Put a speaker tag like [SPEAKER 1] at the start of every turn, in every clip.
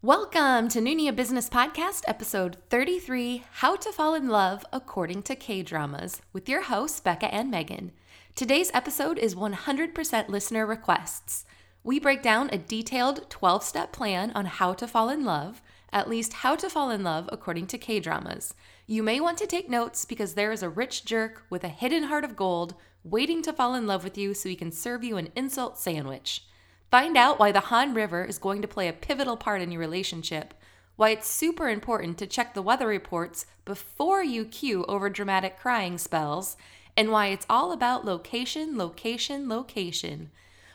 [SPEAKER 1] Welcome to Nunia Business Podcast, episode 33 How to Fall in Love According to K Dramas, with your hosts, Becca and Megan. Today's episode is 100% listener requests. We break down a detailed 12 step plan on how to fall in love, at least how to fall in love according to K dramas. You may want to take notes because there is a rich jerk with a hidden heart of gold waiting to fall in love with you so he can serve you an insult sandwich. Find out why the Han River is going to play a pivotal part in your relationship, why it's super important to check the weather reports before you cue over dramatic crying spells, and why it's all about location, location, location.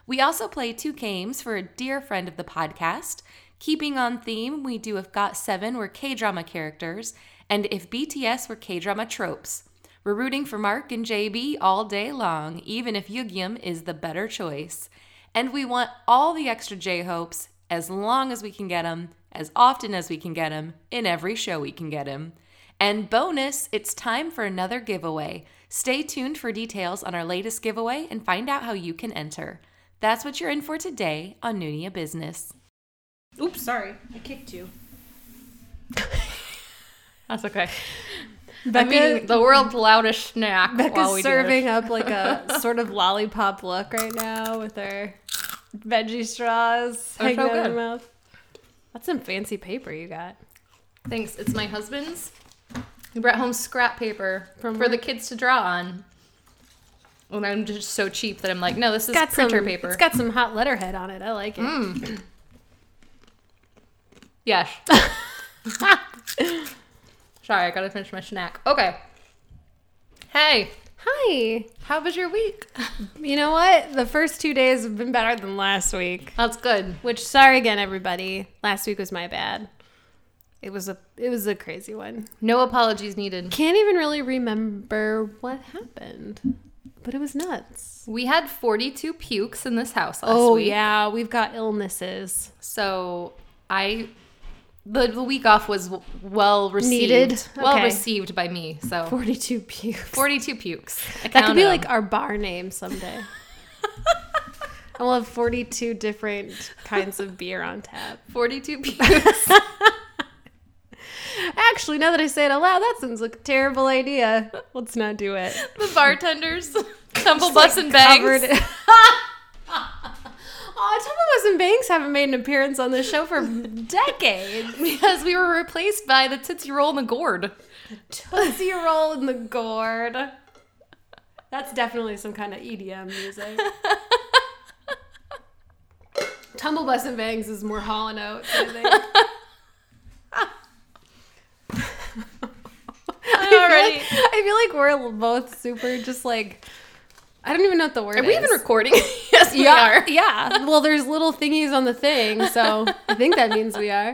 [SPEAKER 1] We also play two games for a dear friend of the podcast. Keeping on theme, we do If Got Seven were K drama characters, and If BTS were K drama tropes. We're rooting for Mark and JB all day long, even if Yugyeom is the better choice. And we want all the extra J hopes as long as we can get them, as often as we can get them, in every show we can get them. And bonus, it's time for another giveaway. Stay tuned for details on our latest giveaway and find out how you can enter. That's what you're in for today on Nunia Business.
[SPEAKER 2] Oops, sorry. I kicked you.
[SPEAKER 3] That's okay.
[SPEAKER 2] Becca,
[SPEAKER 3] I'm eating the world's loudest snack while we
[SPEAKER 2] Becca's
[SPEAKER 3] do
[SPEAKER 2] serving
[SPEAKER 3] this.
[SPEAKER 2] up like a sort of lollipop look right now with her veggie straws
[SPEAKER 3] They're
[SPEAKER 2] hanging out
[SPEAKER 3] so
[SPEAKER 2] of her
[SPEAKER 3] Oh, good.
[SPEAKER 2] mouth. That's some fancy paper you got.
[SPEAKER 3] Thanks. It's my husband's. He brought home scrap paper
[SPEAKER 2] From
[SPEAKER 3] for the
[SPEAKER 2] work?
[SPEAKER 3] kids to draw on. And I'm just so cheap that I'm like, no, this is
[SPEAKER 2] got
[SPEAKER 3] printer
[SPEAKER 2] some,
[SPEAKER 3] paper. Mm.
[SPEAKER 2] It's got some hot letterhead on it. I like it.
[SPEAKER 3] yes. Sorry, I gotta finish my snack. Okay. Hey,
[SPEAKER 2] Hi.
[SPEAKER 3] how was your week?
[SPEAKER 2] You know what? The first two days have been better than last week.
[SPEAKER 3] That's good.
[SPEAKER 2] Which, sorry again, everybody. Last week was my bad. It was a it was a crazy one.
[SPEAKER 3] No apologies needed.
[SPEAKER 2] Can't even really remember what happened, but it was nuts.
[SPEAKER 3] We had 42 pukes in this house last
[SPEAKER 2] Oh
[SPEAKER 3] week.
[SPEAKER 2] yeah, we've got illnesses
[SPEAKER 3] So I, the, the week off was w- well received.
[SPEAKER 2] Needed?
[SPEAKER 3] Well
[SPEAKER 2] Okay.
[SPEAKER 3] received by me. So
[SPEAKER 2] forty-two pukes.
[SPEAKER 3] 42 pukes. I
[SPEAKER 2] That could
[SPEAKER 3] counted
[SPEAKER 2] be
[SPEAKER 3] 'em.
[SPEAKER 2] like our bar name someday. and we'll have forty-two different kinds of beer on tap.
[SPEAKER 3] 42 pukes.
[SPEAKER 2] Actually, now that I say it aloud, that sounds like a terrible idea. Let's not do it.
[SPEAKER 3] the bartenders, tumble bus and bangs.
[SPEAKER 2] Covered- Aw, Tumblebus and Banks haven't made an appearance on this show for decades.
[SPEAKER 3] Because we were replaced by the Tootsie Roll and the Gourd.
[SPEAKER 2] Tootsie Roll in the gourd. That's definitely some kind of EDM music. Tumble Bus and Bangs is more Hall and Oates, I think. I, feel
[SPEAKER 3] Alrighty.
[SPEAKER 2] like, I feel like we're both super just like I don't even know what the word
[SPEAKER 3] Are we
[SPEAKER 2] is.
[SPEAKER 3] even recording? yes, we
[SPEAKER 2] yeah,
[SPEAKER 3] are.
[SPEAKER 2] yeah. Well, there's little thingies on the thing, so I think that means we are.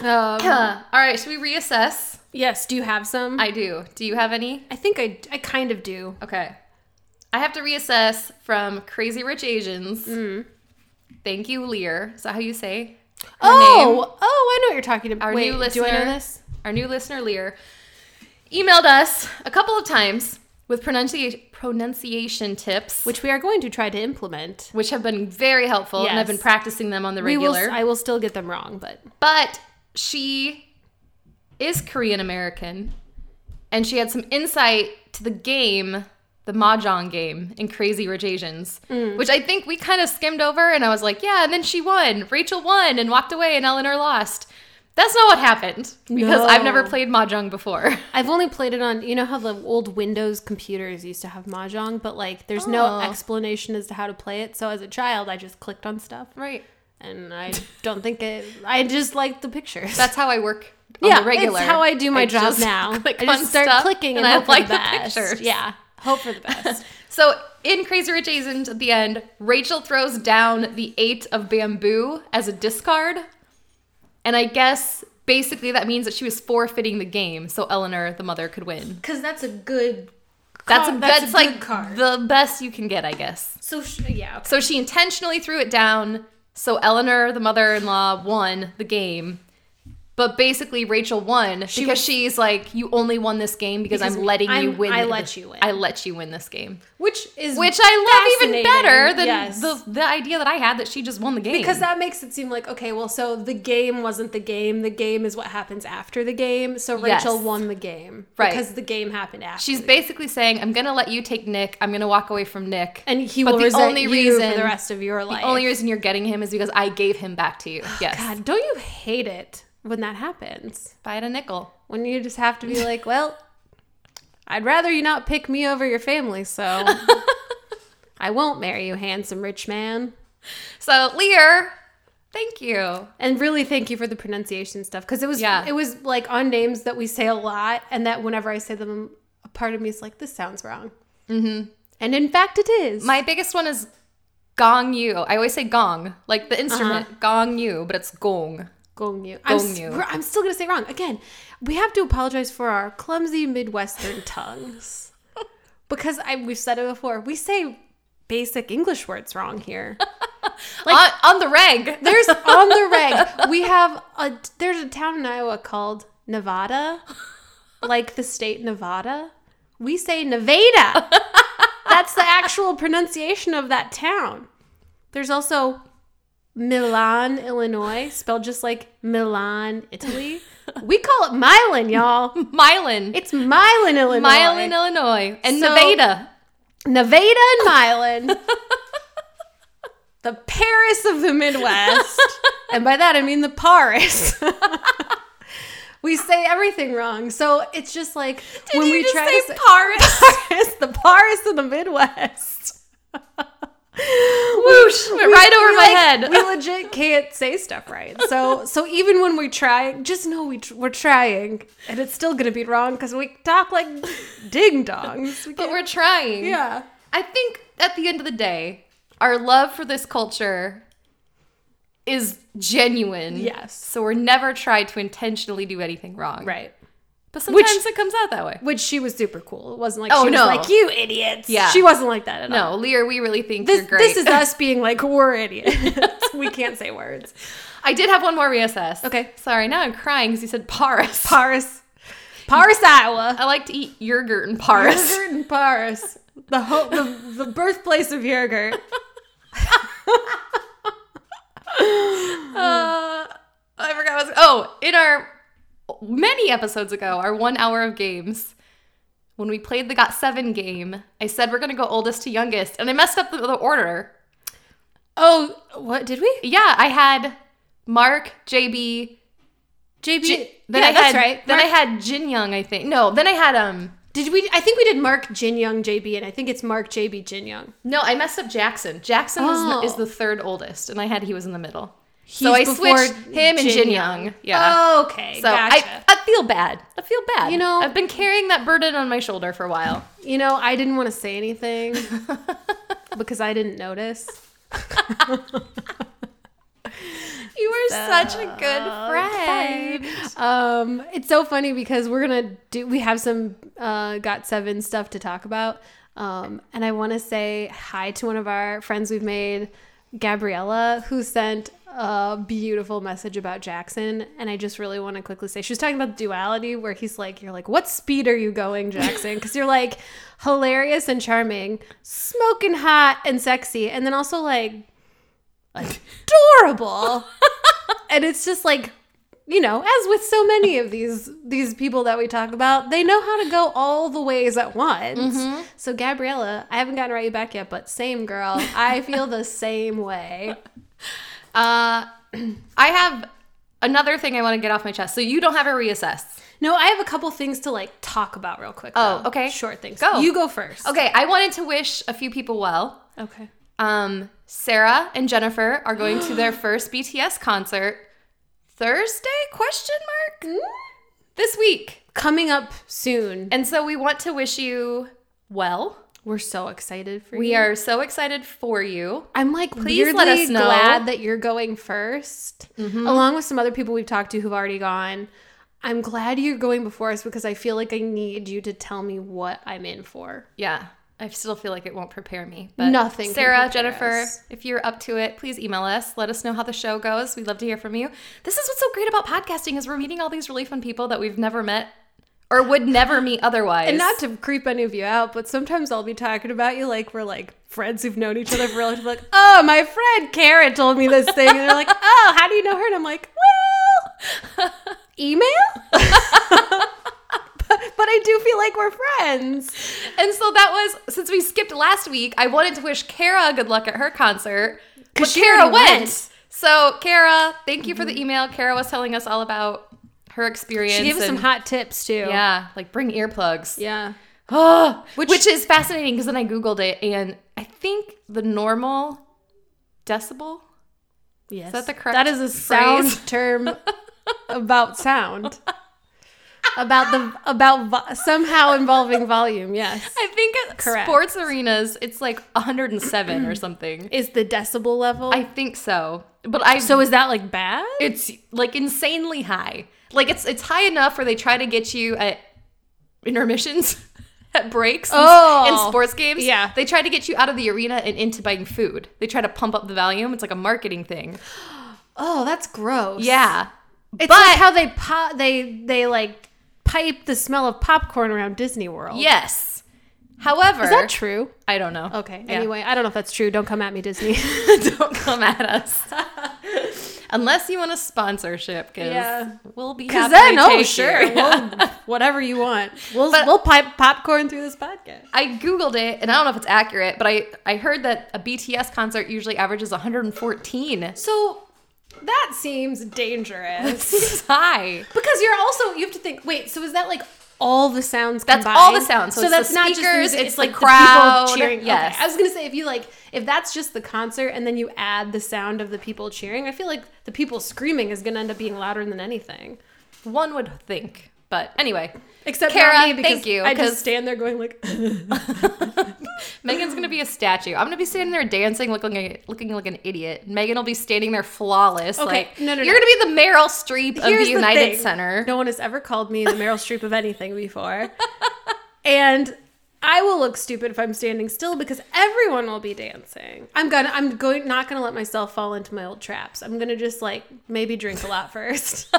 [SPEAKER 2] Um,
[SPEAKER 3] All right, should we reassess?
[SPEAKER 2] yes. Do you have some?
[SPEAKER 3] I do. Do you have any?
[SPEAKER 2] I think I, I kind of do.
[SPEAKER 3] Okay. I have to reassess from Crazy Rich Asians.
[SPEAKER 2] Mm.
[SPEAKER 3] Thank you, Lear. Is that how you say? her
[SPEAKER 2] Oh,
[SPEAKER 3] name?
[SPEAKER 2] oh, I know what you're talking about.
[SPEAKER 3] Our
[SPEAKER 2] Wait,
[SPEAKER 3] new listener.
[SPEAKER 2] do I know this?
[SPEAKER 3] Our new listener, Lear, emailed us a couple of times with pronunciation pronunciation tips, which
[SPEAKER 2] Which we are going to try to implement.
[SPEAKER 3] which have been very helpful, and I've
[SPEAKER 2] Yes.
[SPEAKER 3] been practicing them on the
[SPEAKER 2] We will.
[SPEAKER 3] regular.
[SPEAKER 2] s- I will still get them wrong, but
[SPEAKER 3] but she is Korean American, and she had some insight to the game, the mahjong game in Crazy Rich Asians,
[SPEAKER 2] Mm.
[SPEAKER 3] which I think we kind of skimmed over. And I was like, yeah. And then she won. Rachel won and walked away, and Eleanor lost. That's not what happened because I've never
[SPEAKER 2] No.
[SPEAKER 3] played mahjong before.
[SPEAKER 2] I've only played it on. You know how the old Windows computers used to have mahjong, but like there's no
[SPEAKER 3] Oh.
[SPEAKER 2] explanation as to how to play it. So as a child, I just clicked on stuff,
[SPEAKER 3] Right.
[SPEAKER 2] and I don't think it. I just liked the pictures.
[SPEAKER 3] That's how I work on
[SPEAKER 2] yeah,
[SPEAKER 3] the regular.
[SPEAKER 2] It's how I do my
[SPEAKER 3] I
[SPEAKER 2] job
[SPEAKER 3] just
[SPEAKER 2] now.
[SPEAKER 3] click
[SPEAKER 2] I just
[SPEAKER 3] on
[SPEAKER 2] start
[SPEAKER 3] stuff
[SPEAKER 2] clicking and,
[SPEAKER 3] and I
[SPEAKER 2] hope
[SPEAKER 3] like
[SPEAKER 2] for
[SPEAKER 3] the
[SPEAKER 2] the best.
[SPEAKER 3] pictures.
[SPEAKER 2] Yeah, hope for the best.
[SPEAKER 3] So in Crazy Rich Asians at the end, Rachel throws down the eight of bamboo as a discard. And I guess basically that means that she was forfeiting the game so Eleanor, the mother, could win.
[SPEAKER 4] Because that's a good.
[SPEAKER 3] That's,
[SPEAKER 4] Card-
[SPEAKER 3] that's,
[SPEAKER 4] that's a good
[SPEAKER 3] like
[SPEAKER 4] card.
[SPEAKER 3] the best you can get, I guess.
[SPEAKER 4] So sh- yeah, okay.
[SPEAKER 3] So she intentionally threw it down so Eleanor, the mother in law, won the game. But basically, Rachel won because she's like, "You only won this game because,
[SPEAKER 4] Because
[SPEAKER 3] I'm letting you
[SPEAKER 4] I'm-
[SPEAKER 3] win.
[SPEAKER 4] I let you win."
[SPEAKER 3] I let you win this game."
[SPEAKER 4] Which is
[SPEAKER 3] Which I love even
[SPEAKER 4] fascinating.
[SPEAKER 3] better than
[SPEAKER 4] Yes.
[SPEAKER 3] the the idea that I had that she just won the game
[SPEAKER 2] Because
[SPEAKER 3] that
[SPEAKER 2] that makes it seem like okay, well, so the game wasn't the game. The game is what happens after the game. So
[SPEAKER 3] Yes.
[SPEAKER 2] Rachel won the game,
[SPEAKER 3] Right.
[SPEAKER 2] Because the game happened after.
[SPEAKER 3] she's
[SPEAKER 2] the game.
[SPEAKER 3] basically saying, "I'm gonna let you take Nick. I'm gonna walk away from Nick."
[SPEAKER 2] and he
[SPEAKER 3] but
[SPEAKER 2] will
[SPEAKER 3] the
[SPEAKER 2] resent
[SPEAKER 3] only
[SPEAKER 2] you
[SPEAKER 3] reason-
[SPEAKER 2] for the rest of your life.
[SPEAKER 3] the only reason you're getting him is because I gave him back to
[SPEAKER 4] Oh,
[SPEAKER 3] you. Yes,
[SPEAKER 2] God, don't you hate it when that happens?
[SPEAKER 3] buy it a nickel.
[SPEAKER 2] When you just have to be like, well, I'd rather you not pick me over your family, so I won't marry you, handsome rich man.
[SPEAKER 3] So Lear, thank you.
[SPEAKER 2] And really, thank you for the pronunciation stuff because it was
[SPEAKER 3] Yeah.
[SPEAKER 2] it was like on names that we say a lot, and that whenever I say them, a part of me is like, this sounds wrong. Mm-hmm. And in fact, it is.
[SPEAKER 3] My biggest one is Gong Yu. I always say Gong, like
[SPEAKER 2] Uh-huh.
[SPEAKER 3] the instrument Gong Yu, but it's Gong.
[SPEAKER 2] Gongyu. I'm, s-
[SPEAKER 3] Gongyu.
[SPEAKER 2] we're- I'm still gonna say it wrong again. We have to apologize for our clumsy Midwestern tongues because I we've said it before. We say basic English words wrong here.
[SPEAKER 3] on, on the reg.
[SPEAKER 2] There's on the reg. We have a there's a town in Iowa called Nevada, like the state Nevada. We say Nevada. That's the actual pronunciation of that town. There's also Milan, Illinois, spelled just like Milan, Italy. We call it Milan, y'all.
[SPEAKER 3] Milan.
[SPEAKER 2] It's Milan, Illinois.
[SPEAKER 3] Milan, Illinois. And
[SPEAKER 2] So-
[SPEAKER 3] Nevada.
[SPEAKER 2] Nevada and Milan. the Paris of the Midwest. and by that I mean the Paris. we say everything wrong. So it's just like when we try to say
[SPEAKER 3] Paris.
[SPEAKER 2] Paris, the Paris of the Midwest. Whoosh!
[SPEAKER 3] went right over my head.
[SPEAKER 2] We legit can't say stuff right. So, so even when we try, just know we tr- we're trying, and it's still gonna be wrong because we talk like ding dongs. We
[SPEAKER 3] But
[SPEAKER 2] can't-
[SPEAKER 3] we're trying.
[SPEAKER 2] yeah.
[SPEAKER 3] I think at the end of the day, our love for this culture is genuine.
[SPEAKER 2] Yes.
[SPEAKER 3] So we're never tried to intentionally do anything wrong.
[SPEAKER 2] Right.
[SPEAKER 3] But sometimes it comes out that way.
[SPEAKER 2] Which she was super cool. It wasn't like
[SPEAKER 3] Oh,
[SPEAKER 2] she was
[SPEAKER 3] no.
[SPEAKER 2] like, you idiots.
[SPEAKER 3] Yeah.
[SPEAKER 2] She wasn't like that at all.
[SPEAKER 3] No, Lear, we really think
[SPEAKER 2] This,
[SPEAKER 3] you're great.
[SPEAKER 2] this is us being like, we're idiots. we can't say words.
[SPEAKER 3] I did have one more VSS.
[SPEAKER 2] Okay.
[SPEAKER 3] Sorry, now I'm crying because you said Paris.
[SPEAKER 2] Paris. Paris, Iowa.
[SPEAKER 3] I like to eat yogurt in Paris.
[SPEAKER 2] Yogurt in Paris. The, ho- the, the birthplace of yogurt.
[SPEAKER 3] Uh, I forgot. What I was, oh, in our many episodes ago, our one hour of games, when we played the Got Seven game, I said we're gonna go oldest to youngest, and I messed up the, the order.
[SPEAKER 2] Oh, what? Did we?
[SPEAKER 3] Yeah, I had Mark, JB.
[SPEAKER 2] JB.
[SPEAKER 3] J- then
[SPEAKER 2] yeah,
[SPEAKER 3] I
[SPEAKER 2] that's
[SPEAKER 3] had-
[SPEAKER 2] right.
[SPEAKER 3] Then
[SPEAKER 2] Mark-
[SPEAKER 3] I had Jin Young. I think no. Then I had um.
[SPEAKER 2] did we? I think we did Mark Jin Young JB, and I think it's Mark JB Jin Young.
[SPEAKER 3] No, I messed up Jackson. Jackson was the-
[SPEAKER 2] Oh.
[SPEAKER 3] is the third oldest, and I had he was in the middle.
[SPEAKER 2] He's
[SPEAKER 3] so I
[SPEAKER 2] before
[SPEAKER 3] switched him and
[SPEAKER 2] Jin
[SPEAKER 3] Jin Young. Oh, Yeah.
[SPEAKER 2] okay.
[SPEAKER 3] so
[SPEAKER 2] gotcha.
[SPEAKER 3] I, I feel bad. I feel bad.
[SPEAKER 2] You know-
[SPEAKER 3] I've been carrying that burden on my shoulder for a while.
[SPEAKER 2] You know, I didn't want to say anything because I didn't notice.
[SPEAKER 3] You are such a good friend.
[SPEAKER 2] Um, it's so funny because we're gonna do. We have some uh, got seven stuff to talk about, um, and I want to say hi to one of our friends we've made, Gabriella, who sent a beautiful message about Jackson. And I just really want to quickly say she was talking about duality, where he's like, "You're like, what speed are you going, Jackson?" Because you're like hilarious and charming, smoking hot and sexy, and then also like adorable. and it's just like, you know, as with so many of these these people that we talk about, they know how to go all the ways at once.
[SPEAKER 3] Mm-hmm.
[SPEAKER 2] So Gabriella, I haven't gotten right you back yet, but same girl, I feel the same way.
[SPEAKER 3] Uh, I have another thing I want to get off my chest. So you don't have a reassess.
[SPEAKER 2] No, I have a couple things to like talk about real quick.
[SPEAKER 3] Oh,
[SPEAKER 2] though.
[SPEAKER 3] okay.
[SPEAKER 2] Short things.
[SPEAKER 3] Go.
[SPEAKER 2] You go first.
[SPEAKER 3] Okay, I wanted to wish a few people well.
[SPEAKER 2] Okay.
[SPEAKER 3] Um, Sarah and Jennifer are going to their first BTS concert Thursday? Question mark
[SPEAKER 2] Mm.
[SPEAKER 3] this week.
[SPEAKER 2] Coming up soon.
[SPEAKER 3] And so we want to wish you well.
[SPEAKER 2] We're so excited for you.
[SPEAKER 3] We are so excited for you.
[SPEAKER 2] I'm like
[SPEAKER 3] Please
[SPEAKER 2] weirdly
[SPEAKER 3] let us know.
[SPEAKER 2] glad that you're going 1st along with some other people we've talked to who've already gone. I'm glad you're going before us because I feel like I need you to tell me what I'm in for.
[SPEAKER 3] Yeah. I still feel like it won't prepare me. But
[SPEAKER 2] Nothing can
[SPEAKER 3] Sarah,
[SPEAKER 2] prepare
[SPEAKER 3] Jennifer,
[SPEAKER 2] us.
[SPEAKER 3] if you're up to it, please email us. Let us know how the show goes. We'd love to hear from you. This is what's so great about podcasting is we're meeting all these really fun people that we've never met or would never meet otherwise.
[SPEAKER 2] And not to creep any of you out, but sometimes I'll be talking about you like we're like friends who've known each other for a long time. Like, oh, my friend Karen told me this thing, and they're like, oh, how do you know her? And I'm like, well, email. but, but I do feel like we're friends.
[SPEAKER 3] and so that was since we skipped last week. I wanted to wish Kara good luck at her concert because
[SPEAKER 2] she
[SPEAKER 3] Kara
[SPEAKER 2] already
[SPEAKER 3] went. Mm-hmm.
[SPEAKER 2] went.
[SPEAKER 3] So Kara, thank you for the email. Kara was telling us all about her experience.
[SPEAKER 2] She gave us some
[SPEAKER 3] and-
[SPEAKER 2] hot tips too.
[SPEAKER 3] Yeah, like bring earplugs.
[SPEAKER 2] yeah.
[SPEAKER 3] Oh, which, is fascinating because then I googled it and I think the normal decibel.
[SPEAKER 2] Yes. Is
[SPEAKER 3] that the correct
[SPEAKER 2] That is a sound
[SPEAKER 3] phrase?
[SPEAKER 2] term about sound. about the about vo- somehow involving volume. Yes.
[SPEAKER 3] I think at
[SPEAKER 2] Correct.
[SPEAKER 3] sports arenas it's like 107 or something.
[SPEAKER 2] Is the decibel level?
[SPEAKER 3] I think so. But I
[SPEAKER 2] so is that like bad?
[SPEAKER 3] it's like insanely high. Like it's it's high enough where they try to get you at intermissions, at breaks, and-
[SPEAKER 2] Oh.
[SPEAKER 3] and sports games.
[SPEAKER 2] Yeah.
[SPEAKER 3] they try to get you out of the arena and into buying food. They try to pump up the volume. It's like a marketing thing.
[SPEAKER 2] Oh, that's gross.
[SPEAKER 3] Yeah,
[SPEAKER 2] it's
[SPEAKER 3] but-
[SPEAKER 2] like how they po- they they like pipe the smell of popcorn around Disney World.
[SPEAKER 3] yes. However,
[SPEAKER 2] is that true?
[SPEAKER 3] I don't know.
[SPEAKER 2] Okay.
[SPEAKER 3] Yeah.
[SPEAKER 2] Anyway, I don't know if that's true. Don't come at me, Disney.
[SPEAKER 3] don't come at us unless you want a sponsorship. Because
[SPEAKER 2] Yeah.
[SPEAKER 3] we'll be
[SPEAKER 2] Because then,
[SPEAKER 3] happy to take
[SPEAKER 2] oh
[SPEAKER 3] you.
[SPEAKER 2] sure, we'll- whatever you want, we'll
[SPEAKER 3] But-
[SPEAKER 2] we'll pipe popcorn through this podcast.
[SPEAKER 3] I googled it, and I don't know if it's accurate, but I I heard that a BTS concert usually averages 114.
[SPEAKER 2] So that seems dangerous
[SPEAKER 3] Seems high.
[SPEAKER 2] because you're also you have to think. Wait, so is that like all the sounds?
[SPEAKER 3] That's
[SPEAKER 2] combined?
[SPEAKER 3] all the sounds. So it's the speakers,
[SPEAKER 2] music,
[SPEAKER 3] it's the
[SPEAKER 2] the
[SPEAKER 3] crowd.
[SPEAKER 2] people cheering. Okay,
[SPEAKER 3] Yes.
[SPEAKER 2] I was gonna say if you like if that's just the concert and then you add the sound of the people cheering, I feel like the people screaming is gonna end up being louder than anything.
[SPEAKER 3] One would think, but anyway,
[SPEAKER 2] Except
[SPEAKER 3] Kara,
[SPEAKER 2] not me because
[SPEAKER 3] thank you,
[SPEAKER 2] I
[SPEAKER 3] 'cause-
[SPEAKER 2] just stand there going like,
[SPEAKER 3] Megan's gonna be a statue. I'm gonna be standing there dancing, looking like, looking like an idiot. Megan will be standing there flawless.
[SPEAKER 2] Okay,
[SPEAKER 3] like,
[SPEAKER 2] no, no,
[SPEAKER 3] you're
[SPEAKER 2] no.
[SPEAKER 3] gonna be the Meryl Streep of the
[SPEAKER 2] Here's
[SPEAKER 3] United
[SPEAKER 2] thing.
[SPEAKER 3] Center.
[SPEAKER 2] No one has ever called me the Meryl Streep of anything before. and I will look stupid if I'm standing still because everyone will be dancing. I'm gonna I'm going not gonna let myself fall into my old traps. I'm gonna just like maybe drink a lot first.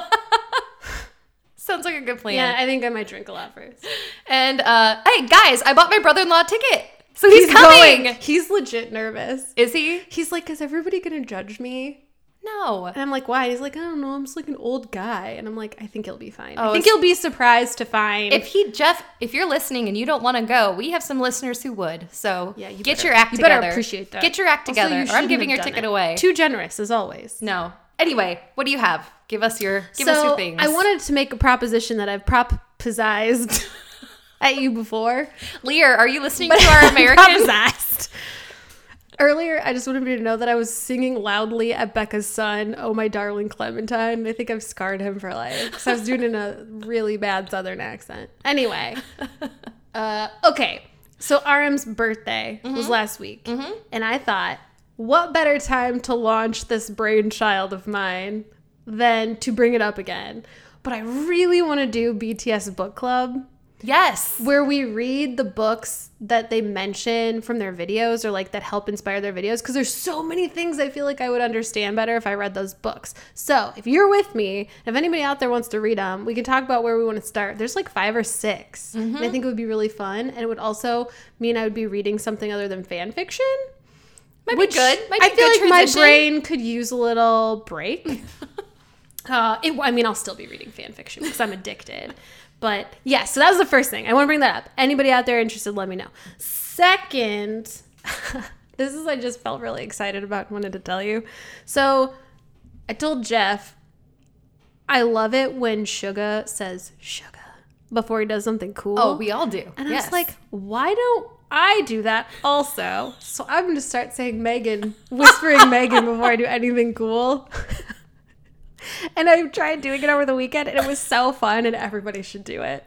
[SPEAKER 3] Sounds like a good plan.
[SPEAKER 2] yeah, I think I might drink a lot first.
[SPEAKER 3] And uh, hey, guys, I bought my brother-in-law a ticket, so he's, coming.
[SPEAKER 2] going. He's legit nervous.
[SPEAKER 3] Is he?
[SPEAKER 2] He's like, is everybody gonna judge me?
[SPEAKER 3] No.
[SPEAKER 2] And I'm like, why? And he's like, I don't know. I'm just like an old guy. And I'm like, I think he'll be fine.
[SPEAKER 3] Oh,
[SPEAKER 2] I think
[SPEAKER 3] it's-
[SPEAKER 2] he'll be surprised to find.
[SPEAKER 3] If he, Jeff, if you're listening and you don't want to go, we have some listeners who would. So
[SPEAKER 2] Yeah, you
[SPEAKER 3] get
[SPEAKER 2] better-
[SPEAKER 3] your act
[SPEAKER 2] you
[SPEAKER 3] together.
[SPEAKER 2] better appreciate that.
[SPEAKER 3] Get your act
[SPEAKER 2] Also, you
[SPEAKER 3] together, or I'm
[SPEAKER 2] shouldn't
[SPEAKER 3] giving your
[SPEAKER 2] have done
[SPEAKER 3] ticket
[SPEAKER 2] it.
[SPEAKER 3] away.
[SPEAKER 2] Too generous as always.
[SPEAKER 3] no. Anyway, what do you have? Give us your give us your things.
[SPEAKER 2] I wanted to make a proposition that I've proposized at you before.
[SPEAKER 3] Lear, are you listening to our American?
[SPEAKER 2] Proposized. Earlier, I just wanted you to know that I was singing loudly at Becca's son, "Oh My Darling Clementine." I think I've scarred him for life because I was doing it in a really bad Southern accent. Anyway, uh, okay. So RM's birthday was last week, and I thought, what better time to launch this brainchild of mine than to bring it up again? But I really want to do BTS book club
[SPEAKER 3] yes.
[SPEAKER 2] where we read the books that they mention from their videos or like that help inspire their videos because there's so many things I feel like I would understand better if I read those books. So if you're with me, if anybody out there wants to read them, we can talk about where we want to start. There's like five or 6 and
[SPEAKER 3] Mm-hmm.
[SPEAKER 2] I think it would be really fun, and it would also mean I would be reading something other than fan fiction.
[SPEAKER 3] Might
[SPEAKER 2] Which
[SPEAKER 3] be good. Might be
[SPEAKER 2] I feel
[SPEAKER 3] good
[SPEAKER 2] like my
[SPEAKER 3] transition.
[SPEAKER 2] brain could use a little break. uh, it, I mean, I'll still be reading fan fiction because I'm addicted. But yeah, so that was the first thing. I want to bring that up. Anybody out there interested, let me know. Second, this is I just felt really excited about and wanted to tell you. So I told Jeff I love it when Suga says Suga before he does something cool.
[SPEAKER 3] Oh, we all do.
[SPEAKER 2] And I
[SPEAKER 3] yes.
[SPEAKER 2] was like, why don't I do that also? So I'm going to start saying Megan, whispering Megan before I do anything cool. and I tried doing it over the weekend and it was so fun and everybody should do it.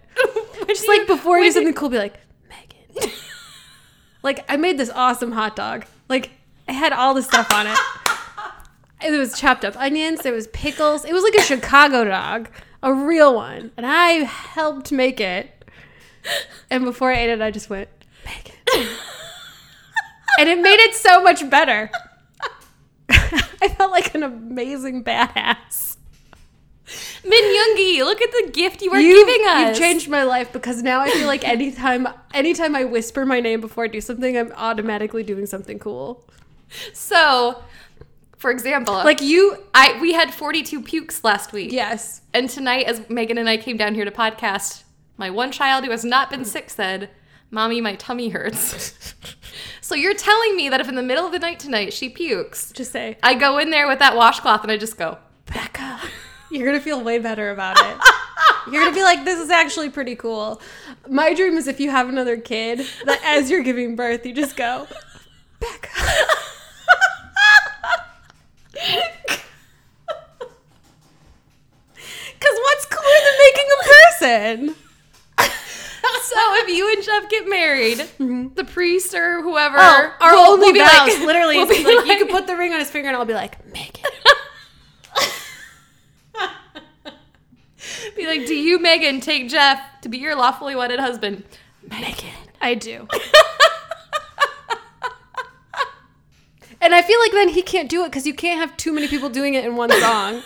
[SPEAKER 2] Just like before you do something cool, be like, Megan. like I made this awesome hot dog. Like I had all the stuff on it. It was chopped up onions, there was pickles. It was like a Chicago dog, a real one. And I helped make it. And before I ate it, I just went, Megan. and it made it so much better. I felt like an amazing badass.
[SPEAKER 1] Min Yoongi, look at the gift you are
[SPEAKER 2] You've-
[SPEAKER 1] giving us.
[SPEAKER 2] You've changed my life because now I feel like anytime anytime I whisper my name before I do something, I'm automatically doing something cool.
[SPEAKER 3] So, for example,
[SPEAKER 2] Like you
[SPEAKER 3] I we had 42 pukes last week.
[SPEAKER 2] yes.
[SPEAKER 3] And tonight, as Megan and I came down here to podcast, my one child who has not been sick said, Mommy, my tummy hurts. so you're telling me that if in the middle of the night tonight she pukes,
[SPEAKER 2] Just say,
[SPEAKER 3] I go in there with that washcloth and I just go,
[SPEAKER 2] Becca. You're gonna feel way better about it. You're gonna be like, this is actually pretty cool. My dream is if you have another kid, that as you're giving birth, you just go, Becca. Because what's cooler than making a person?
[SPEAKER 3] So if you and Jeff get married, the priest or whoever
[SPEAKER 2] Oh, our
[SPEAKER 3] will- will
[SPEAKER 2] only
[SPEAKER 3] be
[SPEAKER 2] vows,
[SPEAKER 3] like-
[SPEAKER 2] literally.
[SPEAKER 3] will
[SPEAKER 2] is
[SPEAKER 3] be
[SPEAKER 2] like, you
[SPEAKER 3] like-
[SPEAKER 2] can put the ring on his finger, and I'll be like, Megan.
[SPEAKER 3] be like, Do you, Megan, take Jeff to be your lawfully wedded husband? Megan.
[SPEAKER 2] I do. and I feel like then he can't do it because you can't have too many people doing it in one song.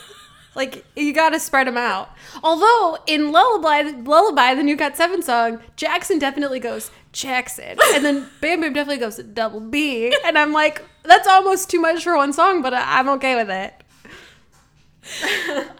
[SPEAKER 2] like you got to spread them out. Although in Lullaby, Lullaby, the new Got Seven song, Jackson definitely goes Jackson, and then Bam Bam definitely goes double B, and I'm like, that's almost too much for one song, but I- I'm okay with it.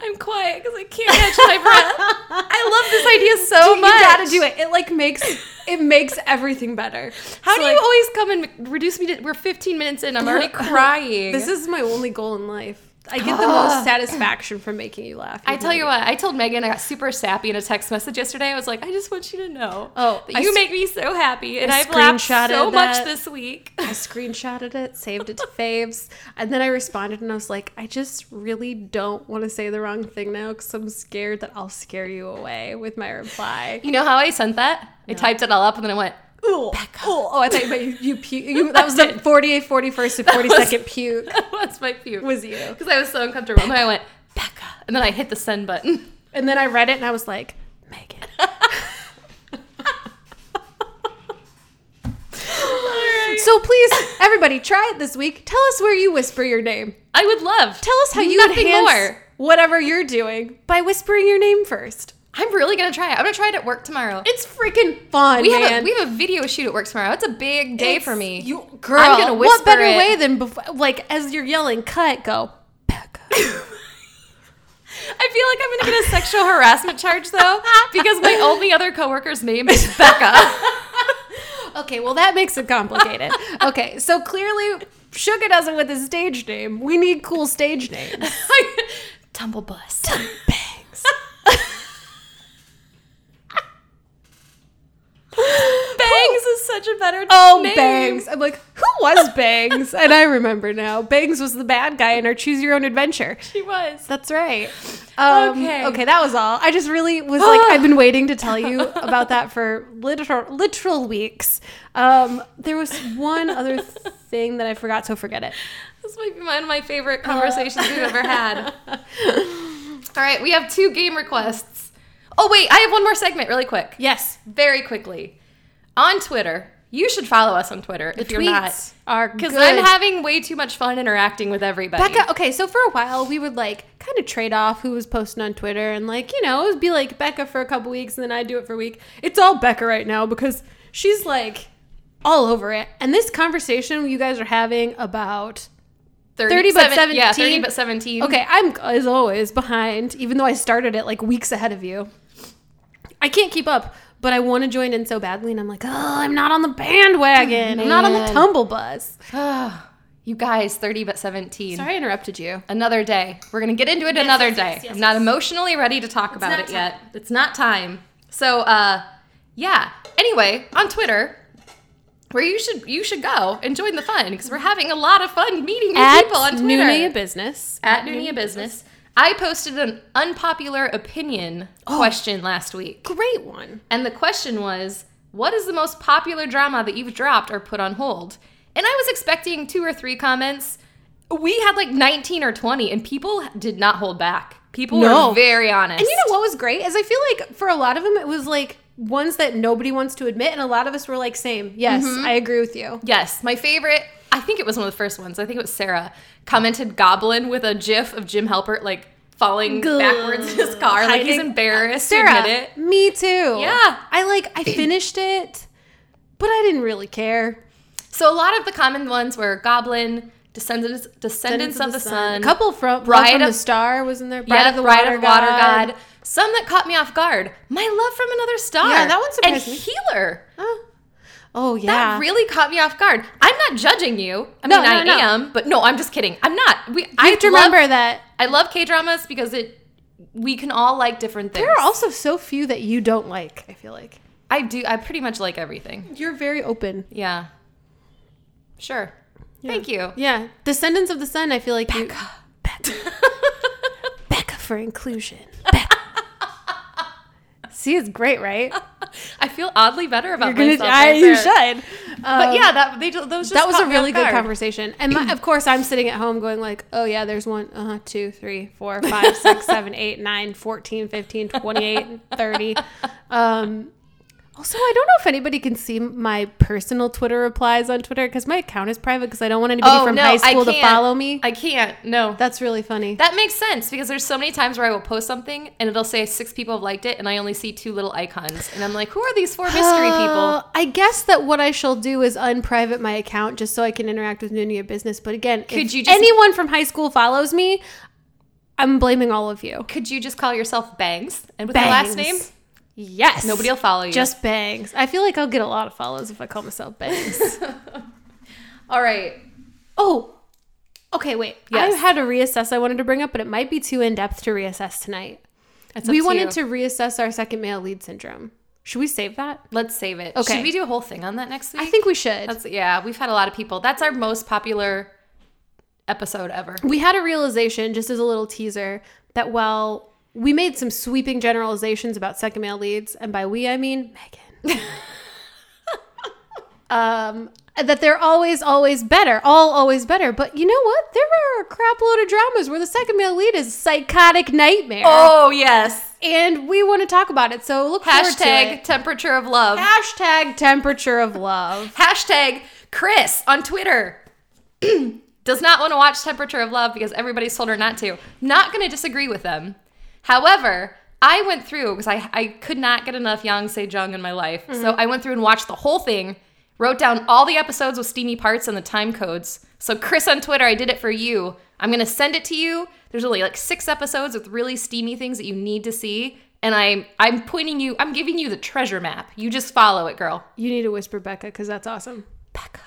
[SPEAKER 3] I'm quiet because I can't catch my breath. I love this idea so
[SPEAKER 2] You
[SPEAKER 3] much.
[SPEAKER 2] gotta do it. It like makes it makes everything better.
[SPEAKER 3] How
[SPEAKER 2] So,
[SPEAKER 3] do
[SPEAKER 2] like,
[SPEAKER 3] you always come and reduce me to? We're 15 minutes in. I'm already crying.
[SPEAKER 2] This is my only goal in life. I get the most satisfaction from making you laugh.
[SPEAKER 3] I tell you what. I told Megan I got super sappy in a text message yesterday. I was like, I just want you to know.
[SPEAKER 2] Oh,
[SPEAKER 3] that
[SPEAKER 2] I
[SPEAKER 3] you
[SPEAKER 2] s-
[SPEAKER 3] make me so happy, and
[SPEAKER 2] I
[SPEAKER 3] I've laughed so
[SPEAKER 2] screenshotted
[SPEAKER 3] much
[SPEAKER 2] that.
[SPEAKER 3] this week.
[SPEAKER 2] I screenshotted it, saved it to faves, and then I responded and I was like, I just really don't want to say the wrong thing now because I'm scared that I'll scare you away with my reply.
[SPEAKER 3] You know how I sent that? I typed it all up and then I went.
[SPEAKER 2] Ooh, ooh. Oh, I thought you meant you, you, pu- you that was the 48, 41st, and 42nd puke
[SPEAKER 3] What's my puke?
[SPEAKER 2] was you.
[SPEAKER 3] Because I was so uncomfortable. And then I went Becca, and then I hit the send button.
[SPEAKER 2] And then I read it and I was like, Megan. So please, everybody, try it this week. Tell us where you whisper your name.
[SPEAKER 3] I would love.
[SPEAKER 2] Tell us how you
[SPEAKER 3] Nothing
[SPEAKER 2] enhance
[SPEAKER 3] more.
[SPEAKER 2] whatever you're doing by whispering your name first.
[SPEAKER 3] I'm really gonna try it. I'm gonna try it at work tomorrow.
[SPEAKER 2] It's freaking fun,
[SPEAKER 3] we
[SPEAKER 2] man.
[SPEAKER 3] have a, we have a video shoot at work tomorrow. It's a big day
[SPEAKER 2] It's-
[SPEAKER 3] for me.
[SPEAKER 2] You, girl,
[SPEAKER 3] I'm gonna whisper
[SPEAKER 2] what better
[SPEAKER 3] it.
[SPEAKER 2] way than before, like as you're yelling, cut, go. Becca.
[SPEAKER 3] I feel like I'm gonna get a sexual harassment charge though, because my only other coworker's name is Becca.
[SPEAKER 2] Okay, well that makes it complicated. okay, so clearly Sugar does it with his stage name. We need cool stage names.
[SPEAKER 3] Tumble bust.
[SPEAKER 2] Bangs.
[SPEAKER 3] Bangs is such a better
[SPEAKER 2] Oh,
[SPEAKER 3] name.
[SPEAKER 2] Bangs. I'm like, who was Bangs? and I remember now. Bangs was the bad guy in our Choose Your Own Adventure.
[SPEAKER 3] She was.
[SPEAKER 2] That's right. Um,
[SPEAKER 3] Okay.
[SPEAKER 2] okay. that was all. I just really was like, I've been waiting to tell you about that for literal, literal weeks. Um, there was one other thing that I forgot, so forget it.
[SPEAKER 3] This might be one of my favorite conversations we've ever had. All right, we have two game requests. Oh wait, I have one more segment really quick.
[SPEAKER 2] Yes.
[SPEAKER 3] Very quickly. On Twitter, you should follow us on Twitter if you're not.
[SPEAKER 2] tweets are
[SPEAKER 3] Because
[SPEAKER 2] good.
[SPEAKER 3] I'm having way too much fun interacting with everybody.
[SPEAKER 2] Becca, okay, so for a while we would like kind of trade off who was posting on Twitter and like, you know, it would be like Becca for a couple weeks and then I do it for a week. It's all Becca right now because she's like all over it. And this conversation you guys are having about
[SPEAKER 3] 30,
[SPEAKER 2] 30 but
[SPEAKER 3] seven- Yeah, 30
[SPEAKER 2] 17.
[SPEAKER 3] but 17.
[SPEAKER 2] Okay, I'm as always behind, even though I started it like weeks ahead of you. I can't keep up, but I want to join in so badly, and I'm like, oh, I'm not on the bandwagon. I'm not on the
[SPEAKER 3] Man.
[SPEAKER 2] tumble bus.
[SPEAKER 3] you guys, 30 but 17.
[SPEAKER 2] Sorry I interrupted you.
[SPEAKER 3] Another day. We're going to get into it another day. I'm not emotionally ready to talk about it yet. It's not time. So, uh, yeah. Anyway, on Twitter, where you should you should go and join the fun because we're having a lot of fun meeting new
[SPEAKER 2] At
[SPEAKER 3] people on Twitter.
[SPEAKER 2] Noonia Business.
[SPEAKER 3] at Noonia Business. I posted an unpopular opinion
[SPEAKER 2] Oh.
[SPEAKER 3] question last week.
[SPEAKER 2] Great one.
[SPEAKER 3] And the question was, what is the most popular drama that you've dropped or put on hold? And I was expecting two or three comments. We had like 19 or 20, and people did not hold back. People
[SPEAKER 2] No.
[SPEAKER 3] were very honest.
[SPEAKER 2] And you know what was great is I feel like for a lot of them it was like ones that nobody wants to admit. And a lot of us were like, same. Yes,
[SPEAKER 3] Mm-hmm.
[SPEAKER 2] I agree with you.
[SPEAKER 3] Yes, my favorite. I think it was one of the first ones. I think it was Sarah commented "Goblin" with a GIF of Jim Halpert like falling backwards in his car, like he's
[SPEAKER 2] Hiding-
[SPEAKER 3] embarrassed to
[SPEAKER 2] Sarah,
[SPEAKER 3] admit it.
[SPEAKER 2] me too.
[SPEAKER 3] Yeah.
[SPEAKER 2] I like, I finished it, but I didn't really care.
[SPEAKER 3] So a lot of the common ones were Goblin, Descendants, Descendants, of, the, Sun,
[SPEAKER 2] A couple from Bride
[SPEAKER 3] Bride
[SPEAKER 2] from
[SPEAKER 3] of-
[SPEAKER 2] the Star was in there. Bride
[SPEAKER 3] yeah,
[SPEAKER 2] of the
[SPEAKER 3] Bride
[SPEAKER 2] Water,
[SPEAKER 3] of Water
[SPEAKER 2] God.
[SPEAKER 3] God. Some that caught me off guard. My Love from Another Star.
[SPEAKER 2] Yeah, that one surprised
[SPEAKER 3] and
[SPEAKER 2] me.
[SPEAKER 3] Healer.
[SPEAKER 2] Oh. Oh, yeah.
[SPEAKER 3] That really caught me off guard. I'm not judging you. I
[SPEAKER 2] No,
[SPEAKER 3] mean,
[SPEAKER 2] no,
[SPEAKER 3] I
[SPEAKER 2] no.
[SPEAKER 3] am, but no, I'm just kidding. I'm not. We,
[SPEAKER 2] I
[SPEAKER 3] I
[SPEAKER 2] have to remember
[SPEAKER 3] Love,
[SPEAKER 2] that
[SPEAKER 3] I love K dramas because it we can all like different things.
[SPEAKER 2] there are also so few that you don't like, I feel like.
[SPEAKER 3] I do. I pretty much like everything.
[SPEAKER 2] You're very open.
[SPEAKER 3] Yeah. Sure. Thank you.
[SPEAKER 2] Yeah. Descendants of the Sun, I feel like Becca. Becca. Becca for inclusion. Becca. See, it's great, right?
[SPEAKER 3] I feel oddly better about
[SPEAKER 2] You're gonna,
[SPEAKER 3] myself.
[SPEAKER 2] I,
[SPEAKER 3] than
[SPEAKER 2] you
[SPEAKER 3] Sarah.
[SPEAKER 2] should.
[SPEAKER 3] But yeah, that they ju- those just
[SPEAKER 2] that was
[SPEAKER 3] caught
[SPEAKER 2] a
[SPEAKER 3] me off
[SPEAKER 2] really good
[SPEAKER 3] guard.
[SPEAKER 2] conversation. And my, of course, I'm sitting at home going like, oh yeah, there's one, uh, two, three, four, five, six, seven, eight, nine, 14, 15, 28, 30. Um, also, I don't know if anybody can see my personal Twitter replies on Twitter because my account is private because I don't want anybody
[SPEAKER 3] Oh,
[SPEAKER 2] from
[SPEAKER 3] no,
[SPEAKER 2] high
[SPEAKER 3] I
[SPEAKER 2] school to
[SPEAKER 3] can't.
[SPEAKER 2] follow me.
[SPEAKER 3] I can't. No.
[SPEAKER 2] That's really funny.
[SPEAKER 3] That makes sense because there's so many times where I will post something and it'll say six people have liked it and I only see two little icons and I'm like, who are these four mystery people?
[SPEAKER 2] Uh, I guess that what I shall do is unprivate my account just so I can interact with Nunia Business. But again, if
[SPEAKER 3] Could you just-
[SPEAKER 2] anyone from high school follows me, I'm blaming all of you.
[SPEAKER 3] Could you just call yourself Bangs and with your last name?
[SPEAKER 2] Bangs. Yes.
[SPEAKER 3] Nobody'll follow you.
[SPEAKER 2] Just bangs. I feel like I'll get a lot of follows if I call myself bangs.
[SPEAKER 3] all right.
[SPEAKER 2] oh, okay, wait.
[SPEAKER 3] Yes.
[SPEAKER 2] I had a reassess I wanted to bring up, but it might be too in depth to reassess tonight.
[SPEAKER 3] It's up
[SPEAKER 2] we
[SPEAKER 3] to
[SPEAKER 2] wanted to
[SPEAKER 3] you.
[SPEAKER 2] reassess our second male lead syndrome. Should we save that?
[SPEAKER 3] Let's save it.
[SPEAKER 2] Okay.
[SPEAKER 3] Should we do a whole thing on that next week?
[SPEAKER 2] I think we should.
[SPEAKER 3] That's yeah. We've had a lot of people. That's our most popular episode ever.
[SPEAKER 2] we had a realization, just as a little teaser, that while we made some sweeping generalizations about second male leads, and by we I mean Megan, um, that they're always, always better, all always better. But you know what? There are a crap load of dramas where the second male lead is a psychotic nightmare,
[SPEAKER 3] Oh yes.
[SPEAKER 2] and we want to talk about it. So look forward to
[SPEAKER 3] Hashtag
[SPEAKER 2] it.
[SPEAKER 3] temperature of love.
[SPEAKER 2] Hashtag temperature of love.
[SPEAKER 3] Hashtag Chris on Twitter does not want to watch Temperature of Love because everybody's told her not to. Not going to disagree with them. However, I went through because I, I could not get enough Yang Sejong in my life. So I went through and watched the whole thing, wrote down all the episodes with steamy parts and the time codes. So, Chris on Twitter, I did it for you. I'm going to send it to you. There's only like six episodes with really steamy things that you need to see. And I'm I'm pointing you, I'm giving you the treasure map. You just follow it, girl.
[SPEAKER 2] You need to whisper Becca because that's awesome.
[SPEAKER 3] Becca.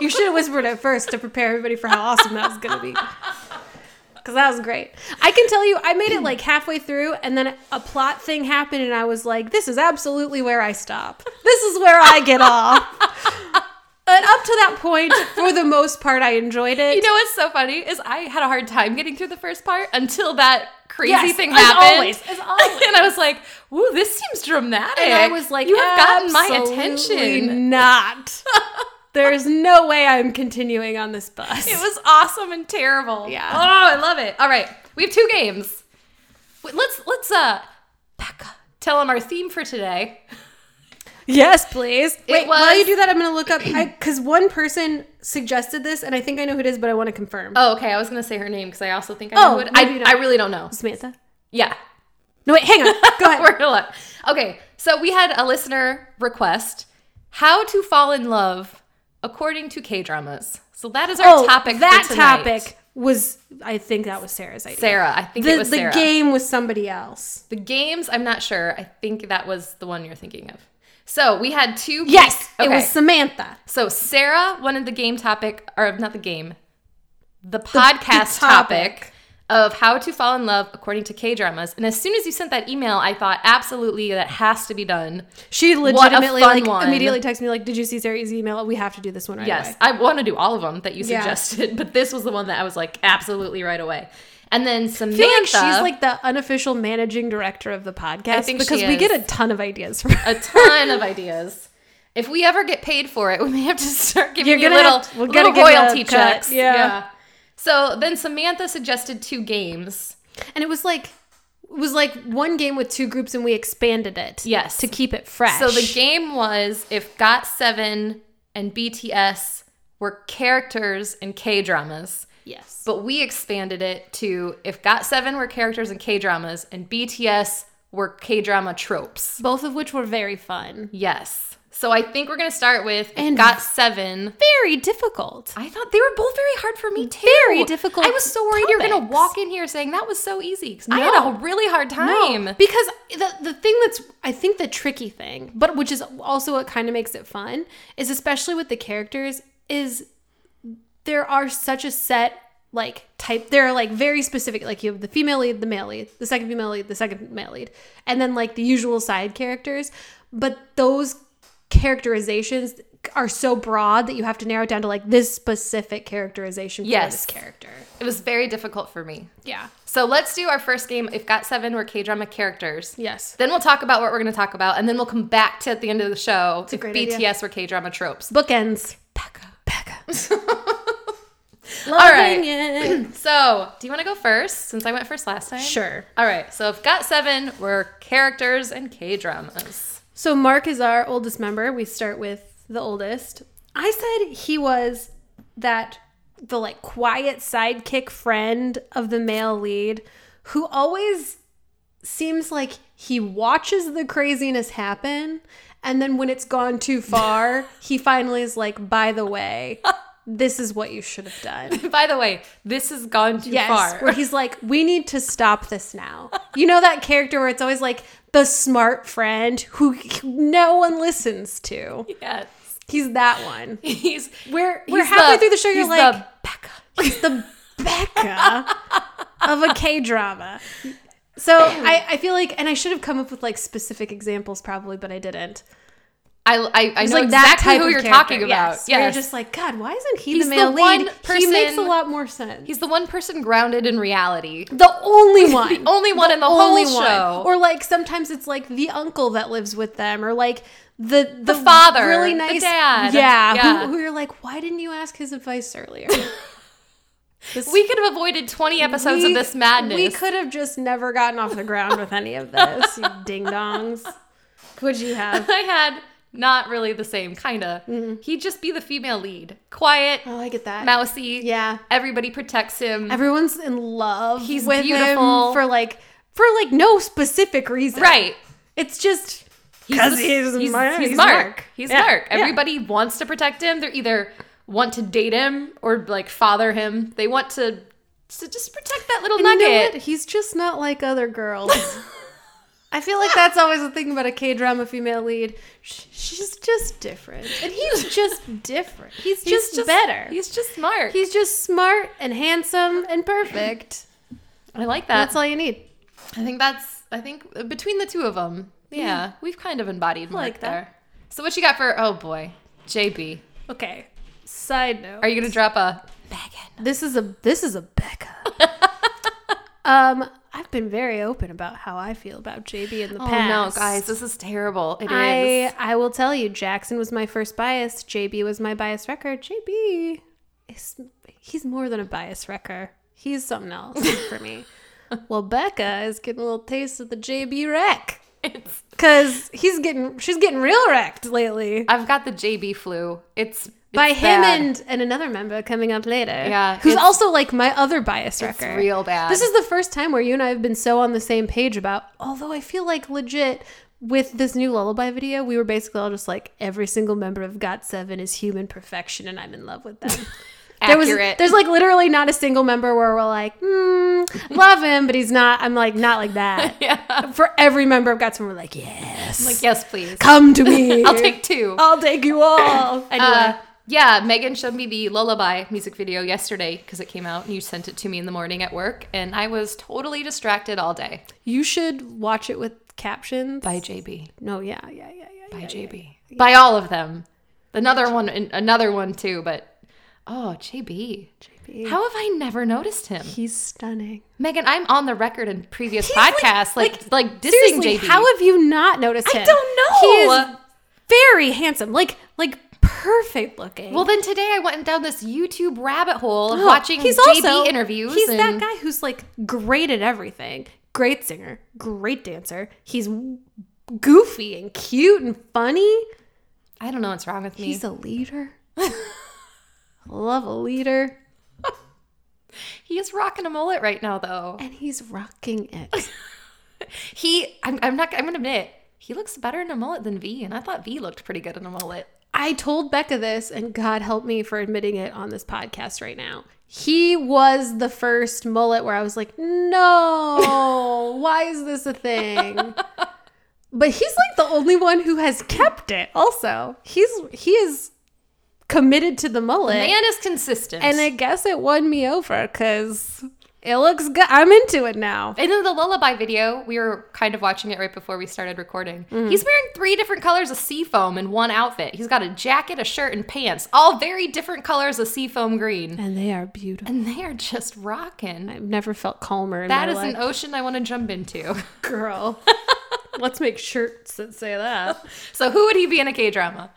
[SPEAKER 2] You should have whispered it first to prepare everybody for how awesome that was going to be. Because that was great. I can tell you, I made it like halfway through, and then a plot thing happened, and I was like, this is absolutely where I stop. This is where I get off. And up to that point, for the most part, I enjoyed it.
[SPEAKER 3] You know what's so funny is I had a hard time getting through the first part until that crazy
[SPEAKER 2] Yes,
[SPEAKER 3] thing
[SPEAKER 2] as
[SPEAKER 3] happened.
[SPEAKER 2] always, as always.
[SPEAKER 3] and I was like, "Ooh, this seems dramatic."
[SPEAKER 2] and I was like,
[SPEAKER 3] "You have gotten my
[SPEAKER 2] "Absolutely
[SPEAKER 3] attention."
[SPEAKER 2] Not. There's no way I'm continuing on this bus.
[SPEAKER 3] It was awesome and terrible.
[SPEAKER 2] Yeah.
[SPEAKER 3] Oh, I love it. All right, we have two games. Wait, let's let's uh, Becca, tell them our theme for today.
[SPEAKER 2] Yes, please. Wait, while
[SPEAKER 3] was-
[SPEAKER 2] you do that, I'm going to look up because one person suggested this, and I think I know who it is, but I want to confirm.
[SPEAKER 3] Oh, okay. I was gonna say her name because I also think I know
[SPEAKER 2] Oh,
[SPEAKER 3] who it.
[SPEAKER 2] maybe you
[SPEAKER 3] I,
[SPEAKER 2] don't.
[SPEAKER 3] I really don't know.
[SPEAKER 2] Samantha.
[SPEAKER 3] Yeah.
[SPEAKER 2] No, wait, hang on. Go ahead.
[SPEAKER 3] We're gonna look. Okay, so we had a listener request how to fall in love according to K dramas. So that is our topic. for
[SPEAKER 2] Oh, That
[SPEAKER 3] tonight.
[SPEAKER 2] topic was, I think that was Sarah's idea.
[SPEAKER 3] Sarah. I think
[SPEAKER 2] The,
[SPEAKER 3] it was
[SPEAKER 2] the
[SPEAKER 3] Sarah.
[SPEAKER 2] game was somebody else.
[SPEAKER 3] The games. I'm not sure. I think that was the one you're thinking of. So we had two.
[SPEAKER 2] Yes,
[SPEAKER 3] Okay.
[SPEAKER 2] it was Samantha.
[SPEAKER 3] so Sarah wanted the game topic, or not the game, the podcast
[SPEAKER 2] topic.
[SPEAKER 3] topic. of how to fall in love according to K dramas. And as soon as you sent that email, I thought absolutely that has to be done.
[SPEAKER 2] She legitimately
[SPEAKER 3] fun
[SPEAKER 2] like
[SPEAKER 3] one.
[SPEAKER 2] immediately texted me like, "Did you see Sarah's email? We have to do this one right
[SPEAKER 3] Yes,
[SPEAKER 2] away."
[SPEAKER 3] I want to do all of them that you
[SPEAKER 2] Yeah.
[SPEAKER 3] suggested, but this was the one that I was like absolutely right away. And then
[SPEAKER 2] I
[SPEAKER 3] Samantha,
[SPEAKER 2] feel like she's like the unofficial managing director of the podcast
[SPEAKER 3] think
[SPEAKER 2] because
[SPEAKER 3] she
[SPEAKER 2] we
[SPEAKER 3] is.
[SPEAKER 2] get a ton of ideas from
[SPEAKER 3] a ton of ideas. If we ever get paid for it, we may have to start giving
[SPEAKER 2] You're
[SPEAKER 3] you
[SPEAKER 2] gonna
[SPEAKER 3] little,
[SPEAKER 2] have to- we're
[SPEAKER 3] little
[SPEAKER 2] gonna give you a
[SPEAKER 3] royalty
[SPEAKER 2] cut,
[SPEAKER 3] checks.
[SPEAKER 2] yeah.
[SPEAKER 3] So then Samantha suggested two games.
[SPEAKER 2] And it was like was like one game with two groups and we expanded it.
[SPEAKER 3] Yes.
[SPEAKER 2] To keep it fresh.
[SPEAKER 3] So the game was if Got7 and BTS were characters in K dramas,
[SPEAKER 2] Yes.
[SPEAKER 3] but we expanded it to if Got7 were characters in K dramas and BTS were K drama tropes.
[SPEAKER 2] Both of which were very fun.
[SPEAKER 3] Yes. So I think we're going to start with
[SPEAKER 2] And-
[SPEAKER 3] Got7.
[SPEAKER 2] Very difficult.
[SPEAKER 3] I thought they were both very hard for me too.
[SPEAKER 2] Very difficult
[SPEAKER 3] I was so worried you were going to
[SPEAKER 2] topics.
[SPEAKER 3] walk in here saying that was so easy because I had a
[SPEAKER 2] No.
[SPEAKER 3] really hard
[SPEAKER 2] No,
[SPEAKER 3] time.
[SPEAKER 2] because the the thing that's I think the tricky thing, but which is also what kind of makes it fun, is especially with the characters, is there are such a set like type there are like very specific like you have the female lead the male lead the second female lead the second male lead and then like the usual side characters but those characterizations are so broad that you have to narrow it down to like this specific characterization for
[SPEAKER 3] Yes.
[SPEAKER 2] this character
[SPEAKER 3] It was very difficult for me.
[SPEAKER 2] yeah
[SPEAKER 3] So let's do our first game if Got7 were K drama characters.
[SPEAKER 2] yes
[SPEAKER 3] Then we'll talk about what we're going to talk about, and then we'll come back to at the end of the show
[SPEAKER 2] a
[SPEAKER 3] if
[SPEAKER 2] great
[SPEAKER 3] BTS
[SPEAKER 2] idea.
[SPEAKER 3] were K drama tropes.
[SPEAKER 2] bookends becca becca
[SPEAKER 3] All right.
[SPEAKER 2] it.
[SPEAKER 3] So, do you want to go first since I went first last time?
[SPEAKER 2] Sure.
[SPEAKER 3] All right. So, if Got7 were characters and K dramas,
[SPEAKER 2] So Mark is our oldest member. We start with the oldest. I said he was that the like quiet sidekick friend of the male lead who always seems like he watches the craziness happen and then when it's gone too far, he finally is like, "By the way, this is what you should have done."
[SPEAKER 3] by the way, this has gone too
[SPEAKER 2] yes,
[SPEAKER 3] far.
[SPEAKER 2] where he's like, "We need to stop this now." You know that character where it's always like the smart friend who no one listens to.
[SPEAKER 3] yes.
[SPEAKER 2] He's that one.
[SPEAKER 3] He's
[SPEAKER 2] Where we're
[SPEAKER 3] he's
[SPEAKER 2] halfway through the show, you're
[SPEAKER 3] he's
[SPEAKER 2] like,
[SPEAKER 3] the Becca.
[SPEAKER 2] "He's the Becca of a K drama." So I, I feel like, and I should have come up with like specific examples probably, but I didn't.
[SPEAKER 3] I, I, I
[SPEAKER 2] It's
[SPEAKER 3] know
[SPEAKER 2] like that
[SPEAKER 3] exactly
[SPEAKER 2] type
[SPEAKER 3] who
[SPEAKER 2] of
[SPEAKER 3] you're
[SPEAKER 2] character,
[SPEAKER 3] talking about.
[SPEAKER 2] Yes, where you're just like, God, why isn't he
[SPEAKER 3] He's
[SPEAKER 2] the male
[SPEAKER 3] the
[SPEAKER 2] lead?
[SPEAKER 3] one
[SPEAKER 2] he makes a
[SPEAKER 3] person-
[SPEAKER 2] lot more sense.
[SPEAKER 3] he's the one person grounded in reality.
[SPEAKER 2] the only one.
[SPEAKER 3] Only one in the
[SPEAKER 2] only
[SPEAKER 3] whole
[SPEAKER 2] one.
[SPEAKER 3] show.
[SPEAKER 2] Or like sometimes it's like the uncle that lives with them, or like the the,
[SPEAKER 3] father,
[SPEAKER 2] really
[SPEAKER 3] the
[SPEAKER 2] nice
[SPEAKER 3] dad.
[SPEAKER 2] Yeah,
[SPEAKER 3] Yeah.
[SPEAKER 2] Who, who you're like, why didn't you ask his advice earlier? This-
[SPEAKER 3] we could have avoided 20 episodes
[SPEAKER 2] we-
[SPEAKER 3] of this madness.
[SPEAKER 2] We could have just never gotten off the ground with any of this. you ding dongs. What'd you have?
[SPEAKER 3] I had not really the same kinda. He'd just be the female lead, quiet,
[SPEAKER 2] Mm-hmm. Oh, I get that.
[SPEAKER 3] mousy.
[SPEAKER 2] Yeah.
[SPEAKER 3] everybody protects him.
[SPEAKER 2] Everyone's in love.
[SPEAKER 3] He's
[SPEAKER 2] with him
[SPEAKER 3] beautiful.
[SPEAKER 2] for like for like no specific reason.
[SPEAKER 3] right.
[SPEAKER 2] It's just
[SPEAKER 3] He's
[SPEAKER 2] 'Cause
[SPEAKER 3] the-
[SPEAKER 2] he's Mar-
[SPEAKER 3] he's
[SPEAKER 2] he's
[SPEAKER 3] Mark.
[SPEAKER 2] Mark.
[SPEAKER 3] He's
[SPEAKER 2] Yeah,
[SPEAKER 3] Mark.
[SPEAKER 2] yeah.
[SPEAKER 3] Everybody wants to protect him. They're either want to date him or like father him. They want to to just protect that little
[SPEAKER 2] And
[SPEAKER 3] nugget.
[SPEAKER 2] you know what? He's just not like other girls. I feel like that's always the thing about a K drama female lead. Sh- She's just different. And he's just different. He's,
[SPEAKER 3] He's
[SPEAKER 2] just, better. He's,
[SPEAKER 3] He's just Mark.
[SPEAKER 2] just smart and handsome and perfect.
[SPEAKER 3] I like that.
[SPEAKER 2] That's all you need.
[SPEAKER 3] I think that's. I think uh, between the two of them, yeah, we've kind of embodied Mark
[SPEAKER 2] like that.
[SPEAKER 3] there. So what you got for? Oh boy, JB.
[SPEAKER 2] Okay. Side note.
[SPEAKER 3] Are you gonna drop a?
[SPEAKER 2] this is a this is a Becca. um I've been very open about how I feel about JB in the
[SPEAKER 3] Oh
[SPEAKER 2] past.
[SPEAKER 3] no, guys, this is terrible. It is.
[SPEAKER 2] I I will tell you, Jackson was my first bias. JB was my bias record. JB is he's more than a bias wrecker. He's something else for me. well, Becca is getting a little taste of the JB wreck
[SPEAKER 3] It's-
[SPEAKER 2] because he's getting she's getting real wrecked lately
[SPEAKER 3] I've got the JB flu. It's, it's
[SPEAKER 2] by him
[SPEAKER 3] bad.
[SPEAKER 2] and and another member coming up later.
[SPEAKER 3] Yeah,
[SPEAKER 2] who's
[SPEAKER 3] it's-
[SPEAKER 2] also like my other bias
[SPEAKER 3] it's
[SPEAKER 2] wrecker.
[SPEAKER 3] real bad.
[SPEAKER 2] This is the first time where you and I have been so on the same page about, although I feel like legit with this new lullaby video, we were basically all just like, every single member of Got7 is human perfection and I'm in love with them. There was,
[SPEAKER 3] accurate.
[SPEAKER 2] there's like literally not a single member where we're like, hmm, love him, but he's not. I'm like, not like that.
[SPEAKER 3] yeah.
[SPEAKER 2] For every member of Got7, we're like, yes,
[SPEAKER 3] Like yes, please.
[SPEAKER 2] come to me.
[SPEAKER 3] I'll take two.
[SPEAKER 2] I'll take you all. Anyway,
[SPEAKER 3] Uh, yeah, Megan showed me the Lullaby music video yesterday because it came out and you sent it to me in the morning at work, and I was totally distracted all day
[SPEAKER 2] you should watch it with captions.
[SPEAKER 3] by JB,
[SPEAKER 2] no, yeah, yeah, yeah, yeah.
[SPEAKER 3] by
[SPEAKER 2] yeah.
[SPEAKER 3] JB, by all of them. Another one, and another one too, but oh, JB. JB. How have I never noticed him?
[SPEAKER 2] He's stunning.
[SPEAKER 3] Megan, I'm on the record in previous
[SPEAKER 2] He's like-
[SPEAKER 3] podcasts, like like, dissing
[SPEAKER 2] Seriously,
[SPEAKER 3] JB.
[SPEAKER 2] how have you not noticed him?
[SPEAKER 3] I don't know.
[SPEAKER 2] He is very handsome, like like perfect looking.
[SPEAKER 3] well, then today I went down this YouTube rabbit hole of
[SPEAKER 2] Oh,
[SPEAKER 3] watching JB
[SPEAKER 2] also-
[SPEAKER 3] interviews.
[SPEAKER 2] He's
[SPEAKER 3] and
[SPEAKER 2] that guy who's like great at everything. great singer, great dancer. He's goofy and cute and funny.
[SPEAKER 3] I don't know what's wrong with me.
[SPEAKER 2] He's a leader. Love a leader.
[SPEAKER 3] he is rocking a mullet right now, though.
[SPEAKER 2] And he's rocking it.
[SPEAKER 3] He, I'm, I'm not, I'm gonna admit, he looks better in a mullet than V, and I thought V looked pretty good in a mullet.
[SPEAKER 2] I told Becca this, and God help me for admitting it on this podcast right now. He was the first mullet where I was like, no, why is this a thing? But he's like the only one who has kept it, also. He's he is committed to the mullet.
[SPEAKER 3] Man is consistent.
[SPEAKER 2] And I guess it won me over because it looks good. I'm into it now.
[SPEAKER 3] And in the lullaby video, we were kind of watching it right before we started recording. He's wearing three different colors of seafoam in one outfit. He's got a jacket, a shirt, and pants, all very different colors of seafoam green.
[SPEAKER 2] And they are beautiful.
[SPEAKER 3] And they are just rocking.
[SPEAKER 2] I've never felt calmer in
[SPEAKER 3] That
[SPEAKER 2] my
[SPEAKER 3] is
[SPEAKER 2] life.
[SPEAKER 3] an ocean I want to jump into.
[SPEAKER 2] girl. Let's make shirts that say that.
[SPEAKER 3] So who would he be in a K drama?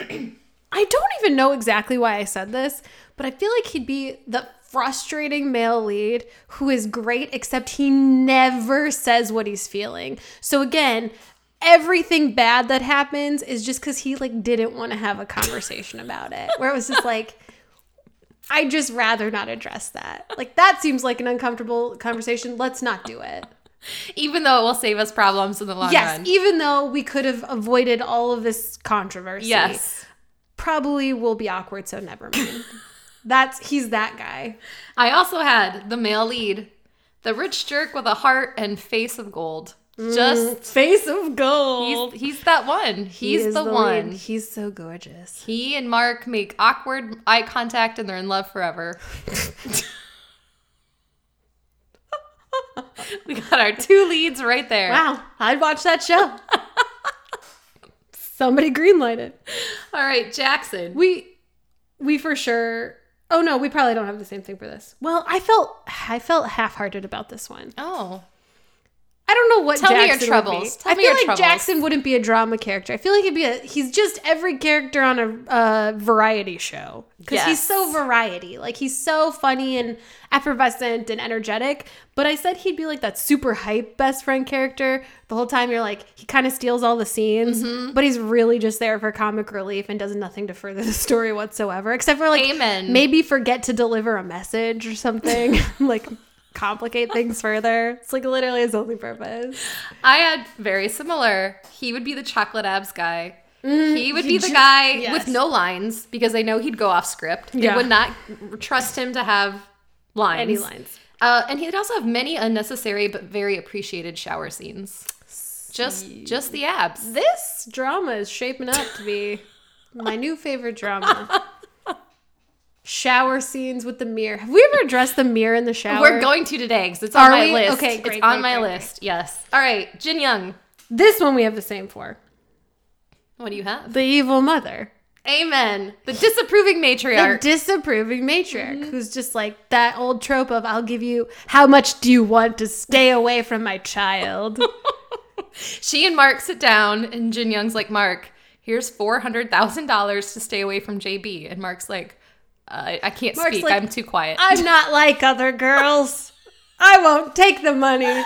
[SPEAKER 2] I don't even know exactly why I said this, but I feel like he'd be the frustrating male lead who is great, except he never says what he's feeling. So again, everything bad that happens is just because he like didn't want to have a conversation about it. Where it was just like, I just rather not address that. Like that seems like an uncomfortable conversation. Let's not do it.
[SPEAKER 3] Even though it will save us problems in the long
[SPEAKER 2] Yes,
[SPEAKER 3] run.
[SPEAKER 2] even though we could have avoided all of this controversy.
[SPEAKER 3] Yes.
[SPEAKER 2] Probably will be awkward, so never mind. That's he's that guy.
[SPEAKER 3] I also had the male lead, the rich jerk with a heart and face of gold. Just
[SPEAKER 2] Face of gold.
[SPEAKER 3] he's, he's that one.
[SPEAKER 2] Mm. He
[SPEAKER 3] He's
[SPEAKER 2] is
[SPEAKER 3] the,
[SPEAKER 2] lead.
[SPEAKER 3] one.
[SPEAKER 2] He's so gorgeous.
[SPEAKER 3] He and Mark make awkward eye contact and they're in love forever. we got our two leads right there.
[SPEAKER 2] Wow, I'd watch that show. Somebody greenlight it.
[SPEAKER 3] All right, Jackson.
[SPEAKER 2] We we for sure Oh no, we probably don't have the same thing for this. Well, I felt I felt half-hearted about this one.
[SPEAKER 3] oh,
[SPEAKER 2] I don't know what.
[SPEAKER 3] Tell me your
[SPEAKER 2] Jackson would be.
[SPEAKER 3] troubles. Tell
[SPEAKER 2] I
[SPEAKER 3] me
[SPEAKER 2] feel
[SPEAKER 3] your
[SPEAKER 2] like
[SPEAKER 3] troubles.
[SPEAKER 2] Jackson wouldn't be a drama character. I feel like he'd be a. He's just every character on a uh, variety show because he's
[SPEAKER 3] Yes.
[SPEAKER 2] so variety. Like he's so funny and effervescent and energetic. But I said he'd be like that super hype best friend character. The whole time you're like he kind of steals all the scenes,
[SPEAKER 3] Mm-hmm.
[SPEAKER 2] but he's really just there for comic relief and does nothing to further the story whatsoever, except for like
[SPEAKER 3] Amen.
[SPEAKER 2] maybe forget to deliver a message or something like. Complicate things further. It's like literally his only purpose.
[SPEAKER 3] I had very similar. He would be the chocolate abs guy. he would
[SPEAKER 2] Mm-hmm. he
[SPEAKER 3] be the
[SPEAKER 2] ju-
[SPEAKER 3] guy
[SPEAKER 2] yes.
[SPEAKER 3] with no lines because I know he'd go off script. I
[SPEAKER 2] Yeah.
[SPEAKER 3] would not trust him to have lines.
[SPEAKER 2] Any lines.
[SPEAKER 3] Uh, and he'd also have many unnecessary but very appreciated shower scenes. Just, just the abs.
[SPEAKER 2] This drama is shaping up to be my new favorite drama. Shower scenes with the mirror. Have we ever addressed the mirror in the shower?
[SPEAKER 3] We're going to today because it's on
[SPEAKER 2] Are
[SPEAKER 3] my
[SPEAKER 2] we?
[SPEAKER 3] list.
[SPEAKER 2] Okay,
[SPEAKER 3] it's
[SPEAKER 2] great,
[SPEAKER 3] on
[SPEAKER 2] great,
[SPEAKER 3] my
[SPEAKER 2] great,
[SPEAKER 3] list. Yes. All right, Jin Young.
[SPEAKER 2] This one we have the same for.
[SPEAKER 3] What do you have?
[SPEAKER 2] The evil mother.
[SPEAKER 3] Amen. The disapproving
[SPEAKER 2] The
[SPEAKER 3] matriarch.
[SPEAKER 2] disapproving matriarch who's just like that old trope of I'll give you how much do you want to stay away from my child?
[SPEAKER 3] she and Mark sit down, and Jin Young's like, Mark, here's four hundred thousand dollars to stay away from JB, and Mark's like, uh, I can't
[SPEAKER 2] Mark's
[SPEAKER 3] speak.
[SPEAKER 2] like, "Uh,
[SPEAKER 3] I'm too quiet.
[SPEAKER 2] I'm not like other girls. I won't take the money.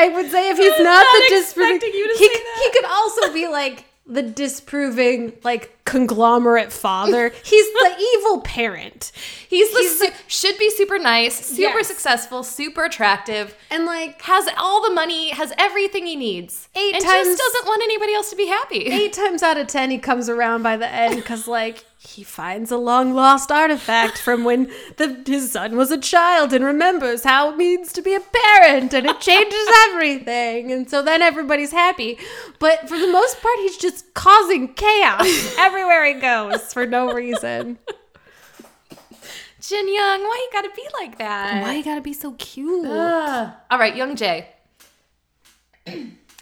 [SPEAKER 2] I would say if he's not, the disproving,
[SPEAKER 3] expecting you to
[SPEAKER 2] he,
[SPEAKER 3] say that.
[SPEAKER 2] he could also be like the disproving, like conglomerate father. He's the evil parent,
[SPEAKER 3] he's the su- should be super nice, super
[SPEAKER 2] Yes.
[SPEAKER 3] successful, super attractive,
[SPEAKER 2] and like
[SPEAKER 3] has all the money, has everything he needs,
[SPEAKER 2] Eight
[SPEAKER 3] and
[SPEAKER 2] times-
[SPEAKER 3] just doesn't want anybody else to be happy.
[SPEAKER 2] eight times out of ten, he comes around by the end because like he finds a long lost artifact from when the, his son was a child and remembers how it means to be a parent, and it changes everything. And so then everybody's happy, but for the most part, he's just causing chaos everywhere he goes for no reason.
[SPEAKER 3] Jin Young, why you gotta be like that?
[SPEAKER 2] you gotta be so cute?
[SPEAKER 3] Ugh. All right, Young Jay.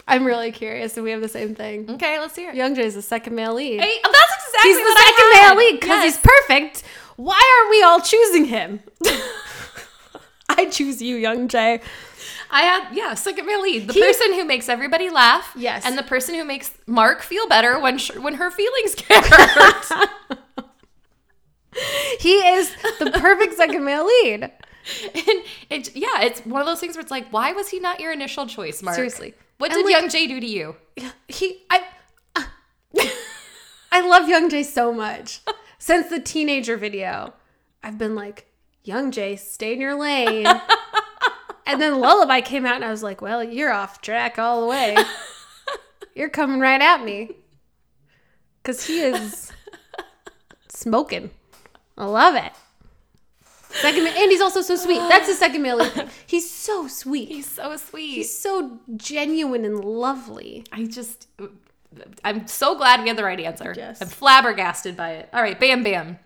[SPEAKER 2] I'm really curious, and we have the same thing.
[SPEAKER 3] Okay, let's hear it.
[SPEAKER 2] Young Jay's the second male lead.
[SPEAKER 3] Hey, oh, that's exactly
[SPEAKER 2] he's the
[SPEAKER 3] what
[SPEAKER 2] second
[SPEAKER 3] I had.
[SPEAKER 2] male lead because
[SPEAKER 3] Yes.
[SPEAKER 2] he's perfect. Why aren't we all choosing him? I choose you, Young Jay.
[SPEAKER 3] I had yeah, second male lead. The
[SPEAKER 2] He-
[SPEAKER 3] person who makes everybody laugh.
[SPEAKER 2] Yes.
[SPEAKER 3] and the person who makes Mark feel better when sh- when her feelings get hurt.
[SPEAKER 2] He is the perfect second male lead.
[SPEAKER 3] And it, yeah, it's one of those things where it's like, why was he not your initial choice, Mark?
[SPEAKER 2] Seriously.
[SPEAKER 3] What
[SPEAKER 2] And
[SPEAKER 3] did
[SPEAKER 2] like-
[SPEAKER 3] Young Jay do to you?
[SPEAKER 2] He I I love Young Jay so much. Since the teenager video, I've been like, Young Jay, stay in your lane. and then Lullaby came out and I was like, well, you're off track all the way. You're coming right at me. Cause he is smoking. I love it. Second, ma- and he's also so sweet. That's the second male. lead thing. He's so sweet.
[SPEAKER 3] He's so sweet.
[SPEAKER 2] He's so genuine and lovely.
[SPEAKER 3] I just, I'm so glad we had the right answer.
[SPEAKER 4] Yes.
[SPEAKER 3] I'm flabbergasted by it. All right, bam, bam.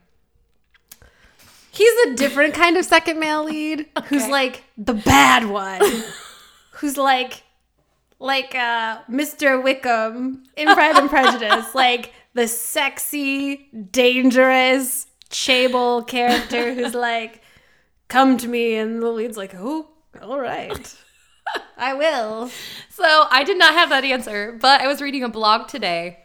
[SPEAKER 2] He's a different kind of second male lead who's
[SPEAKER 3] Okay.
[SPEAKER 2] like the bad one. who's like like uh Mr. Wickham in Pride and Prejudice, like the sexy, dangerous, chable character who's like come to me and the lead's like, "Oh, all right. I will."
[SPEAKER 3] So I did not have that answer, but I was reading a blog today,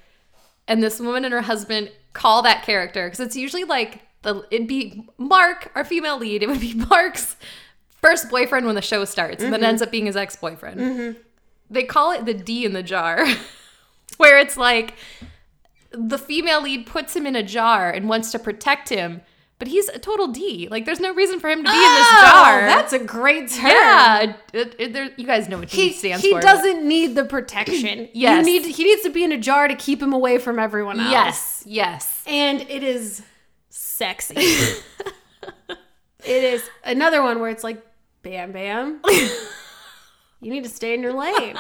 [SPEAKER 3] and this woman and her husband call that character because it's usually like the it'd be Mark, our female lead. It would be Mark's first boyfriend when the show starts, and then
[SPEAKER 2] Mm-hmm.
[SPEAKER 3] ends up being his ex boyfriend. They call it the D in the jar, where it's like the female lead puts him in a jar and wants to protect him, but he's a total D. Like there's no reason for him to be in this jar.
[SPEAKER 2] Oh, that's a great term.
[SPEAKER 3] yeah, it- it- there- you guys know what D
[SPEAKER 2] He,
[SPEAKER 3] stands
[SPEAKER 2] he
[SPEAKER 3] for. but-
[SPEAKER 2] doesn't need the protection. You
[SPEAKER 3] Yes.
[SPEAKER 2] need he needs to be in a jar to keep him away from everyone else.
[SPEAKER 3] Yes, yes.
[SPEAKER 2] and it is sexy. it is another one where it's like, bam, bam. you need to stay in your lane.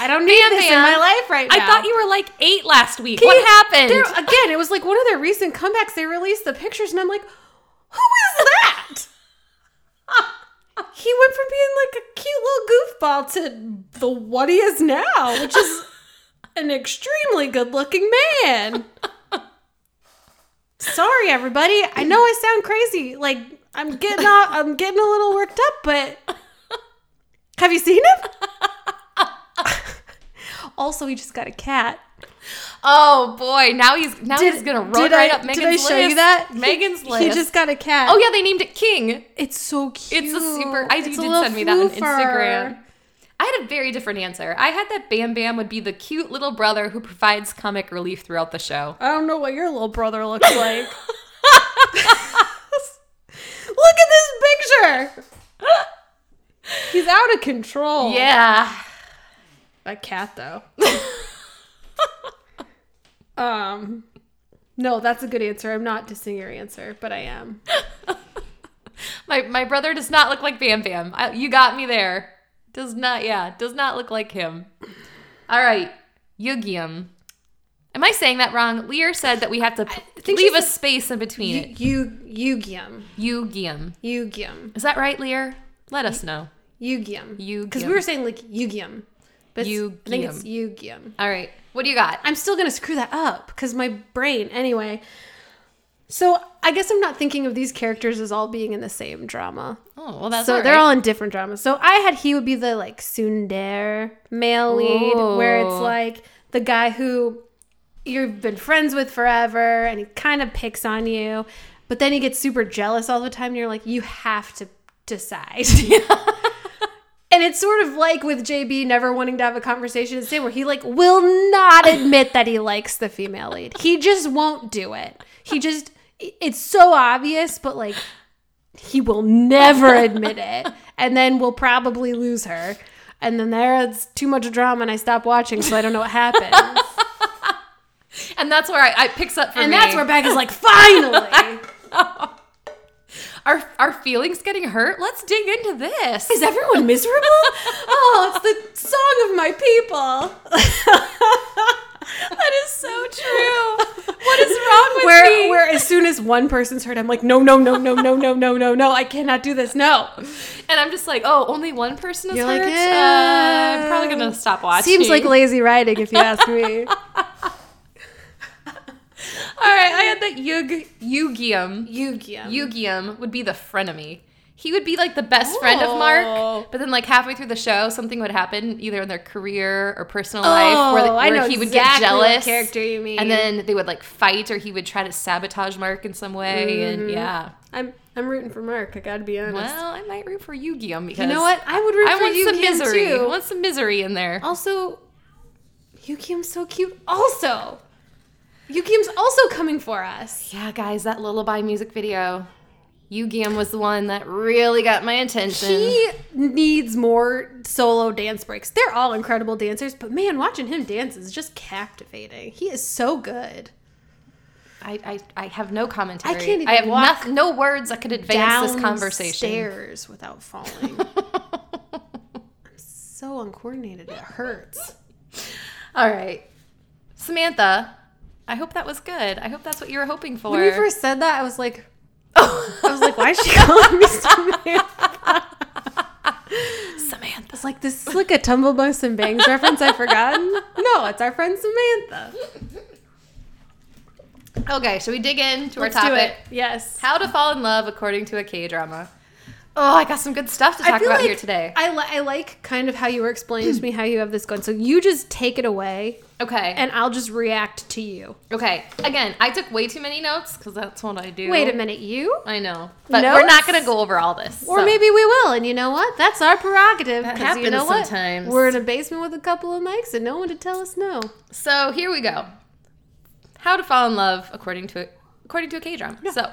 [SPEAKER 2] I don't need
[SPEAKER 3] Bam,
[SPEAKER 2] this in
[SPEAKER 3] bam.
[SPEAKER 2] my life right now.
[SPEAKER 3] I thought you were like eight last week.
[SPEAKER 2] Can
[SPEAKER 3] what
[SPEAKER 2] you-
[SPEAKER 3] happened?
[SPEAKER 2] There- again, it was like one of their recent comebacks. They released the pictures, and I'm like, who is that? he went from being like a cute little goofball to the what he is now, which is an extremely good looking man. Sorry, everybody. I know I sound crazy. Like I'm getting off, I'm getting a little worked up, but have you seen him? also, he just got a cat.
[SPEAKER 3] oh boy, now he's now he's gonna run right
[SPEAKER 2] I,
[SPEAKER 3] up Megan's
[SPEAKER 2] Did I show
[SPEAKER 3] list.
[SPEAKER 2] you that?
[SPEAKER 3] Megan's
[SPEAKER 2] he,
[SPEAKER 3] list.
[SPEAKER 2] He just got a cat.
[SPEAKER 3] oh yeah, they named it King.
[SPEAKER 2] it's so cute.
[SPEAKER 3] It's a super. I
[SPEAKER 2] It's
[SPEAKER 3] you
[SPEAKER 2] a
[SPEAKER 3] did
[SPEAKER 2] little
[SPEAKER 3] send me that on
[SPEAKER 2] floofer.
[SPEAKER 3] Instagram. I had a very different answer. I had that Bam Bam would be the cute little brother who provides comic relief throughout the show.
[SPEAKER 2] I don't know what your little brother looks like. Look at this picture. He's out of control.
[SPEAKER 3] Yeah.
[SPEAKER 2] a cat though. um, no, that's a good answer. I'm not dissing your answer, but I am.
[SPEAKER 3] My my brother does not look like Bam Bam. I, you got me there. Does not, yeah, does not look like him. All right, Yugium. Am I saying that wrong? Lear said that we have to p-
[SPEAKER 2] think she
[SPEAKER 3] leave a
[SPEAKER 2] said-
[SPEAKER 3] space in between
[SPEAKER 2] You, Yugium,
[SPEAKER 3] it. Yugium.
[SPEAKER 2] Yugium,
[SPEAKER 3] Is that right, Lear? Let us know.
[SPEAKER 2] Yugium. Because
[SPEAKER 3] Yugium.
[SPEAKER 2] we were saying like Yugium, but it's- I think it's Yugium.
[SPEAKER 3] All right, what do you got?
[SPEAKER 2] I'm still gonna screw that up because my brain. Anyway, so I guess I'm not thinking of these characters as all being in the same drama.
[SPEAKER 3] Oh, well, that's
[SPEAKER 2] so
[SPEAKER 3] all
[SPEAKER 2] they're
[SPEAKER 3] right.
[SPEAKER 2] all in different dramas. So I had he would be the like tsundere male lead, where it's
[SPEAKER 3] Ooh.
[SPEAKER 2] like the guy who you've been friends with forever, and he kind of picks on you, but then he gets super jealous all the time. And you're like, you have to decide. And it's sort of like with JB never wanting to have a conversation in the same where he like will not admit that he likes the female lead. He just won't do it. He just it's so obvious, but like he will never admit it. And then we'll probably lose her. And then there's too much drama and I stop watching, so I don't know what happened.
[SPEAKER 3] And that's where I, I picks up for
[SPEAKER 2] and
[SPEAKER 3] me.
[SPEAKER 2] that's where Becca's like, finally.
[SPEAKER 3] our our feelings getting hurt. Let's dig into this.
[SPEAKER 2] Is everyone miserable? Oh, it's the song of my people.
[SPEAKER 3] That is so true. what is wrong with
[SPEAKER 2] where
[SPEAKER 3] me?
[SPEAKER 2] where as soon as one person's hurt, I'm like, no, no, no, no, no, no, no, no, no, I cannot do this. No.
[SPEAKER 3] And I'm just like, oh, only one person is
[SPEAKER 2] You're
[SPEAKER 3] hurt.
[SPEAKER 2] like,
[SPEAKER 3] Uh,
[SPEAKER 2] eh.
[SPEAKER 3] I'm probably gonna stop watching.
[SPEAKER 2] Seems like lazy writing, if you ask me.
[SPEAKER 3] all right. I had that Yug Yugium.
[SPEAKER 2] Yu-Gi-Oh.
[SPEAKER 3] Yugium would be the frenemy. He would be like the best friend of
[SPEAKER 1] Oh.
[SPEAKER 3] Mark, but then like halfway through the show, something would happen either in their career or personal life where,
[SPEAKER 2] Oh, I
[SPEAKER 3] where
[SPEAKER 2] know
[SPEAKER 3] he would get
[SPEAKER 2] exactly what
[SPEAKER 3] jealous.
[SPEAKER 2] character you mean.
[SPEAKER 3] And then they would like fight or he would try to sabotage Mark in some way. And yeah.
[SPEAKER 2] I'm I'm rooting for Mark. I gotta be honest.
[SPEAKER 3] Mm-hmm. Well, I might root for Yu Gi Oh! because
[SPEAKER 2] you know what? I would root
[SPEAKER 3] I
[SPEAKER 2] for
[SPEAKER 3] want some
[SPEAKER 2] Yu-Gi-Oh
[SPEAKER 3] misery. I
[SPEAKER 2] too.
[SPEAKER 3] want some misery in there.
[SPEAKER 2] Also, Yukium's so cute. Also, Yukium's also coming for us.
[SPEAKER 3] Yeah, guys, that lullaby music video. Yu Gi Oh! was the one that really got my attention.
[SPEAKER 2] He needs more solo dance breaks. They're all incredible dancers, but man, watching him dance is just captivating. He is so good.
[SPEAKER 3] I, I, I have no commentary.
[SPEAKER 2] I can't
[SPEAKER 3] I have
[SPEAKER 2] even walk
[SPEAKER 3] noth- no words that could advance this conversation.
[SPEAKER 2] Downstairs without falling. so uncoordinated, it hurts.
[SPEAKER 3] All right. Samantha, I hope that was good. I hope that's what you were hoping for. Oh,
[SPEAKER 2] When you first said that, I was like,
[SPEAKER 3] I
[SPEAKER 2] I was like, why is she calling me Samantha?
[SPEAKER 3] Samantha.
[SPEAKER 2] It's like this is like a tumble bumps and bangs reference I've forgotten. No, it's our friend Samantha.
[SPEAKER 3] Okay, should we dig into
[SPEAKER 2] Let's
[SPEAKER 3] our topic?
[SPEAKER 2] do it. Yes.
[SPEAKER 3] How to fall in love according to a K drama. Oh, I got some good stuff to talk about here today.
[SPEAKER 2] I, li- I like kind of how you were explaining to me how you have this going. So you just take it away,
[SPEAKER 3] Okay.
[SPEAKER 2] and I'll just react to you.
[SPEAKER 3] okay. Again, I took way too many notes because that's what I do.
[SPEAKER 2] Wait a minute, you?
[SPEAKER 3] I know. But
[SPEAKER 2] Notes?
[SPEAKER 3] we're not going to go over all this.
[SPEAKER 2] Or
[SPEAKER 3] so-
[SPEAKER 2] maybe we will, and you know what? That's our prerogative.
[SPEAKER 3] That
[SPEAKER 2] 'cause you
[SPEAKER 3] happens
[SPEAKER 2] know what?
[SPEAKER 3] sometimes.
[SPEAKER 2] We're in a basement with a couple of mics and no one to tell us no.
[SPEAKER 3] So here we go. How to fall in love according to according to a K drama. So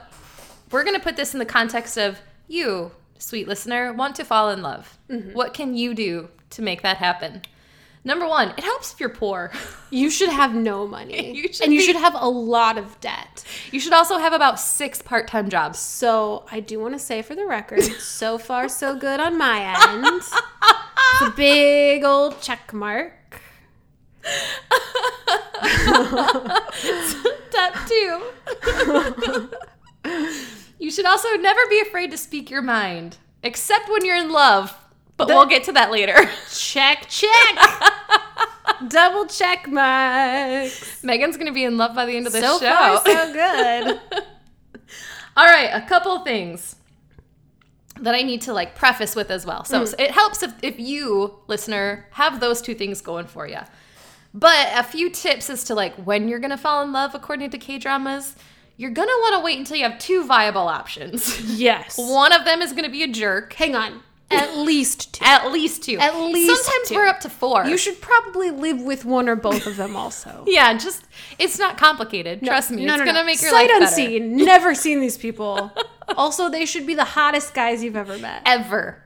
[SPEAKER 3] we're gonna put this in the context of you, sweet listener, want to fall in love.
[SPEAKER 2] Mm-hmm.
[SPEAKER 3] What can you do to make that happen? Number one, it helps if you're poor.
[SPEAKER 2] You should have no money,
[SPEAKER 3] You should
[SPEAKER 2] and you
[SPEAKER 3] be-
[SPEAKER 2] should have a lot of debt.
[SPEAKER 3] you should also have about six part-time jobs.
[SPEAKER 2] So I do want to say for the record, so far so good on my end. It's a big old check mark.
[SPEAKER 3] Step two. you should also never be afraid to speak your mind, except when you're in love. But we'll get to that later.
[SPEAKER 2] Check, check. Double check mark.
[SPEAKER 3] Megan's gonna be in love by the end of this
[SPEAKER 2] So
[SPEAKER 3] show.
[SPEAKER 2] far so good.
[SPEAKER 3] All right, a couple things that I need to like preface with as well. So,
[SPEAKER 2] Hmm.
[SPEAKER 3] so it helps if, if you, listener, have those two things going for you. But a few tips as to like when you're gonna fall in love according to K dramas. You're gonna wanna wait until you have two viable options.
[SPEAKER 2] Yes.
[SPEAKER 3] One of them is gonna be a jerk.
[SPEAKER 2] Hang on. At least two.
[SPEAKER 3] At least two.
[SPEAKER 2] At least
[SPEAKER 3] Sometimes
[SPEAKER 2] two.
[SPEAKER 3] we're up to four.
[SPEAKER 2] You should probably live with one or both of them also.
[SPEAKER 3] yeah, just it's not complicated. Trust me. it's gonna make your
[SPEAKER 2] Sight
[SPEAKER 3] life better.
[SPEAKER 2] unseen. Never seen these people. Also, they should be the hottest guys you've ever met.
[SPEAKER 3] Ever.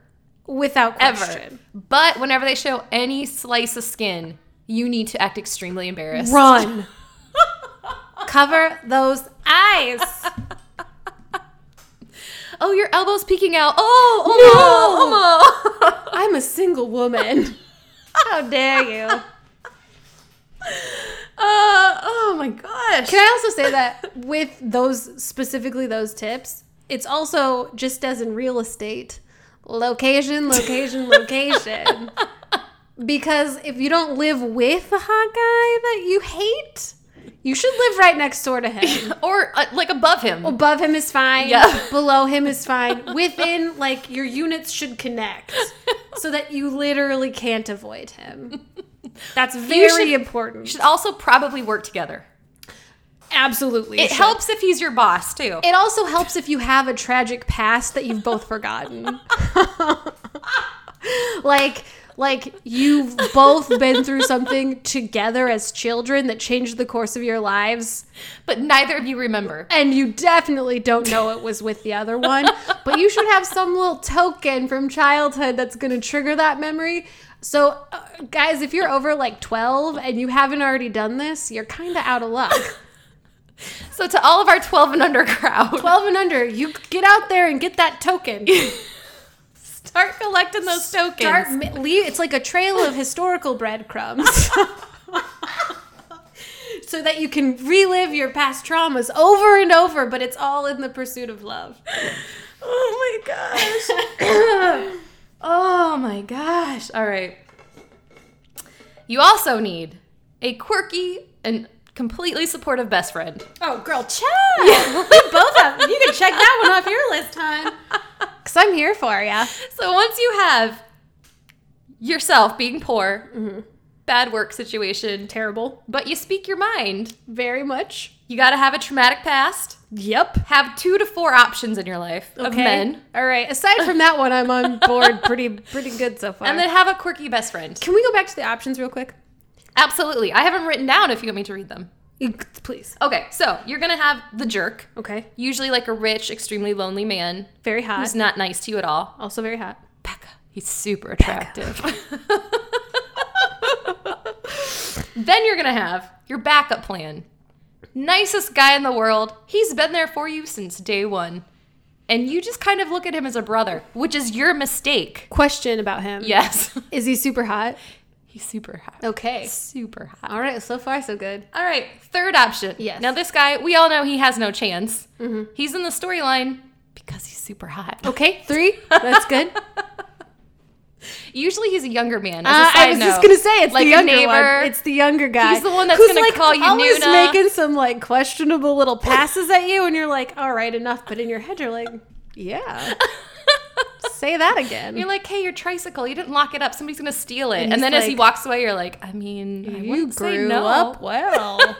[SPEAKER 2] Without
[SPEAKER 3] ever.
[SPEAKER 2] question.
[SPEAKER 3] But whenever they show any slice of skin, you need to act extremely embarrassed.
[SPEAKER 2] Run. Cover those eyes.
[SPEAKER 3] Oh, your elbow's peeking out. Oh, oh no, oh
[SPEAKER 2] I'm a single woman. How dare you?
[SPEAKER 3] no. Uh, oh my gosh.
[SPEAKER 2] Can I also say that with those specifically those tips, it's also just as in real estate, location, location, location. because if you don't live with the hot guy that you hate, you should live right next door to him.
[SPEAKER 3] or uh, like above him.
[SPEAKER 2] Above him is fine.
[SPEAKER 3] Yeah.
[SPEAKER 2] Below him is fine. Within, like, your units should connect so that you literally can't avoid him. That's very
[SPEAKER 3] should-
[SPEAKER 2] important.
[SPEAKER 3] should also probably work together.
[SPEAKER 2] Absolutely. you
[SPEAKER 3] It
[SPEAKER 2] should.
[SPEAKER 3] helps if he's your boss too.
[SPEAKER 2] It also helps if you have a tragic past that you've both forgotten. like like you've both been through something together as children that changed the course of your lives
[SPEAKER 3] but neither of you remember.
[SPEAKER 2] and you definitely don't know it was with the other one, but you should have some little token from childhood that's going to trigger that memory. So uh, guys, if you're over like 12 and you haven't already done this, you're kind of out of luck.
[SPEAKER 3] So to all of our 12 and under crowd,
[SPEAKER 2] 12 and under, you get out there and get that token.
[SPEAKER 3] start collecting those tokens.
[SPEAKER 2] Start mi- leave, it's like a trail of historical breadcrumbs. so that you can relive your past traumas over and over, but it's all in the pursuit of love.
[SPEAKER 3] Oh my gosh. oh my gosh. All right. You also need a quirky and completely supportive best friend.
[SPEAKER 2] Oh, girl, check. we both have. You can check that one off your list, hon. sucks. I'm here for you.
[SPEAKER 3] So once you have yourself being poor, bad work situation,
[SPEAKER 2] Mm-hmm. Terrible.
[SPEAKER 3] but you speak your mind,
[SPEAKER 2] Very much.
[SPEAKER 3] you got to have a traumatic past.
[SPEAKER 2] Yep.
[SPEAKER 3] Have two to four options in your life of
[SPEAKER 2] Okay.
[SPEAKER 3] men,
[SPEAKER 2] All right. Aside from that one, I'm on board pretty pretty good so far.
[SPEAKER 3] and then have a quirky best friend.
[SPEAKER 2] can we go back to the options real quick?
[SPEAKER 3] Absolutely. I have them written down if you want me to read them.
[SPEAKER 2] E, Please.
[SPEAKER 3] Okay, so you're going to have the jerk,
[SPEAKER 2] Okay.
[SPEAKER 3] usually like a rich, extremely lonely man
[SPEAKER 2] Very hot.
[SPEAKER 3] who's not nice to you at all.
[SPEAKER 2] also very hot.
[SPEAKER 3] Becca. He's super attractive. then you're going to have your backup plan. Nicest guy in the world. He's been there for you since day one. And you just kind of look at him as a brother, which is your mistake.
[SPEAKER 2] Question about him.
[SPEAKER 3] Yes.
[SPEAKER 2] Is he super hot?
[SPEAKER 3] He's super hot.
[SPEAKER 2] Okay.
[SPEAKER 3] Super hot.
[SPEAKER 2] All right. So far, so good.
[SPEAKER 3] All right, third option.
[SPEAKER 2] Yes. Mm-hmm.
[SPEAKER 3] Now, this guy, we all know he has no chance. He's in the storyline because he's super hot.
[SPEAKER 2] Okay. Three. That's good. Uh,
[SPEAKER 3] Usually he's a younger man. As a
[SPEAKER 2] Uh,
[SPEAKER 3] side
[SPEAKER 2] I was just
[SPEAKER 3] note.
[SPEAKER 2] gonna say it's
[SPEAKER 3] Like
[SPEAKER 2] the
[SPEAKER 3] a
[SPEAKER 2] younger
[SPEAKER 3] neighbor.
[SPEAKER 2] one. It's the younger guy.
[SPEAKER 3] He's the one that's
[SPEAKER 2] who's,
[SPEAKER 3] gonna
[SPEAKER 2] like,
[SPEAKER 3] call you
[SPEAKER 2] always
[SPEAKER 3] Nuna.
[SPEAKER 2] making some like questionable little passes at you, and you're like, "All right, enough." But in your head, you're like, "Yeah, say that again."
[SPEAKER 3] You're like, hey, your tricycle, you didn't lock it up. Somebody's going to steal it. And,
[SPEAKER 2] he's
[SPEAKER 3] then as he
[SPEAKER 2] like,
[SPEAKER 3] walks away, you're like, I mean, I
[SPEAKER 2] you
[SPEAKER 3] wouldn't say
[SPEAKER 2] grew
[SPEAKER 3] no.
[SPEAKER 2] up well.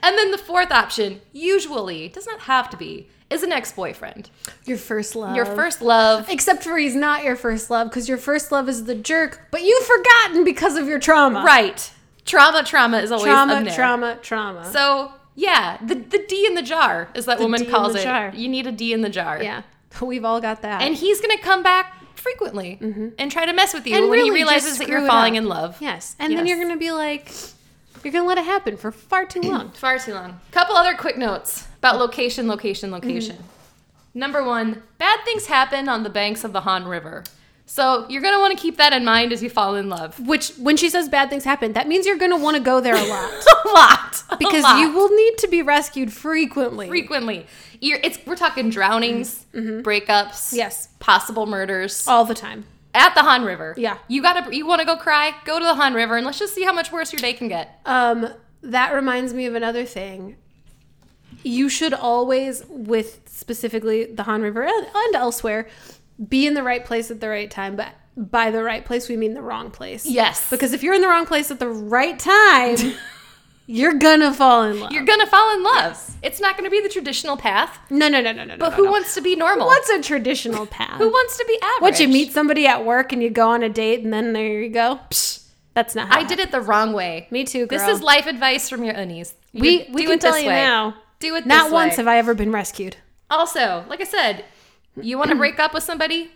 [SPEAKER 3] And then the fourth option, usually, does not have to be, is an ex boyfriend.
[SPEAKER 2] your first love.
[SPEAKER 3] Your first love.
[SPEAKER 2] Except for he's not your first love because your first love is the jerk, but you've forgotten because of your trauma.
[SPEAKER 3] Right. Trauma, trauma is always
[SPEAKER 2] Trauma,
[SPEAKER 3] in there.
[SPEAKER 2] trauma, trauma.
[SPEAKER 3] So, yeah, the, the D in the jar, as that woman
[SPEAKER 2] D in
[SPEAKER 3] calls
[SPEAKER 2] the
[SPEAKER 3] it.
[SPEAKER 2] jar.
[SPEAKER 3] You need a D in the jar.
[SPEAKER 2] yeah, we've all got that.
[SPEAKER 3] And he's going to come back frequently and try to mess with you
[SPEAKER 2] Mm-hmm. And
[SPEAKER 3] when he
[SPEAKER 2] really
[SPEAKER 3] realizes
[SPEAKER 2] just
[SPEAKER 3] that
[SPEAKER 2] screw
[SPEAKER 3] you're
[SPEAKER 2] it
[SPEAKER 3] falling
[SPEAKER 2] up.
[SPEAKER 3] in love.
[SPEAKER 2] yes, and then
[SPEAKER 3] Yes.
[SPEAKER 2] you're gonna be like, you're gonna let it happen for far too long.
[SPEAKER 3] Far too long. Couple other quick notes about location, location, location.
[SPEAKER 2] Mm-hmm.
[SPEAKER 3] Number one, bad things happen on the banks of the Han River. So you're going to want to keep that in mind as you fall in love.
[SPEAKER 2] Which, when she says bad things happen, that means you're going to want to go there a lot
[SPEAKER 3] A lot. A
[SPEAKER 2] because
[SPEAKER 3] lot.
[SPEAKER 2] you will need to be rescued frequently.
[SPEAKER 3] frequently. You're, it's, we're talking drownings,
[SPEAKER 2] Mm-hmm.
[SPEAKER 3] breakups,
[SPEAKER 2] Yes.
[SPEAKER 3] possible murders.
[SPEAKER 2] All the time.
[SPEAKER 3] At the Han River.
[SPEAKER 2] Yeah.
[SPEAKER 3] You gotta you wanna go cry? Go to the Han River and let's just see how much worse your day can get.
[SPEAKER 2] Um, that reminds me of another thing. You should always, with specifically the Han River and, and elsewhere, be in the right place at the right time. But by the right place, we mean the wrong place.
[SPEAKER 3] Yes.
[SPEAKER 2] Because if you're in the wrong place at the right time, you're going to fall in love.
[SPEAKER 3] You're gonna fall in love. It's not gonna be the traditional path.
[SPEAKER 2] no, no, no, no, no.
[SPEAKER 3] But
[SPEAKER 2] no,
[SPEAKER 3] who
[SPEAKER 2] no.
[SPEAKER 3] wants to be normal?
[SPEAKER 2] What's a traditional path?
[SPEAKER 3] who wants to be average?
[SPEAKER 2] What you meet somebody at work and you go on a date and then there you go. Psh, that's not. How
[SPEAKER 3] I did it the wrong way.
[SPEAKER 2] Me too. Girl.
[SPEAKER 3] This is life advice from your unnies. You
[SPEAKER 2] we
[SPEAKER 3] do
[SPEAKER 2] we
[SPEAKER 3] it
[SPEAKER 2] can tell
[SPEAKER 3] this
[SPEAKER 2] you
[SPEAKER 3] way.
[SPEAKER 2] now.
[SPEAKER 3] Do it
[SPEAKER 2] Not
[SPEAKER 3] this
[SPEAKER 2] once
[SPEAKER 3] way.
[SPEAKER 2] have I ever been rescued.
[SPEAKER 3] Also, like I said, you want to break up with somebody?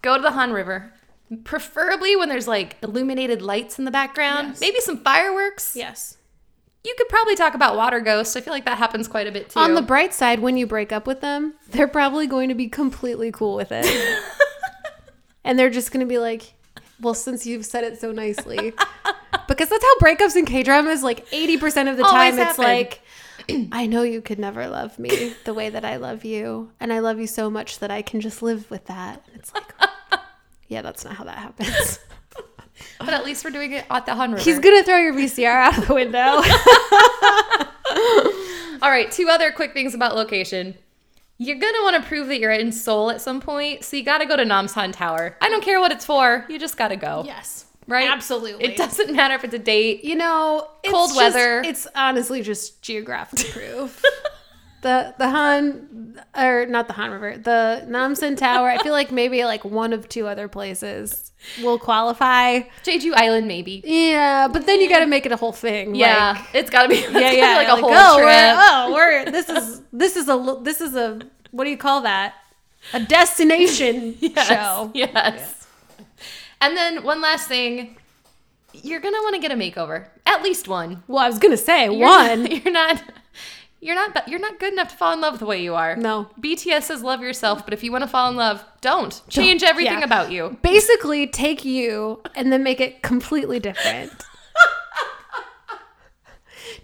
[SPEAKER 3] Go to the Han River. Preferably when there's like illuminated lights in the background, maybe some fireworks.
[SPEAKER 2] Yes.
[SPEAKER 3] You could probably talk about water ghosts. I feel like that happens quite a bit too.
[SPEAKER 2] On the bright side, when you break up with them, they're probably going to be completely cool with it, and they're just going to be like, "Well, since you've said it so nicely." Because that's how breakups in K dramas, like 80% of the
[SPEAKER 3] Always
[SPEAKER 2] time, it's
[SPEAKER 3] happen.
[SPEAKER 2] like, I know you could never love me the way that I love you. And I love you so much that I can just live with that. It's like, yeah, that's not how that happens.
[SPEAKER 3] but at least we're doing it at the Han River.
[SPEAKER 2] He's gonna throw your VCR out of the window.
[SPEAKER 3] All right, two other quick things about location. You're gonna want to prove that you're in Seoul at some point, so you gotta go to Namsan Tower. I don't care what it's for, you just gotta go.
[SPEAKER 2] yes.
[SPEAKER 3] right?
[SPEAKER 2] absolutely.
[SPEAKER 3] It doesn't matter if it's a date.
[SPEAKER 2] You know, it's
[SPEAKER 3] Cold
[SPEAKER 2] just-
[SPEAKER 3] weather.
[SPEAKER 2] It's honestly just geographic proof. the the Han or not the Han River, the Namsan Tower. I feel like maybe like one of two other places will qualify.
[SPEAKER 3] Jeju Island, maybe.
[SPEAKER 2] Yeah, but then you got to make it a whole thing.
[SPEAKER 3] yeah,
[SPEAKER 2] like-
[SPEAKER 3] it's gotta be. It's
[SPEAKER 2] yeah,
[SPEAKER 3] gotta
[SPEAKER 2] yeah.
[SPEAKER 3] be like a whole
[SPEAKER 2] oh,
[SPEAKER 3] trip.
[SPEAKER 2] We're, oh, we're this is this is a lo- this is a what do you call that? A destination
[SPEAKER 3] Yes,
[SPEAKER 2] show.
[SPEAKER 3] Yes. And then one last thing, you're gonna want to get a makeover, at least one.
[SPEAKER 2] Well, I was gonna say
[SPEAKER 3] You're
[SPEAKER 2] one.
[SPEAKER 3] not- you're not. You're not. But you're not good enough to fall in love the way you are.
[SPEAKER 2] No.
[SPEAKER 3] BTS says love yourself, but if you want to fall in love, don't change everything
[SPEAKER 2] Yeah.
[SPEAKER 3] about you.
[SPEAKER 2] Basically, take you and then make it completely different.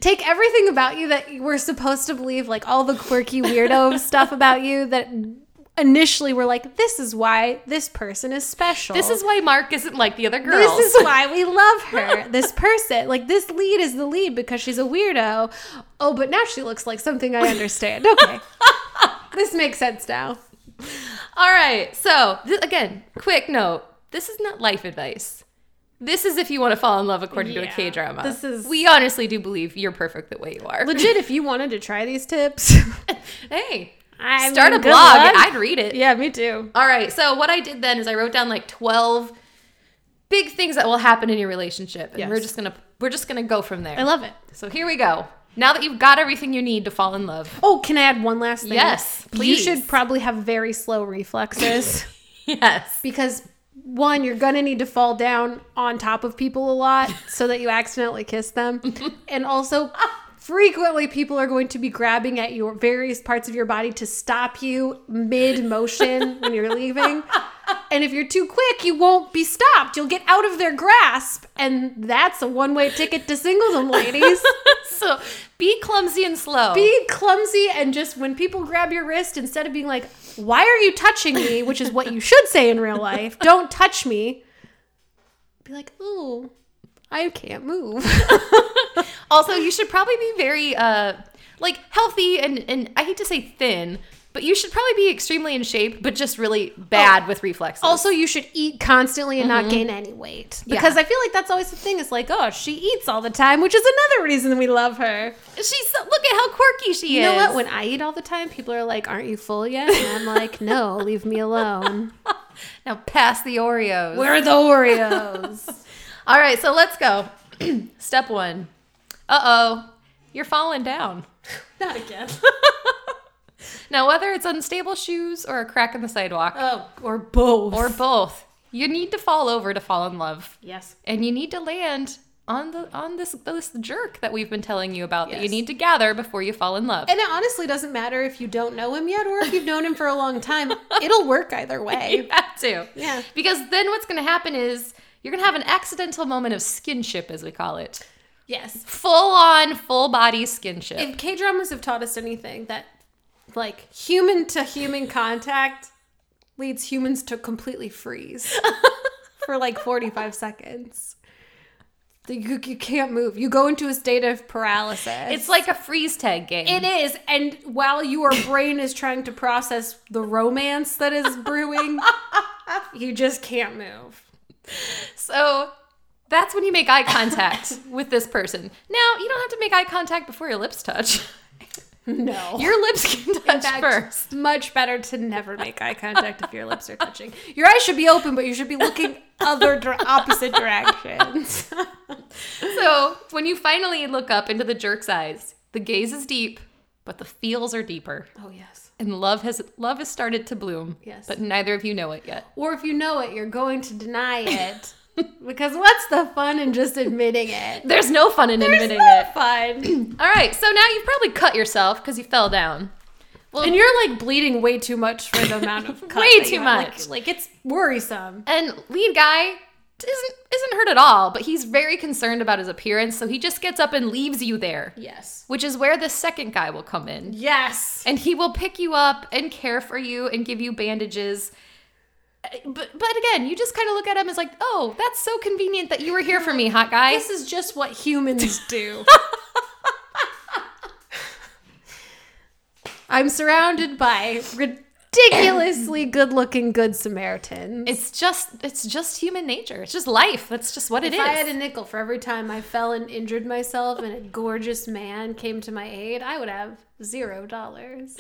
[SPEAKER 2] take everything about you that you we're supposed to believe, like all the quirky weirdo stuff about you that initially we're like, this is why this person is special.
[SPEAKER 3] This is why Mark isn't like the other girls.
[SPEAKER 2] This is why we love her. This person, like this lead, is the lead because she's a weirdo. Oh, but now she looks like something I understand. Okay, this makes sense now.
[SPEAKER 3] All right. So, th- again, quick note this is not life advice. This is if you want to fall in love according to a
[SPEAKER 2] Yeah,
[SPEAKER 3] K drama.
[SPEAKER 2] this is-
[SPEAKER 3] We honestly do believe you're perfect the way you are.
[SPEAKER 2] Legit, if you wanted to try these tips,
[SPEAKER 3] hey,
[SPEAKER 2] I
[SPEAKER 3] start
[SPEAKER 2] mean,
[SPEAKER 3] a
[SPEAKER 2] good
[SPEAKER 3] blog.
[SPEAKER 2] luck.
[SPEAKER 3] I'd read it.
[SPEAKER 2] yeah, me too.
[SPEAKER 3] All right. So, what I did then is I wrote down like 12 big things that will happen in your relationship and
[SPEAKER 2] Yes.
[SPEAKER 3] we're just going to we're just going to go from there.
[SPEAKER 2] I love it.
[SPEAKER 3] so, here we go. Now that you've got everything you need to fall in love.
[SPEAKER 2] Oh, can I add one last thing?
[SPEAKER 3] Yes,
[SPEAKER 2] You
[SPEAKER 3] please.
[SPEAKER 2] should probably have very slow reflexes
[SPEAKER 3] Yes.
[SPEAKER 2] because one, you're gonna need to fall down on top of people a lot so that you accidentally kiss them, and also. Frequently, people are going to be grabbing at your various parts of your body to stop you mid motion when you're leaving. And if you're too quick, you won't be stopped. You'll get out of their grasp. And that's a one way ticket to singledom, ladies.
[SPEAKER 3] So, be clumsy and slow.
[SPEAKER 2] be clumsy and just when people grab your wrist instead of being like why are you touching me which is what you should say in real life don't touch me be like ooh i can't move
[SPEAKER 3] Also, you should probably be very uh like healthy and and I hate to say thin, but you should probably be extremely in shape, but just really bad with reflexes.
[SPEAKER 2] also you should eat constantly and not gain any weight because i feel like that's always the thing it's like oh she eats all the time which is another reason we love her
[SPEAKER 3] she's so- look at how quirky she
[SPEAKER 2] you
[SPEAKER 3] is.
[SPEAKER 2] know what when i eat all the time people are like aren't you full yet and i'm like no leave me alone
[SPEAKER 3] now pass the Oreos.
[SPEAKER 2] where are the oreos
[SPEAKER 3] All right, so let's go. Step one. Uh oh, you're falling down.
[SPEAKER 4] Not again.
[SPEAKER 3] Now, whether it's unstable shoes or a crack in the sidewalk
[SPEAKER 4] Oh,
[SPEAKER 2] or both
[SPEAKER 3] or both, you need to fall over to fall in love.
[SPEAKER 4] yes.
[SPEAKER 3] and you need to land on the on this this jerk that we've been telling you about that you
[SPEAKER 2] Yes.
[SPEAKER 3] need to gather before you fall in love.
[SPEAKER 2] And it honestly doesn't matter if you don't know him yet or if you've known him for a long time. It'll work either
[SPEAKER 3] you
[SPEAKER 2] way.
[SPEAKER 3] have to.
[SPEAKER 2] Yeah.
[SPEAKER 3] Because then what's going to happen is you're going to have an accidental moment of skinship as we call it.
[SPEAKER 2] Yes.
[SPEAKER 3] Full on full body skinship.
[SPEAKER 2] If K dramas have taught us anything, that like human to human contact leads humans to completely freeze for like 45 seconds. That You, you can't move. You go into a state of paralysis.
[SPEAKER 3] it's like a freeze tag game.
[SPEAKER 2] It is. And while your brain is trying to process the romance that is brewing, you just can't move.
[SPEAKER 3] so that's when you make eye contact with this person. Now, you don't have to make eye contact before your lips touch.
[SPEAKER 2] No.
[SPEAKER 3] Your lips can touch
[SPEAKER 2] fact,
[SPEAKER 3] first.
[SPEAKER 2] Much better to never make eye contact if your lips are touching. Your eyes should be open, but you should be looking other dir- opposite directions.
[SPEAKER 3] So when you finally look up into the jerk's eyes, the gaze is deep, but the feels are deeper,
[SPEAKER 2] oh yes.
[SPEAKER 3] and love has love has started to bloom.
[SPEAKER 2] Yes.
[SPEAKER 3] but neither of you know it yet.
[SPEAKER 2] Or if you know it, you're going to deny it because what's the fun in just admitting it?
[SPEAKER 3] There's no fun in admitting it.
[SPEAKER 2] Fun.
[SPEAKER 3] All right, so now you've probably cut yourself because you fell down. Well,
[SPEAKER 2] And you're like bleeding way too much for the amount of cut
[SPEAKER 3] Way
[SPEAKER 2] that
[SPEAKER 3] too
[SPEAKER 2] you have. Like-
[SPEAKER 3] much.
[SPEAKER 2] Like, it's worrisome.
[SPEAKER 3] and lead guy isn't isn't hurt at all, but he's very concerned about his appearance, so he just gets up and leaves you there,
[SPEAKER 2] Yes.
[SPEAKER 3] which is where the second guy will come in.
[SPEAKER 2] Yes.
[SPEAKER 3] and he will pick you up and care for you and give you bandages but but again you just kind of look at him as like oh that's so convenient that you were here for me hot guy
[SPEAKER 2] This is just what humans do. I'm surrounded by ridiculously good looking good Samaritans.
[SPEAKER 3] it's just it's just human nature it's just life that's just what it
[SPEAKER 2] if
[SPEAKER 3] is
[SPEAKER 2] I had a nickel for every time I fell and injured myself and a gorgeous man came to my aid, I would have zero dollars.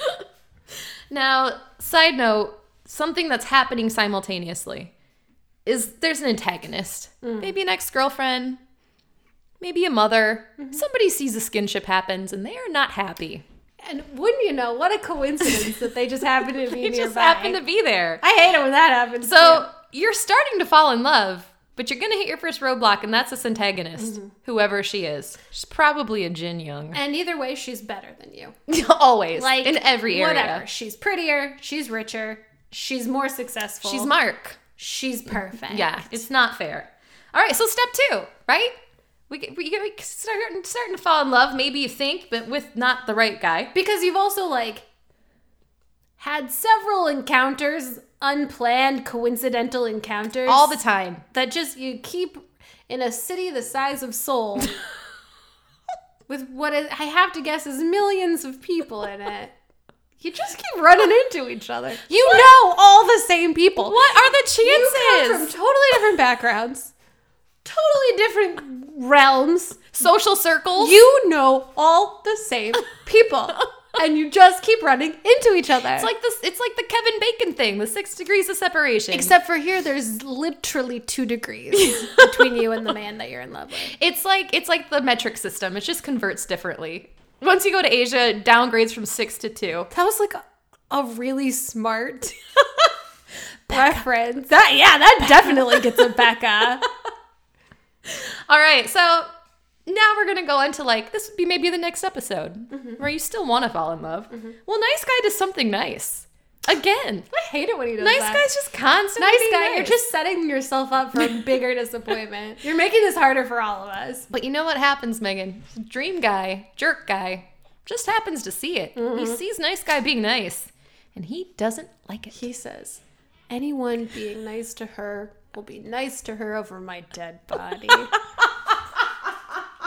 [SPEAKER 3] now side note something that's happening simultaneously is there's an antagonist maybe an ex-girlfriend maybe a mother somebody sees a skinship happens and they are not happy
[SPEAKER 2] And wouldn't you know, what a coincidence that they just happen to be
[SPEAKER 3] they
[SPEAKER 2] nearby.
[SPEAKER 3] just happen to be there
[SPEAKER 2] I hate it when that happens.
[SPEAKER 3] So you're starting to fall in love, but you're gonna hit your first roadblock, and that's this antagonist, whoever she is. She's probably a Jin Young.
[SPEAKER 2] and either way, she's better than you.
[SPEAKER 3] Always,
[SPEAKER 2] like
[SPEAKER 3] in every area.
[SPEAKER 2] Whatever. She's prettier. She's richer. She's more successful.
[SPEAKER 3] She's Mark.
[SPEAKER 2] She's perfect.
[SPEAKER 3] Yeah, it's not fair. All right, so step two, right? We get, we get we starting starting to fall in love. Maybe you think, but with not the right guy.
[SPEAKER 2] Because you've also like had several encounters, unplanned, coincidental encounters,
[SPEAKER 3] All the time.
[SPEAKER 2] that just you keep in a city the size of Seoul, with what is, I have to guess is millions of people in it. You just keep running into each other. You know all the same people.
[SPEAKER 1] What are the
[SPEAKER 2] You come from
[SPEAKER 1] chances?
[SPEAKER 2] totally different backgrounds, totally different realms.
[SPEAKER 3] Social circles.
[SPEAKER 2] You know all the same people, and you just keep running into each other.
[SPEAKER 3] It's like this. It's like the Kevin Bacon thing. The six degrees of separation.
[SPEAKER 2] Except for here, there's literally two degrees between you and the man that you're in love with.
[SPEAKER 3] It's like it's like the metric system. It just converts differently. Once you go to Asia, it downgrades from six to two.
[SPEAKER 2] That was like a, a really smart reference. That yeah, that definitely gets a Becca.
[SPEAKER 3] All right, so now we're gonna go into like this would be maybe the next episode where you still want to fall in love. Well, nice guy does something nice again.
[SPEAKER 2] I hate it when he does
[SPEAKER 3] Nice
[SPEAKER 2] that.
[SPEAKER 3] guy's just constantly
[SPEAKER 2] nice
[SPEAKER 3] being
[SPEAKER 2] guy. You're just setting yourself up for a bigger disappointment. You're making this harder for all of us.
[SPEAKER 3] But you know what happens, Megan? Dream guy, jerk guy, just happens to see it. He sees nice guy being nice, and he doesn't like it.
[SPEAKER 2] He says, "Anyone being nice to her will be nice to her over my dead body."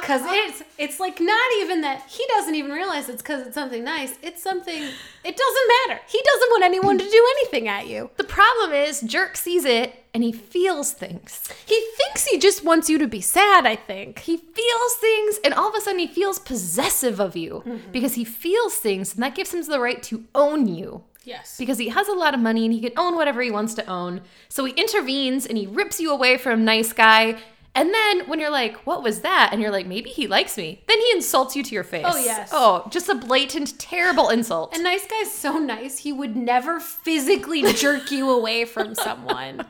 [SPEAKER 2] Cause it's it's like not even that he doesn't even realize it's because it's something nice. It's something it doesn't matter. He doesn't want anyone to do anything at you.
[SPEAKER 3] The problem is, jerk sees it and he feels things.
[SPEAKER 2] He thinks he just wants you to be sad, I think.
[SPEAKER 3] He feels things, and all of a sudden he feels possessive of you
[SPEAKER 2] Mm-hmm.
[SPEAKER 3] because he feels things, and that gives him the right to own you
[SPEAKER 2] Yes.
[SPEAKER 3] because he has a lot of money and he can own whatever he wants to own. So he intervenes and he rips you away from nice guy. And then when you're like, what was that? And you're like, maybe he likes me. Then he insults you to your face.
[SPEAKER 2] Oh, yes.
[SPEAKER 3] Oh, just a blatant, terrible insult.
[SPEAKER 2] A nice guy's so nice, he would never physically jerk you away from someone.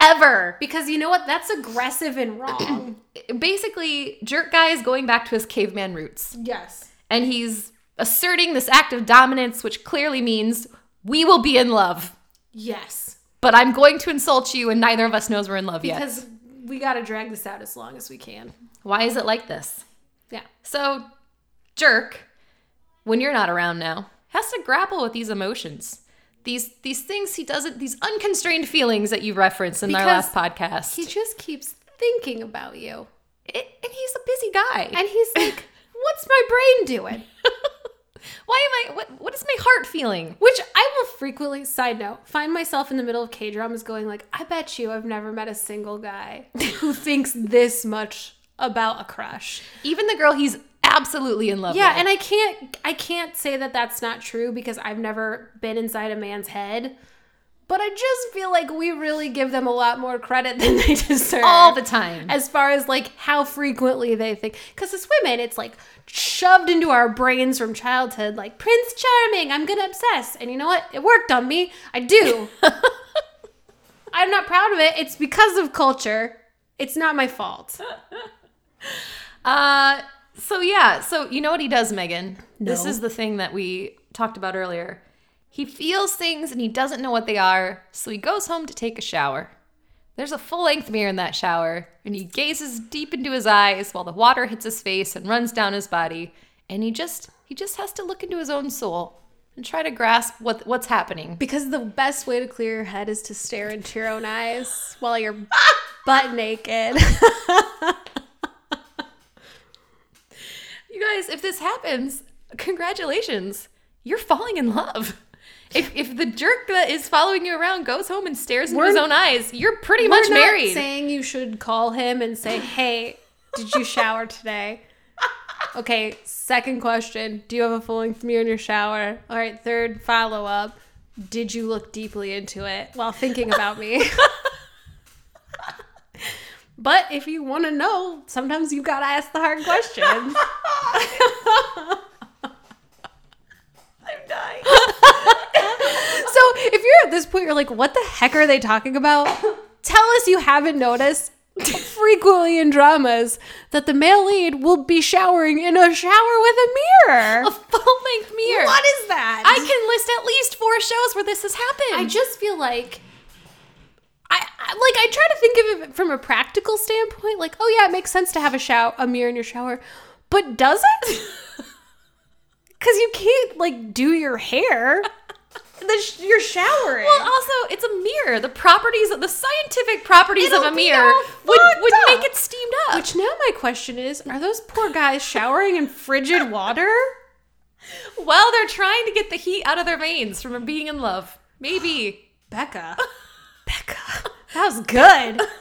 [SPEAKER 3] ever.
[SPEAKER 2] Because you know what? That's aggressive and wrong.
[SPEAKER 3] Basically, jerk guy is going back to his caveman roots.
[SPEAKER 2] yes.
[SPEAKER 3] and he's asserting this act of dominance, which clearly means we will be in love.
[SPEAKER 2] Yes.
[SPEAKER 3] But I'm going to insult you, and neither of us knows we're in love yet.
[SPEAKER 2] Because we got to drag this out as long as we can.
[SPEAKER 3] Why is it like this?
[SPEAKER 2] Yeah.
[SPEAKER 3] So, jerk, when you're not around now, has to grapple with these emotions, these these things he doesn't, these unconstrained feelings that you referenced in our
[SPEAKER 2] Because
[SPEAKER 3] last podcast.
[SPEAKER 2] He just keeps thinking about you.
[SPEAKER 3] It- and he's a busy guy.
[SPEAKER 2] And he's like, what's my brain doing?
[SPEAKER 3] Why am I? What, what is my heart feeling?
[SPEAKER 2] Which I will frequently, side note, find myself in the middle of K dramas going like, I bet you I've never met a single guy who thinks this much about a crush.
[SPEAKER 3] Even the girl he's absolutely in love
[SPEAKER 2] Yeah,
[SPEAKER 3] with.
[SPEAKER 2] and I can't, I can't say that that's not true because I've never been inside a man's head. But I just feel like we really give them a lot more credit than they deserve
[SPEAKER 3] all the time.
[SPEAKER 2] as far as like how frequently they think because as women it's like shoved into our brains from childhood like prince charming i'm gonna obsess and you know what it worked on me i do i'm not proud of it it's because of culture it's not my fault
[SPEAKER 3] Uh, so yeah, so you know what he does, Megan? This is the thing that we talked about earlier. He feels things and he doesn't know what they are, so he goes home to take a shower. There's a full length mirror in that shower, and he gazes deep into his eyes while the water hits his face and runs down his body, and he just he just has to look into his own soul and try to grasp what what's happening.
[SPEAKER 2] because the best way to clear your head is to stare into your own eyes while you're butt naked
[SPEAKER 3] You guys, if this happens, congratulations. You're falling in love. If, if the jerk that is following you around goes home and stares into his
[SPEAKER 2] We're-
[SPEAKER 3] own eyes, you're pretty much
[SPEAKER 2] We're not
[SPEAKER 3] married.
[SPEAKER 2] saying you should call him and say, "Hey, did you shower today?" Okay, second question: Do you have a full length mirror in your shower? All right, third follow up: Did you look deeply into it while thinking about me? but if you want to know, sometimes you gotta ask the hard questions. So if you're at this point, you're like, what the heck are they talking about? Tell us you haven't noticed frequently in dramas that the male lead will be showering in a shower with a mirror.
[SPEAKER 3] a full length mirror.
[SPEAKER 2] What is that?
[SPEAKER 3] I can list at least four shows where this has happened.
[SPEAKER 2] I just feel like I, I like I try to think of it from a practical standpoint. Like, oh yeah, it makes sense to have a shower, a mirror in your shower, but does it? Because you can't like do your hair. The sh- you're showering.
[SPEAKER 3] Well, also, it's a mirror. The properties, the scientific properties
[SPEAKER 2] It'll
[SPEAKER 3] of a
[SPEAKER 2] be
[SPEAKER 3] mirror
[SPEAKER 2] all
[SPEAKER 3] would,
[SPEAKER 2] fucked
[SPEAKER 3] would
[SPEAKER 2] up.
[SPEAKER 3] make it steamed up.
[SPEAKER 2] Which now my question is, are those poor guys showering in frigid water?
[SPEAKER 3] Well, they're trying to get the heat out of their veins from being in love. Maybe.
[SPEAKER 2] Becca. That was good.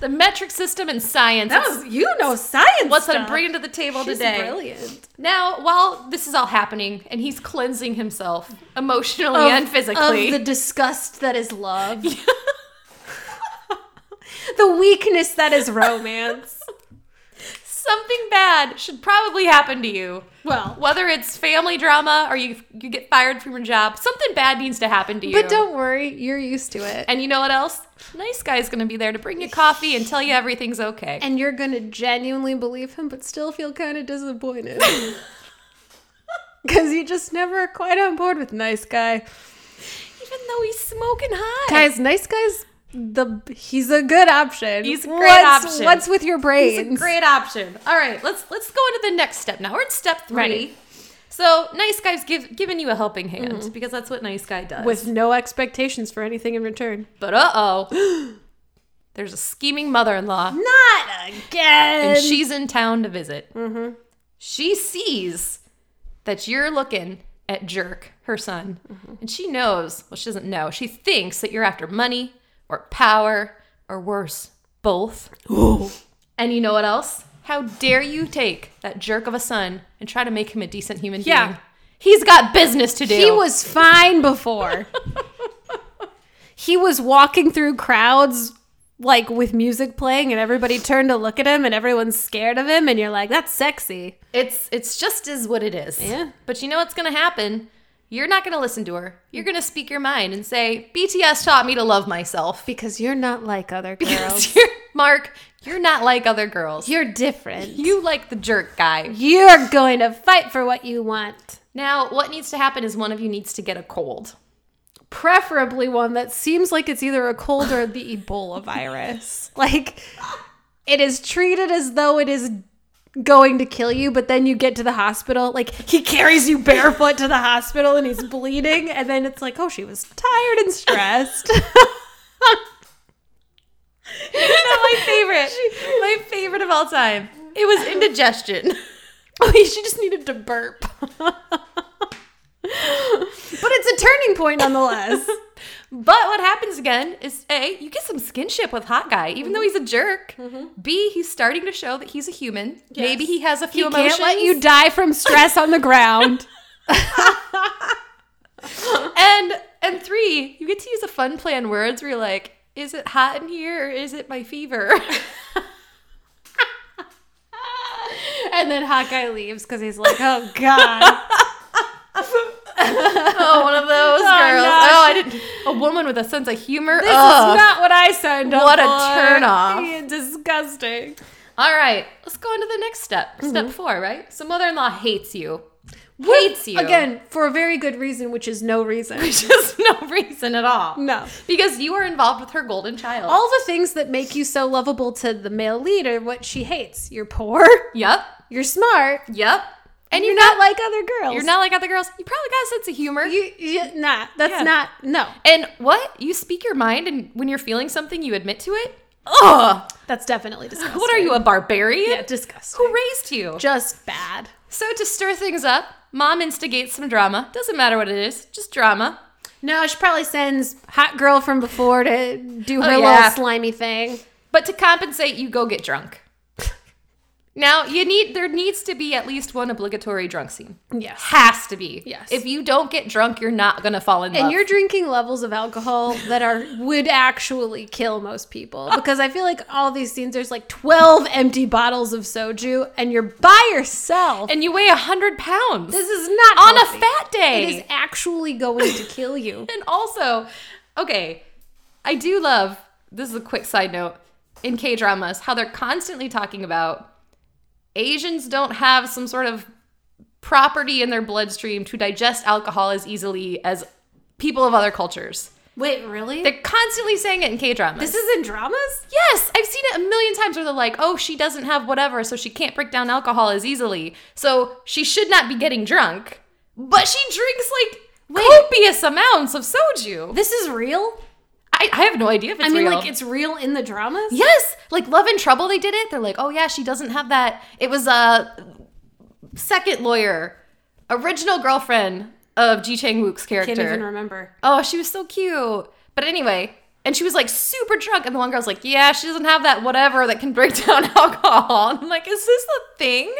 [SPEAKER 3] the metric system and science.
[SPEAKER 2] That
[SPEAKER 3] It's-
[SPEAKER 2] was you know science.
[SPEAKER 3] what's
[SPEAKER 2] stuff.
[SPEAKER 3] I'm bringing to the table
[SPEAKER 2] She's
[SPEAKER 3] today.
[SPEAKER 2] Brilliant.
[SPEAKER 3] Now, while this is all happening and he's cleansing himself emotionally
[SPEAKER 2] Of-
[SPEAKER 3] and physically,
[SPEAKER 2] of the disgust that is love. the weakness that is romance.
[SPEAKER 3] something bad should probably happen to you.
[SPEAKER 2] well,
[SPEAKER 3] Whether it's family drama or you you get fired from your job, something bad needs to happen to you.
[SPEAKER 2] but don't worry, you're used to it.
[SPEAKER 3] And you know what else? Nice guy's gonna be there to bring you coffee and tell you everything's okay.
[SPEAKER 2] and you're gonna genuinely believe him, but still feel kind of disappointed. Because you just never are quite on board with nice guy.
[SPEAKER 3] Even though he's smoking hot,
[SPEAKER 2] Guys, nice guy's the he's a good option.
[SPEAKER 3] He's a great
[SPEAKER 2] what's,
[SPEAKER 3] option.
[SPEAKER 2] What's with your brains?
[SPEAKER 3] It's a great option. All right, let's let's go into the next step now. We're in step three.
[SPEAKER 2] Ready.
[SPEAKER 3] So nice guy's give, giving you a helping hand because that's what nice guy does.
[SPEAKER 2] with no expectations for anything in return.
[SPEAKER 3] but uh oh, there's a scheming mother-in-law,
[SPEAKER 2] Not again.
[SPEAKER 3] and she's in town to visit.
[SPEAKER 2] Mm-hmm.
[SPEAKER 3] She sees that you're looking at Jerk, her son,
[SPEAKER 2] Mm-hmm.
[SPEAKER 3] and she knows. Well, she doesn't know. She thinks that you're after money or power or worse, both. And you know what else? How dare you take that jerk of a son and try to make him a decent human
[SPEAKER 2] Yeah.
[SPEAKER 3] being? He's got business to do.
[SPEAKER 2] He was fine before. he was walking through crowds like with music playing and everybody turned to look at him and everyone's scared of him and you're like that's sexy.
[SPEAKER 3] It's it's just is what it is.
[SPEAKER 2] Yeah.
[SPEAKER 3] But you know what's gonna happen? You're not gonna listen to her. You're gonna speak your mind and say, BTS taught me to love myself.
[SPEAKER 2] Because you're not like other girls.
[SPEAKER 3] Mark, you're not like other girls.
[SPEAKER 2] you're different.
[SPEAKER 3] You like the jerk guy.
[SPEAKER 2] You're going to fight for what you want.
[SPEAKER 3] Now, what needs to happen is one of you needs to get a cold.
[SPEAKER 2] Preferably one that seems like it's either a cold or the Ebola virus. Like it is treated as though it is going to kill you, but then you get to the hospital. Like he carries you barefoot to the hospital and he's bleeding. And then it's like, oh, she was tired and stressed.
[SPEAKER 3] my favorite. My favorite of all time. It was indigestion.
[SPEAKER 2] oh, she just needed to burp. but it's a turning point nonetheless.
[SPEAKER 3] But what happens again is A, you get some skinship with Hot Guy, even though he's a jerk. B, he's starting to show that he's a human. Maybe Mm-hmm. he has a few
[SPEAKER 2] You
[SPEAKER 3] emotions.
[SPEAKER 2] can't let you die from stress on the ground.
[SPEAKER 3] and and three, you get to use a fun play on words where you're like, is it hot in here or is it my fever?
[SPEAKER 2] And then Hawkeye leaves because he's like, oh God.
[SPEAKER 3] oh, one of those girls.
[SPEAKER 2] no.
[SPEAKER 3] Oh, I didn't. A woman with a sense of humor.
[SPEAKER 2] This is
[SPEAKER 3] Ugh.
[SPEAKER 2] not what I signed up
[SPEAKER 3] What a
[SPEAKER 2] for.
[SPEAKER 3] turnoff.
[SPEAKER 2] Yeah, disgusting.
[SPEAKER 3] All right, let's go on to the next step. Step four, right? So mother-in-law hates you. hates you
[SPEAKER 2] Again, for a very good reason, which is no reason.
[SPEAKER 3] Just no reason at all.
[SPEAKER 2] No.
[SPEAKER 3] Because you are involved with her golden child.
[SPEAKER 2] All the things that make you so lovable to the male lead are what she hates. You're poor,
[SPEAKER 3] Yep.
[SPEAKER 2] you're smart,
[SPEAKER 3] Yep. And
[SPEAKER 2] you're
[SPEAKER 3] you're
[SPEAKER 2] not
[SPEAKER 3] not
[SPEAKER 2] like other girls.
[SPEAKER 3] you're not like other girls. You probably got a sense of humor.
[SPEAKER 2] You, you, nah, that's
[SPEAKER 3] Yeah.
[SPEAKER 2] not, no,
[SPEAKER 3] and what? You speak your mind and when you're feeling something you admit to it? Ugh.
[SPEAKER 2] that's definitely disgusting.
[SPEAKER 3] What are you, a barbarian?
[SPEAKER 2] Yeah, disgusting.
[SPEAKER 3] Who raised you?
[SPEAKER 2] Just bad.
[SPEAKER 3] So to stir things up, mom instigates some drama. Doesn't matter what it is, just drama.
[SPEAKER 2] No, she probably sends hot girl from before to do her
[SPEAKER 3] Oh, yeah.
[SPEAKER 2] little slimy thing.
[SPEAKER 3] But to compensate, you go get drunk. now you need there needs to be at least one obligatory drunk scene.
[SPEAKER 2] Yes.
[SPEAKER 3] Has to be.
[SPEAKER 2] Yes.
[SPEAKER 3] If you don't get drunk, you're not gonna fall in love.
[SPEAKER 2] And you're drinking levels of alcohol that are would actually kill most people because I feel like all these scenes there's like 12 empty bottles of soju and you're by yourself.
[SPEAKER 3] and you weigh a hundred pounds.
[SPEAKER 2] this is not
[SPEAKER 3] on a
[SPEAKER 2] healthy.
[SPEAKER 3] fat day.
[SPEAKER 2] It is actually going to kill you.
[SPEAKER 3] And also, okay, I do love this is a quick side note in K dramas how they're constantly talking about Asians don't have some sort of property in their bloodstream to digest alcohol as easily as people of other cultures.
[SPEAKER 2] Wait, really?
[SPEAKER 3] They're constantly saying it in K dramas.
[SPEAKER 2] this is in dramas?
[SPEAKER 3] Yes, I've seen it a million times where they're like, oh, she doesn't have whatever, so she can't break down alcohol as easily. So she should not be getting drunk. But she drinks like copious amounts of soju.
[SPEAKER 2] This is real?
[SPEAKER 3] I, I have no idea if it's
[SPEAKER 2] I mean
[SPEAKER 3] real.
[SPEAKER 2] like it's real in the dramas?
[SPEAKER 3] Yes, like Love and Trouble, they did it. They're like, oh yeah, she doesn't have that. It was uh, second lawyer, original girlfriend of Ji Chang Wook's character.
[SPEAKER 2] Can't even remember.
[SPEAKER 3] Oh, she was so cute. But anyway, and she was like super drunk, and the one girl's like, "Yeah, she doesn't have that whatever that can break down alcohol." And I'm like, "Is this a thing?"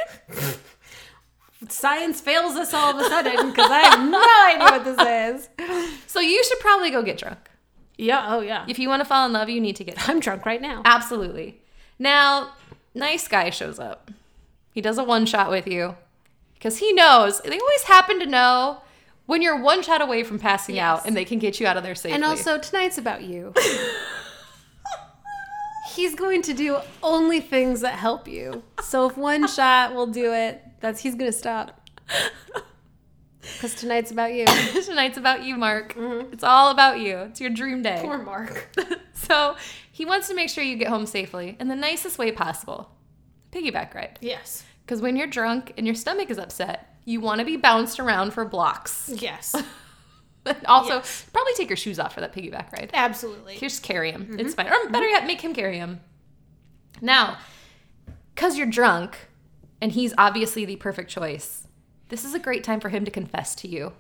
[SPEAKER 2] Science fails us all of a sudden because I have no idea what this is.
[SPEAKER 3] So you should probably go get drunk
[SPEAKER 2] Yeah. Oh yeah.
[SPEAKER 3] if you want to fall in love. You need to get drunk.
[SPEAKER 2] I'm drunk right now.
[SPEAKER 3] absolutely. Now, nice guy shows up. He does a one shot with you because he knows they always happen to know when you're one shot away from passing out, and they can get you out of there safely.
[SPEAKER 2] And also tonight's about you. He's going to do only things that help you. So if one shot will do it, that's he's gonna stop. Because tonight's about you.
[SPEAKER 3] Tonight's about you, Mark.
[SPEAKER 2] Mm-hmm.
[SPEAKER 3] It's all about you. It's your dream day.
[SPEAKER 4] Poor Mark.
[SPEAKER 3] so he wants to make sure you get home safely in the nicest way possible piggyback ride.
[SPEAKER 4] Yes.
[SPEAKER 3] Because when you're drunk and your stomach is upset, you want to be bounced around for blocks.
[SPEAKER 4] Yes.
[SPEAKER 3] But also, probably take your shoes off for that piggyback ride.
[SPEAKER 4] Absolutely.
[SPEAKER 3] Just carry him.
[SPEAKER 2] Mm-hmm.
[SPEAKER 3] It's fine. Or better yet, make him carry him. Now, because you're drunk and he's obviously the perfect choice, this is a great time for him to confess to you.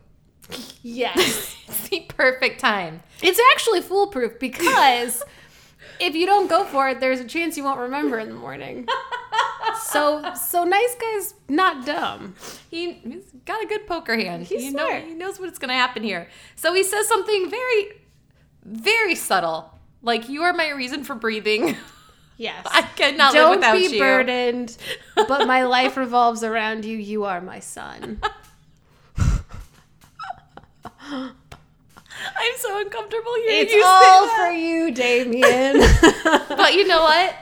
[SPEAKER 4] Yes.
[SPEAKER 3] It's the perfect time.
[SPEAKER 2] It's actually foolproof because if you don't go for it, there's a chance you won't remember in the morning. So so nice guy's not dumb.
[SPEAKER 3] he, he's got a good poker hand.
[SPEAKER 2] He's
[SPEAKER 3] he
[SPEAKER 2] smart.
[SPEAKER 3] Know, he knows what's going to happen here. So he says something very, very subtle, like "You are my reason for breathing.
[SPEAKER 4] Yes.
[SPEAKER 3] I cannot live
[SPEAKER 2] Don't
[SPEAKER 3] without
[SPEAKER 2] be
[SPEAKER 3] you."
[SPEAKER 2] burdened, but my life revolves around you. You are my son.
[SPEAKER 3] I'm so uncomfortable hearing
[SPEAKER 2] It's
[SPEAKER 3] you say
[SPEAKER 2] all
[SPEAKER 3] that.
[SPEAKER 2] for you, Damien.
[SPEAKER 3] But you know what?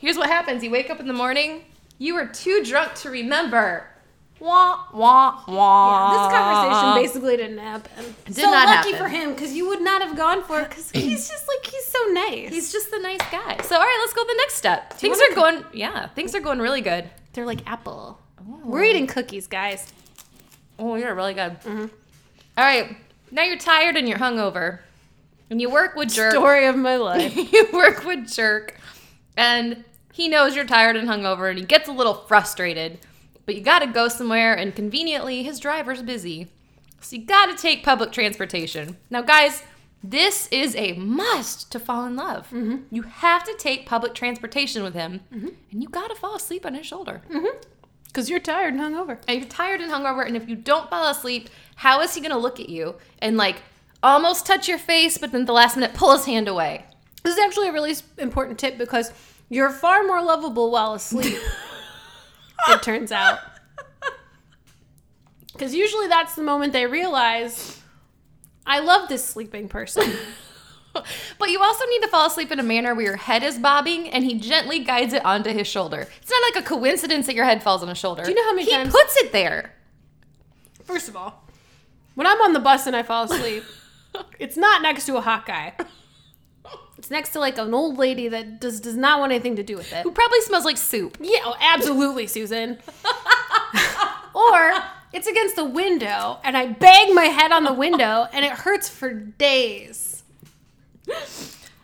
[SPEAKER 3] Here's what happens: you wake up in the morning, you are too drunk to remember. Wah wah wah.
[SPEAKER 2] this conversation basically didn't happen.
[SPEAKER 3] did
[SPEAKER 2] so
[SPEAKER 3] not
[SPEAKER 2] lucky
[SPEAKER 3] happen.
[SPEAKER 2] for him because you would not have gone for it because he's just like he's so nice.
[SPEAKER 3] He's just the nice guy. So all right, let's go to the next step. Things
[SPEAKER 2] wanna
[SPEAKER 3] are going, yeah, things are going really good.
[SPEAKER 2] they're like apple. We're eating cookies, guys.
[SPEAKER 3] Oh, you're really good. All right. Now you're tired and you're hungover. And you work with jerk.
[SPEAKER 2] Story of my life.
[SPEAKER 3] you work with jerk. And he knows you're tired and hungover and he gets a little frustrated. But you got to go somewhere and conveniently his driver's busy. So you got to take public transportation. Now guys, this is a must to fall in love. You have to take public transportation with him, and you gotta fall asleep on his shoulder.
[SPEAKER 2] Because you're tired and hungover.
[SPEAKER 3] And you're tired and hungover, and if you don't fall asleep, how is he gonna look at you and like almost touch your face, but then at the last minute pull his hand away?
[SPEAKER 2] This is actually a really s- important tip because you're far more lovable while asleep. it turns out. Because usually that's the moment they realize, I love this sleeping person.
[SPEAKER 3] But you also need to fall asleep in a manner where your head is bobbing and he gently guides it onto his shoulder. It's not like a coincidence that your head falls on his shoulder. Do
[SPEAKER 2] you know how many
[SPEAKER 3] he
[SPEAKER 2] times-
[SPEAKER 3] puts it there?
[SPEAKER 2] First of all, when I'm on the bus and I fall asleep, it's not next to a hot guy. It's next to like an old lady that does does not want anything to do with it.
[SPEAKER 3] Who probably smells like soup.
[SPEAKER 2] Yeah, oh, absolutely, Susan. or it's against the window and I bang my head on the window and it hurts for days.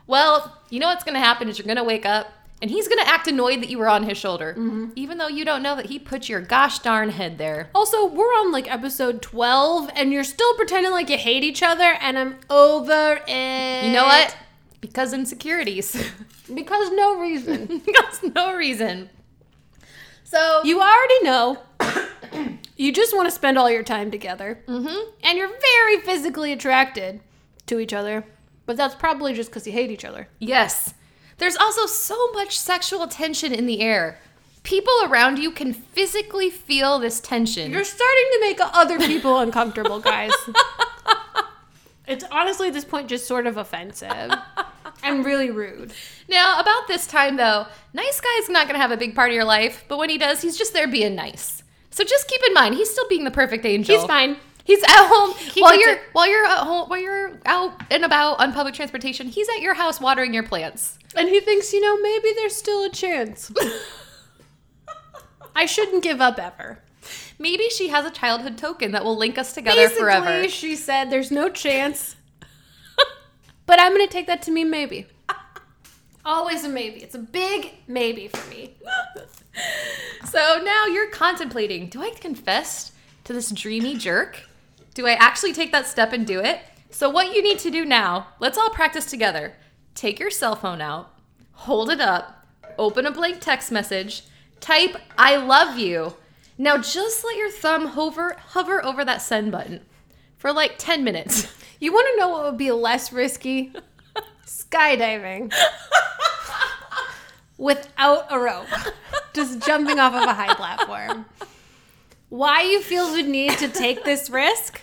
[SPEAKER 3] Well, you know what's gonna happen is you're gonna wake up and he's gonna act annoyed that you were on his shoulder,
[SPEAKER 2] Mm-hmm.
[SPEAKER 3] even though you don't know that he put your gosh darn head there.
[SPEAKER 2] Also, we're on like episode 12 and you're still pretending like you hate each other and I'm over it.
[SPEAKER 3] You know what? Because insecurities.
[SPEAKER 2] Because no reason.
[SPEAKER 3] That's no reason. So
[SPEAKER 2] you already know. you just want to spend all your time together.
[SPEAKER 3] Mhm.
[SPEAKER 2] And you're very physically attracted to each other. But that's probably just because you hate each other.
[SPEAKER 3] Yes. There's also so much sexual tension in the air. People around you can physically feel this tension.
[SPEAKER 2] You're starting to make other people uncomfortable, guys. it's honestly at this point just sort of offensive and really rude.
[SPEAKER 3] now, about this time though, nice guy's not going to have a big part of your life, but when he does, he's just there being nice. So just keep in mind, he's still being the perfect angel.
[SPEAKER 2] He's fine.
[SPEAKER 3] He's at home while
[SPEAKER 2] gets
[SPEAKER 3] you're
[SPEAKER 2] it.
[SPEAKER 3] while you're at home while you're out and about on public transportation. He's at your house watering your plants.
[SPEAKER 2] And he thinks, you know, maybe there's still a chance. I shouldn't give up ever.
[SPEAKER 3] Maybe she has a childhood token that will link us together
[SPEAKER 2] Basically,
[SPEAKER 3] forever.
[SPEAKER 2] she said, there's no chance. but I'm going to take that to mean maybe. Always a maybe. It's a big maybe for me.
[SPEAKER 3] So now you're contemplating do I confess to this dreamy jerk? Do I actually take that step and do it? So, what you need to do now, let's all practice together. Take your cell phone out, hold it up, open a blank text message, type, I love you. Now, just let your thumb hover, hover over that send button for like 10 minutes.
[SPEAKER 2] You want to know what would be less risky? Skydiving. Without a rope. Just jumping off of a high platform. Why you feel the need to take this risk?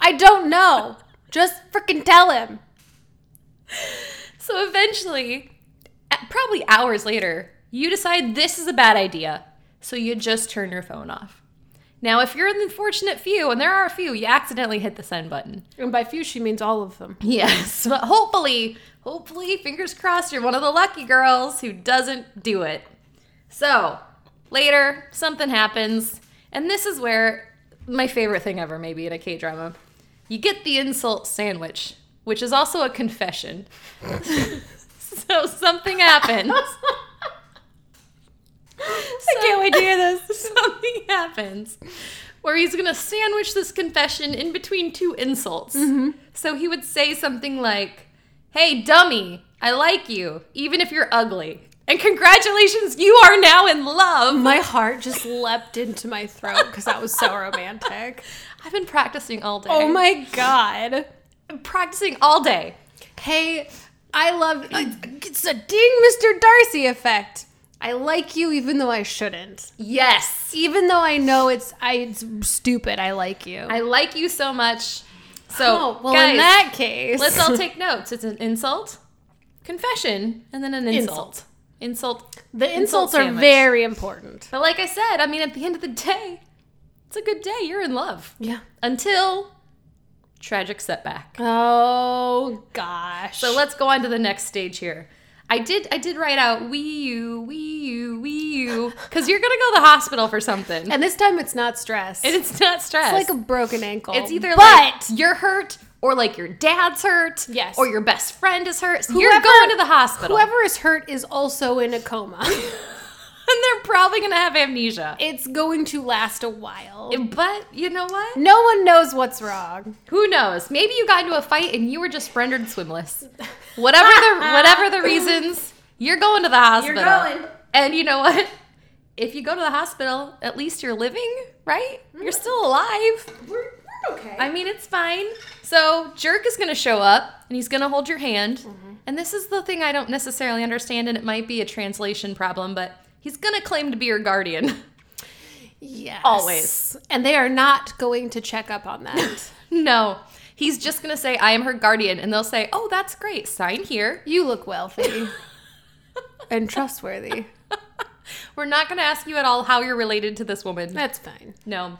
[SPEAKER 2] I don't know. Just freaking tell him.
[SPEAKER 3] So eventually, a- probably hours later, you decide this is a bad idea. So you just turn your phone off. Now, if you're in the fortunate few, and there are a few, you accidentally hit the send button.
[SPEAKER 2] And by few, she means all of them.
[SPEAKER 3] Yes, but hopefully, hopefully, fingers crossed, you're one of the lucky girls who doesn't do it. So later, something happens, and this is where my favorite thing ever, maybe in a K drama, you get the insult sandwich, which is also a confession. so something happens. I can't wait to hear this. Something happens where he's going to sandwich this confession in between two insults.
[SPEAKER 2] Mm-hmm.
[SPEAKER 3] So he would say something like, Hey, dummy, I like you, even if you're ugly. And congratulations, you are now in love.
[SPEAKER 2] My heart just leapt into my throat because that was so romantic.
[SPEAKER 3] I've been practicing all day.
[SPEAKER 2] Oh my God.
[SPEAKER 3] Practicing all day.
[SPEAKER 2] Hey, I love uh, it's a ding Mr. Darcy effect. I like you even though I shouldn't.
[SPEAKER 3] Yes.
[SPEAKER 2] Even though I know it's I it's stupid, I like you.
[SPEAKER 3] I like you so much. So,
[SPEAKER 2] oh, well
[SPEAKER 3] guys,
[SPEAKER 2] in that case.
[SPEAKER 3] let's all take notes. It's an insult, confession, and then an insult. Insult.
[SPEAKER 2] the
[SPEAKER 3] insult
[SPEAKER 2] insults are
[SPEAKER 3] sandwich.
[SPEAKER 2] very important.
[SPEAKER 3] But like I said, I mean, at the end of the day, it's a good day. You're in love.
[SPEAKER 2] Yeah.
[SPEAKER 3] Until tragic setback.
[SPEAKER 2] Oh gosh.
[SPEAKER 3] So let's go on to the next stage here. I did I did write out we you, we you, we you. Because you're gonna go to the hospital for something. And
[SPEAKER 2] and this time it's not stress. It's
[SPEAKER 3] it's not stress.
[SPEAKER 2] like a broken ankle.
[SPEAKER 3] it's either
[SPEAKER 2] but
[SPEAKER 3] like you're hurt or like your dad's hurt.
[SPEAKER 2] Yes.
[SPEAKER 3] Or your best friend is hurt. So you're
[SPEAKER 2] Whoever-
[SPEAKER 3] going to the hospital.
[SPEAKER 2] whoever is hurt is also in a coma.
[SPEAKER 3] And they're probably gonna have amnesia.
[SPEAKER 2] it's going to last a while.
[SPEAKER 3] But you know what?
[SPEAKER 2] no one knows what's wrong.
[SPEAKER 3] Who knows? Maybe you got into a fight and you were just rendered swimless. Whatever the whatever the reasons, you're going to the hospital.
[SPEAKER 4] going.
[SPEAKER 3] And you know what? If you go to the hospital, at least you're living, right? You're still alive.
[SPEAKER 4] We're, we're okay.
[SPEAKER 3] I mean, it's fine. So, Jerk is going to show up and he's going to hold your hand. And this is the thing I don't necessarily understand and it might be a translation problem, but he's going to claim to be your guardian.
[SPEAKER 2] Yes.
[SPEAKER 3] Always.
[SPEAKER 2] And they are not going to check up on that.
[SPEAKER 3] no. He's just going to say I am her guardian and they'll say, "Oh, that's great. Sign here."
[SPEAKER 2] you look wealthy and trustworthy.
[SPEAKER 3] We're not going to ask you at all how you're related to this woman.
[SPEAKER 2] That's fine.
[SPEAKER 3] No.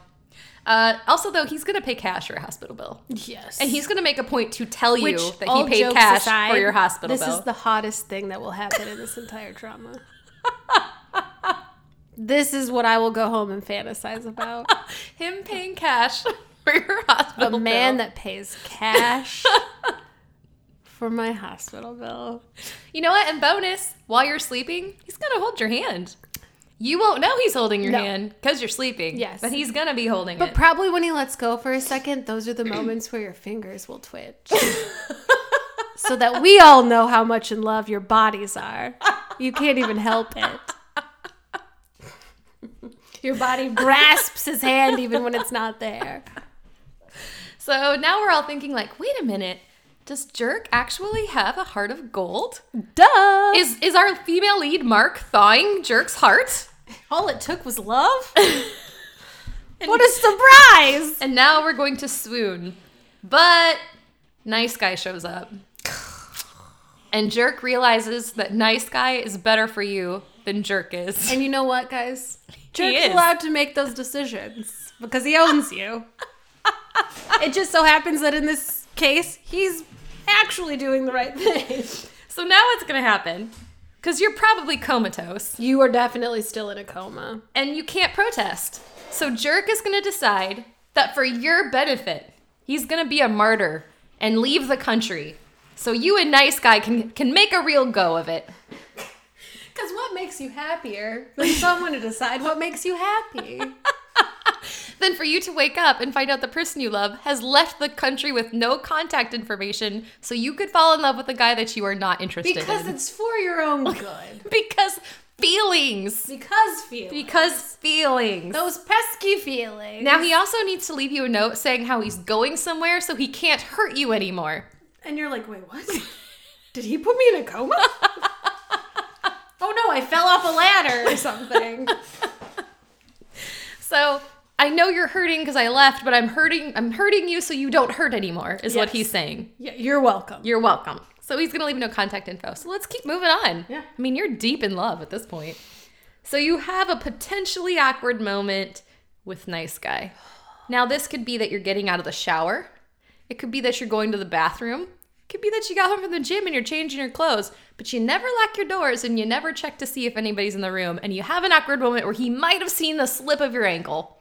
[SPEAKER 3] Uh, also, though, he's going to pay cash for your hospital bill.
[SPEAKER 2] Yes.
[SPEAKER 3] And he's going to make a point to tell you that he
[SPEAKER 2] all
[SPEAKER 3] paid
[SPEAKER 2] jokes
[SPEAKER 3] cash
[SPEAKER 2] aside,
[SPEAKER 3] for your hospital
[SPEAKER 2] This
[SPEAKER 3] bill.
[SPEAKER 2] is the hottest thing that will happen in this entire drama. this is what I will go home and fantasize about.
[SPEAKER 3] Him paying cash for your hospital
[SPEAKER 2] A man
[SPEAKER 3] bill.
[SPEAKER 2] that pays cash for my hospital bill.
[SPEAKER 3] you know what? And bonus, while you're sleeping, he's going to hold your hand. You won't know he's holding your
[SPEAKER 2] No.
[SPEAKER 3] hand because you're sleeping.
[SPEAKER 2] Yes.
[SPEAKER 3] But he's going to be holding
[SPEAKER 2] But
[SPEAKER 3] it.
[SPEAKER 2] probably when he lets go for a second, those are the moments where your fingers will twitch. so that we all know how much in love your bodies are. You can't even help it. Your body grasps his hand even when it's not there.
[SPEAKER 3] so now we're all thinking, like, wait a minute. Does Jerk actually have a heart of gold?
[SPEAKER 2] Duh.
[SPEAKER 3] Is is our female lead Mark thawing Jerk's heart?
[SPEAKER 4] all it took was love.
[SPEAKER 2] what a surprise!
[SPEAKER 3] And now we're going to swoon. But nice guy shows up. And Jerk realizes that nice guy is better for you than Jerk is.
[SPEAKER 2] And you know what, guys? Jerk's
[SPEAKER 3] is.
[SPEAKER 2] allowed to make those decisions because he owns you. it just so happens that in this case, he's actually doing the right thing.
[SPEAKER 3] So now what's going to happen? Because you're probably comatose
[SPEAKER 2] You are definitely still in a coma.
[SPEAKER 3] and you can't protest. So Jerk is going to decide that for your benefit, he's going to be a martyr and leave the country. So you and nice guy can, can make a real go of it.
[SPEAKER 2] Because what makes makes you happier than someone to decide what makes you happy.
[SPEAKER 3] Then for you to wake up and find out the person you love has left the country with no contact information, so you could fall in love with a guy that you are not interested
[SPEAKER 2] Because
[SPEAKER 3] in.
[SPEAKER 2] it's for your own good.
[SPEAKER 3] Because feelings.
[SPEAKER 2] Because feelings.
[SPEAKER 3] Because feelings.
[SPEAKER 2] Those pesky feelings.
[SPEAKER 3] Now he also needs to leave you a note saying how he's going somewhere so he can't hurt you anymore.
[SPEAKER 2] and you're like, wait, what? Did he put me in a coma? oh no, I fell off a ladder or something.
[SPEAKER 3] So I know you're hurting because I left, but I'm hurting I'm hurting you so you don't hurt anymore, is what
[SPEAKER 2] Yes.
[SPEAKER 3] he's saying.
[SPEAKER 2] yeah, you're welcome.
[SPEAKER 3] You're welcome. So he's gonna leave no contact info. So let's keep moving on.
[SPEAKER 2] Yeah.
[SPEAKER 3] I mean, you're deep in love at this point. So you have a potentially awkward moment with nice guy. Now this could be that you're getting out of the shower. It could be that you're going to the bathroom. It could be that you got home from the gym and you're changing your clothes, but you never lock your doors and you never check to see if anybody's in the room and you have an awkward moment where he might have seen the slip of your ankle.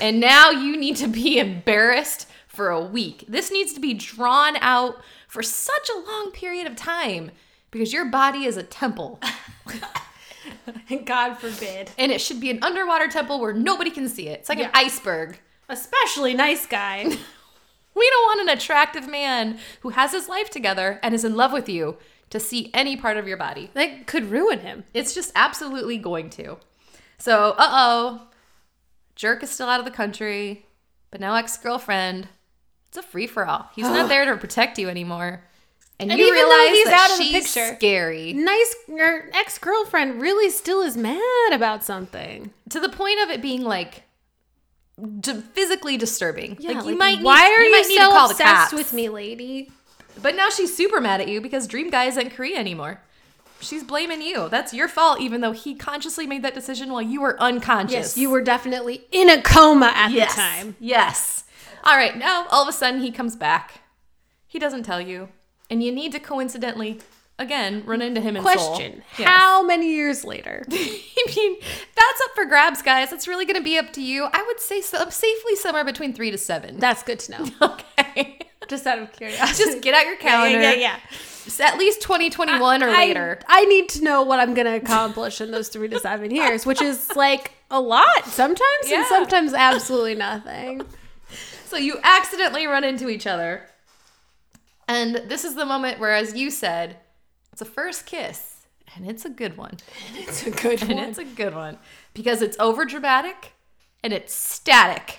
[SPEAKER 3] And now you need to be embarrassed for a week. This needs to be drawn out for such a long period of time because your body is a temple
[SPEAKER 2] God forbid.
[SPEAKER 3] and it should be an underwater temple where nobody can see it. It's like an iceberg.
[SPEAKER 2] Especially nice guy.
[SPEAKER 3] We don't want an attractive man who has his life together and is in love with you to see any part of your body.
[SPEAKER 2] that could ruin him.
[SPEAKER 3] It's just absolutely going to. So, uh oh, jerk is still out of the country, but now ex girlfriend. It's a free for all. He's not there to protect you anymore. And,
[SPEAKER 2] And
[SPEAKER 3] you
[SPEAKER 2] even though
[SPEAKER 3] realize
[SPEAKER 2] he's
[SPEAKER 3] that
[SPEAKER 2] out of the
[SPEAKER 3] she's
[SPEAKER 2] picture-
[SPEAKER 3] scary
[SPEAKER 2] Nice your ex girlfriend really still is mad about something.
[SPEAKER 3] to the point of it being like d- physically disturbing.
[SPEAKER 2] Yeah,
[SPEAKER 3] like you might
[SPEAKER 2] Why
[SPEAKER 3] need,
[SPEAKER 2] are you,
[SPEAKER 3] might need to
[SPEAKER 2] so
[SPEAKER 3] call the
[SPEAKER 2] obsessed
[SPEAKER 3] cops.
[SPEAKER 2] with me, lady?
[SPEAKER 3] But now she's super mad at you because Dream Guy isn't Korea anymore. She's blaming you. That's your fault, even though he consciously made that decision while you were unconscious.
[SPEAKER 2] Yes, you were definitely in a coma at
[SPEAKER 3] yes.
[SPEAKER 2] the time.
[SPEAKER 3] Yes. All right, now all of a sudden he comes back. He doesn't tell you. And you need to coincidentally, again, run into him in Seoul.
[SPEAKER 2] Question:
[SPEAKER 3] Yes.
[SPEAKER 2] How many years later?
[SPEAKER 3] I mean, that's up for grabs, guys. It's really going to be up to you. I would say so, safely somewhere between three to seven.
[SPEAKER 2] That's good to know.
[SPEAKER 3] okay.
[SPEAKER 2] Just out of curiosity.
[SPEAKER 3] Just get out your calendar.
[SPEAKER 2] Yeah, yeah, yeah.
[SPEAKER 3] It's At least 2021 or
[SPEAKER 2] I-
[SPEAKER 3] later.
[SPEAKER 2] I need to know what I'm gonna accomplish in those three to seven years, which is like a lot sometimes,
[SPEAKER 3] Yeah.
[SPEAKER 2] and sometimes absolutely nothing.
[SPEAKER 3] So you accidentally run into each other. And this is the moment where, as you said, it's a first kiss, and it's a good one.
[SPEAKER 2] It's a good
[SPEAKER 3] And it's a good one because it's over dramatic and it's static.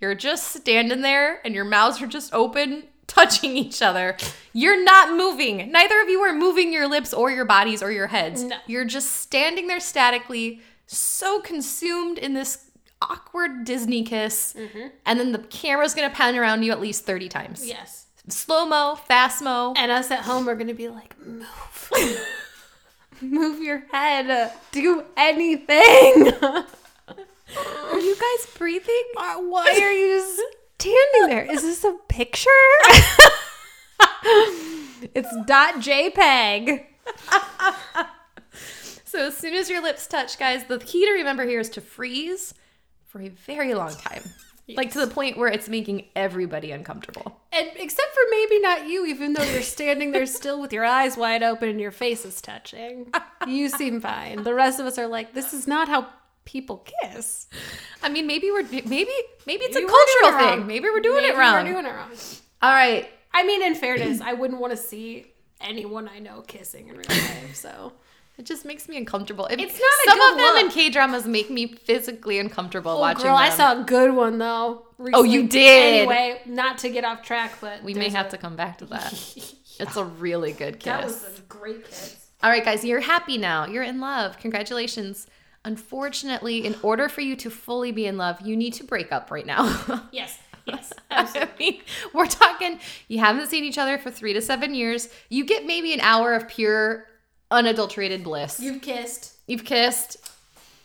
[SPEAKER 3] You're just standing there and your mouths are just open, touching each other. You're not moving. Neither of you are moving your lips or your bodies or your heads.
[SPEAKER 2] No.
[SPEAKER 3] You're just standing there statically, so consumed in this awkward Disney kiss.
[SPEAKER 2] Mm-hmm.
[SPEAKER 3] And then the camera's gonna pan around you at least 30 times.
[SPEAKER 2] Yes.
[SPEAKER 3] Slow mo, fast mo.
[SPEAKER 2] And us at home are gonna be like, move, move your head, do anything. Uh,
[SPEAKER 3] Are you guys breathing?
[SPEAKER 2] Why are you just standing there? Is this a picture? it's dot JPEG.
[SPEAKER 3] So as soon as your lips touch, guys, the key to remember here is to freeze for a very long time. Like to the point where it's making everybody uncomfortable.
[SPEAKER 2] And except for maybe not you, even though you're standing there still with your eyes wide open and your face is touching. You seem fine. The rest of us are like, this is not how people kiss.
[SPEAKER 3] I mean, maybe we're maybe maybe it's
[SPEAKER 2] Maybe
[SPEAKER 3] a
[SPEAKER 2] we're doing
[SPEAKER 3] cultural
[SPEAKER 2] it
[SPEAKER 3] thing.
[SPEAKER 2] wrong.
[SPEAKER 3] Maybe we're doing
[SPEAKER 2] Maybe
[SPEAKER 3] it wrong.
[SPEAKER 2] We're doing it wrong.
[SPEAKER 3] All right.
[SPEAKER 2] I mean, in fairness, I wouldn't want to see anyone I know kissing in real life. So
[SPEAKER 3] It just makes me uncomfortable. It-
[SPEAKER 2] It's not a
[SPEAKER 3] some
[SPEAKER 2] good
[SPEAKER 3] of them
[SPEAKER 2] look. Oh,
[SPEAKER 3] in K dramas make me physically uncomfortable watching.
[SPEAKER 2] girl, I
[SPEAKER 3] them. Oh,
[SPEAKER 2] saw a good one though.
[SPEAKER 3] you
[SPEAKER 2] recently.
[SPEAKER 3] did.
[SPEAKER 2] Anyway, not to get off track, but
[SPEAKER 3] We may have to come back to that. It's a really good kiss.
[SPEAKER 2] That was a great kiss.
[SPEAKER 3] All right, guys, you're happy now. You're in love. Congratulations. Unfortunately, in order for you to fully be in love, you need to break up right now.
[SPEAKER 2] Yes, yes.
[SPEAKER 3] I mean, we're talking, you haven't seen each other for three to seven years. You get maybe an hour of pure, unadulterated bliss. You've,
[SPEAKER 2] You've kissed.
[SPEAKER 3] kissed,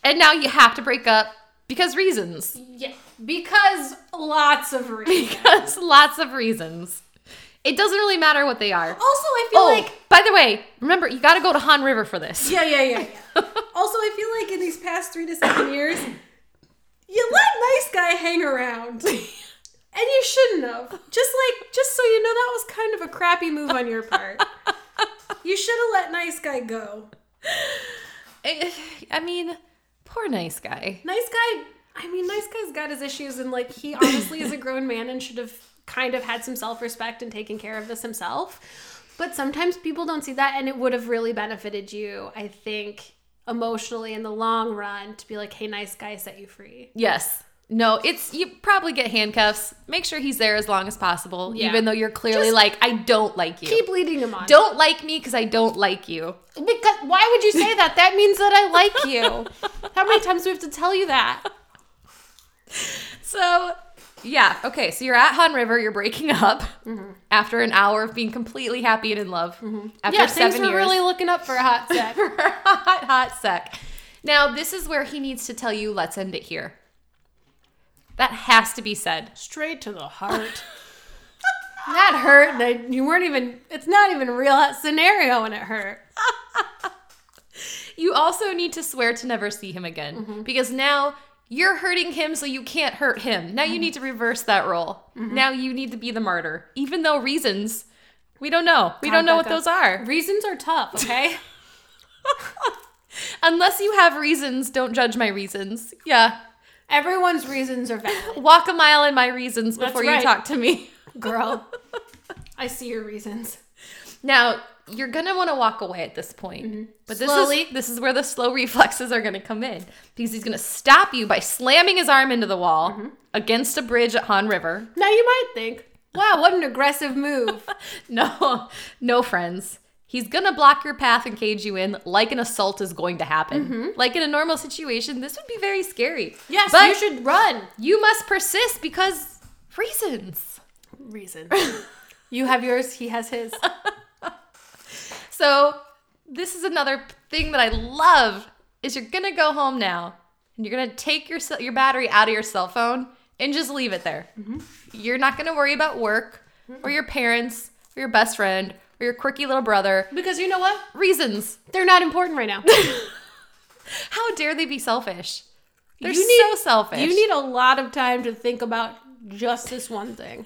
[SPEAKER 3] and now you have to break up because reasons.
[SPEAKER 2] Yeah, because lots of reasons.
[SPEAKER 3] Because lots of reasons. It doesn't really matter what they are.
[SPEAKER 4] Also, I feel
[SPEAKER 3] Oh,
[SPEAKER 4] like
[SPEAKER 3] by the way, remember, you got to go to Han River for this.
[SPEAKER 4] yeah, yeah, yeah, yeah. also, I feel like in these past three to seven years, you let nice guy hang around, and you shouldn't have. Just like, just so you know, that was kind of a crappy move on your part. You should have let nice guy go.
[SPEAKER 3] I, Eh, I mean, poor nice guy.
[SPEAKER 4] Nice guy. I mean, nice guy's got his issues, and like he obviously is a grown man and should have kind of had some self respect and taken care of this himself.
[SPEAKER 2] But sometimes people don't see that, and it would have really benefited you, I think, emotionally in the long run to be like, hey, nice guy set you free.
[SPEAKER 3] Yes. No, it's you probably get handcuffs. Make sure he's there as long as possible, even though you're clearly like, I don't like you.
[SPEAKER 2] Keep leading him on.
[SPEAKER 3] don't like me because I don't like you.
[SPEAKER 2] Because why would you say that? That means that I like you. How many times do we have to tell you that?
[SPEAKER 3] So, yeah, okay. So you're at Han River. You're breaking up after an hour of being completely happy and in love. After
[SPEAKER 2] Yeah, things
[SPEAKER 3] seven
[SPEAKER 2] were
[SPEAKER 3] years,
[SPEAKER 2] really looking up for a hot sec.
[SPEAKER 3] hot, hot sec. Now this is where he needs to tell you. Let's end it here. That has to be said.
[SPEAKER 4] Straight to the heart.
[SPEAKER 2] that hurt.
[SPEAKER 4] And I- you weren't even. It's not even a real scenario, and it hurt.
[SPEAKER 3] You also need to swear to never see him again
[SPEAKER 4] Mm-hmm.
[SPEAKER 3] because now you're hurting him, so you can't hurt him. Now
[SPEAKER 4] Mm-hmm.
[SPEAKER 3] you need to reverse that role. Now you need to be the martyr, even though reasons we don't know. We don't know what
[SPEAKER 4] back up.
[SPEAKER 3] those are.
[SPEAKER 4] Reasons are tough. Okay.
[SPEAKER 3] Unless you have reasons, don't judge my reasons. Yeah.
[SPEAKER 2] Everyone's reasons are valid.
[SPEAKER 3] Walk a mile in my reasons before you
[SPEAKER 4] right.
[SPEAKER 3] talk to me.
[SPEAKER 4] Girl, I see your reasons.
[SPEAKER 3] Now, you're going to want to walk away at this point. But this
[SPEAKER 2] Slowly.
[SPEAKER 3] is this is where the slow reflexes are going to come in because he's going to stop you by slamming his arm into the wall against a bridge at Han River.
[SPEAKER 2] Now you might think, wow, what an aggressive move.
[SPEAKER 3] No. No friends. He's going to block your path and cage you in like an assault is going to happen. Like in a normal situation, this would be very scary.
[SPEAKER 2] Yes,
[SPEAKER 3] But
[SPEAKER 2] you should run.
[SPEAKER 3] you must persist because reasons.
[SPEAKER 4] Reasons.
[SPEAKER 2] You have yours, he has his.
[SPEAKER 3] So this is another thing that I love is you're gonna go home now and you're gonna take your ce- your battery out of your cell phone and just leave it there.
[SPEAKER 2] Mm-hmm.
[SPEAKER 3] You're not gonna worry about work or your parents or your best friend or your quirky little brother.
[SPEAKER 2] Because you know what?
[SPEAKER 3] Reasons.
[SPEAKER 2] They're not important right now.
[SPEAKER 3] How dare they be selfish? They're
[SPEAKER 2] You need-
[SPEAKER 3] so selfish.
[SPEAKER 2] You need a lot of time to think about just this one thing.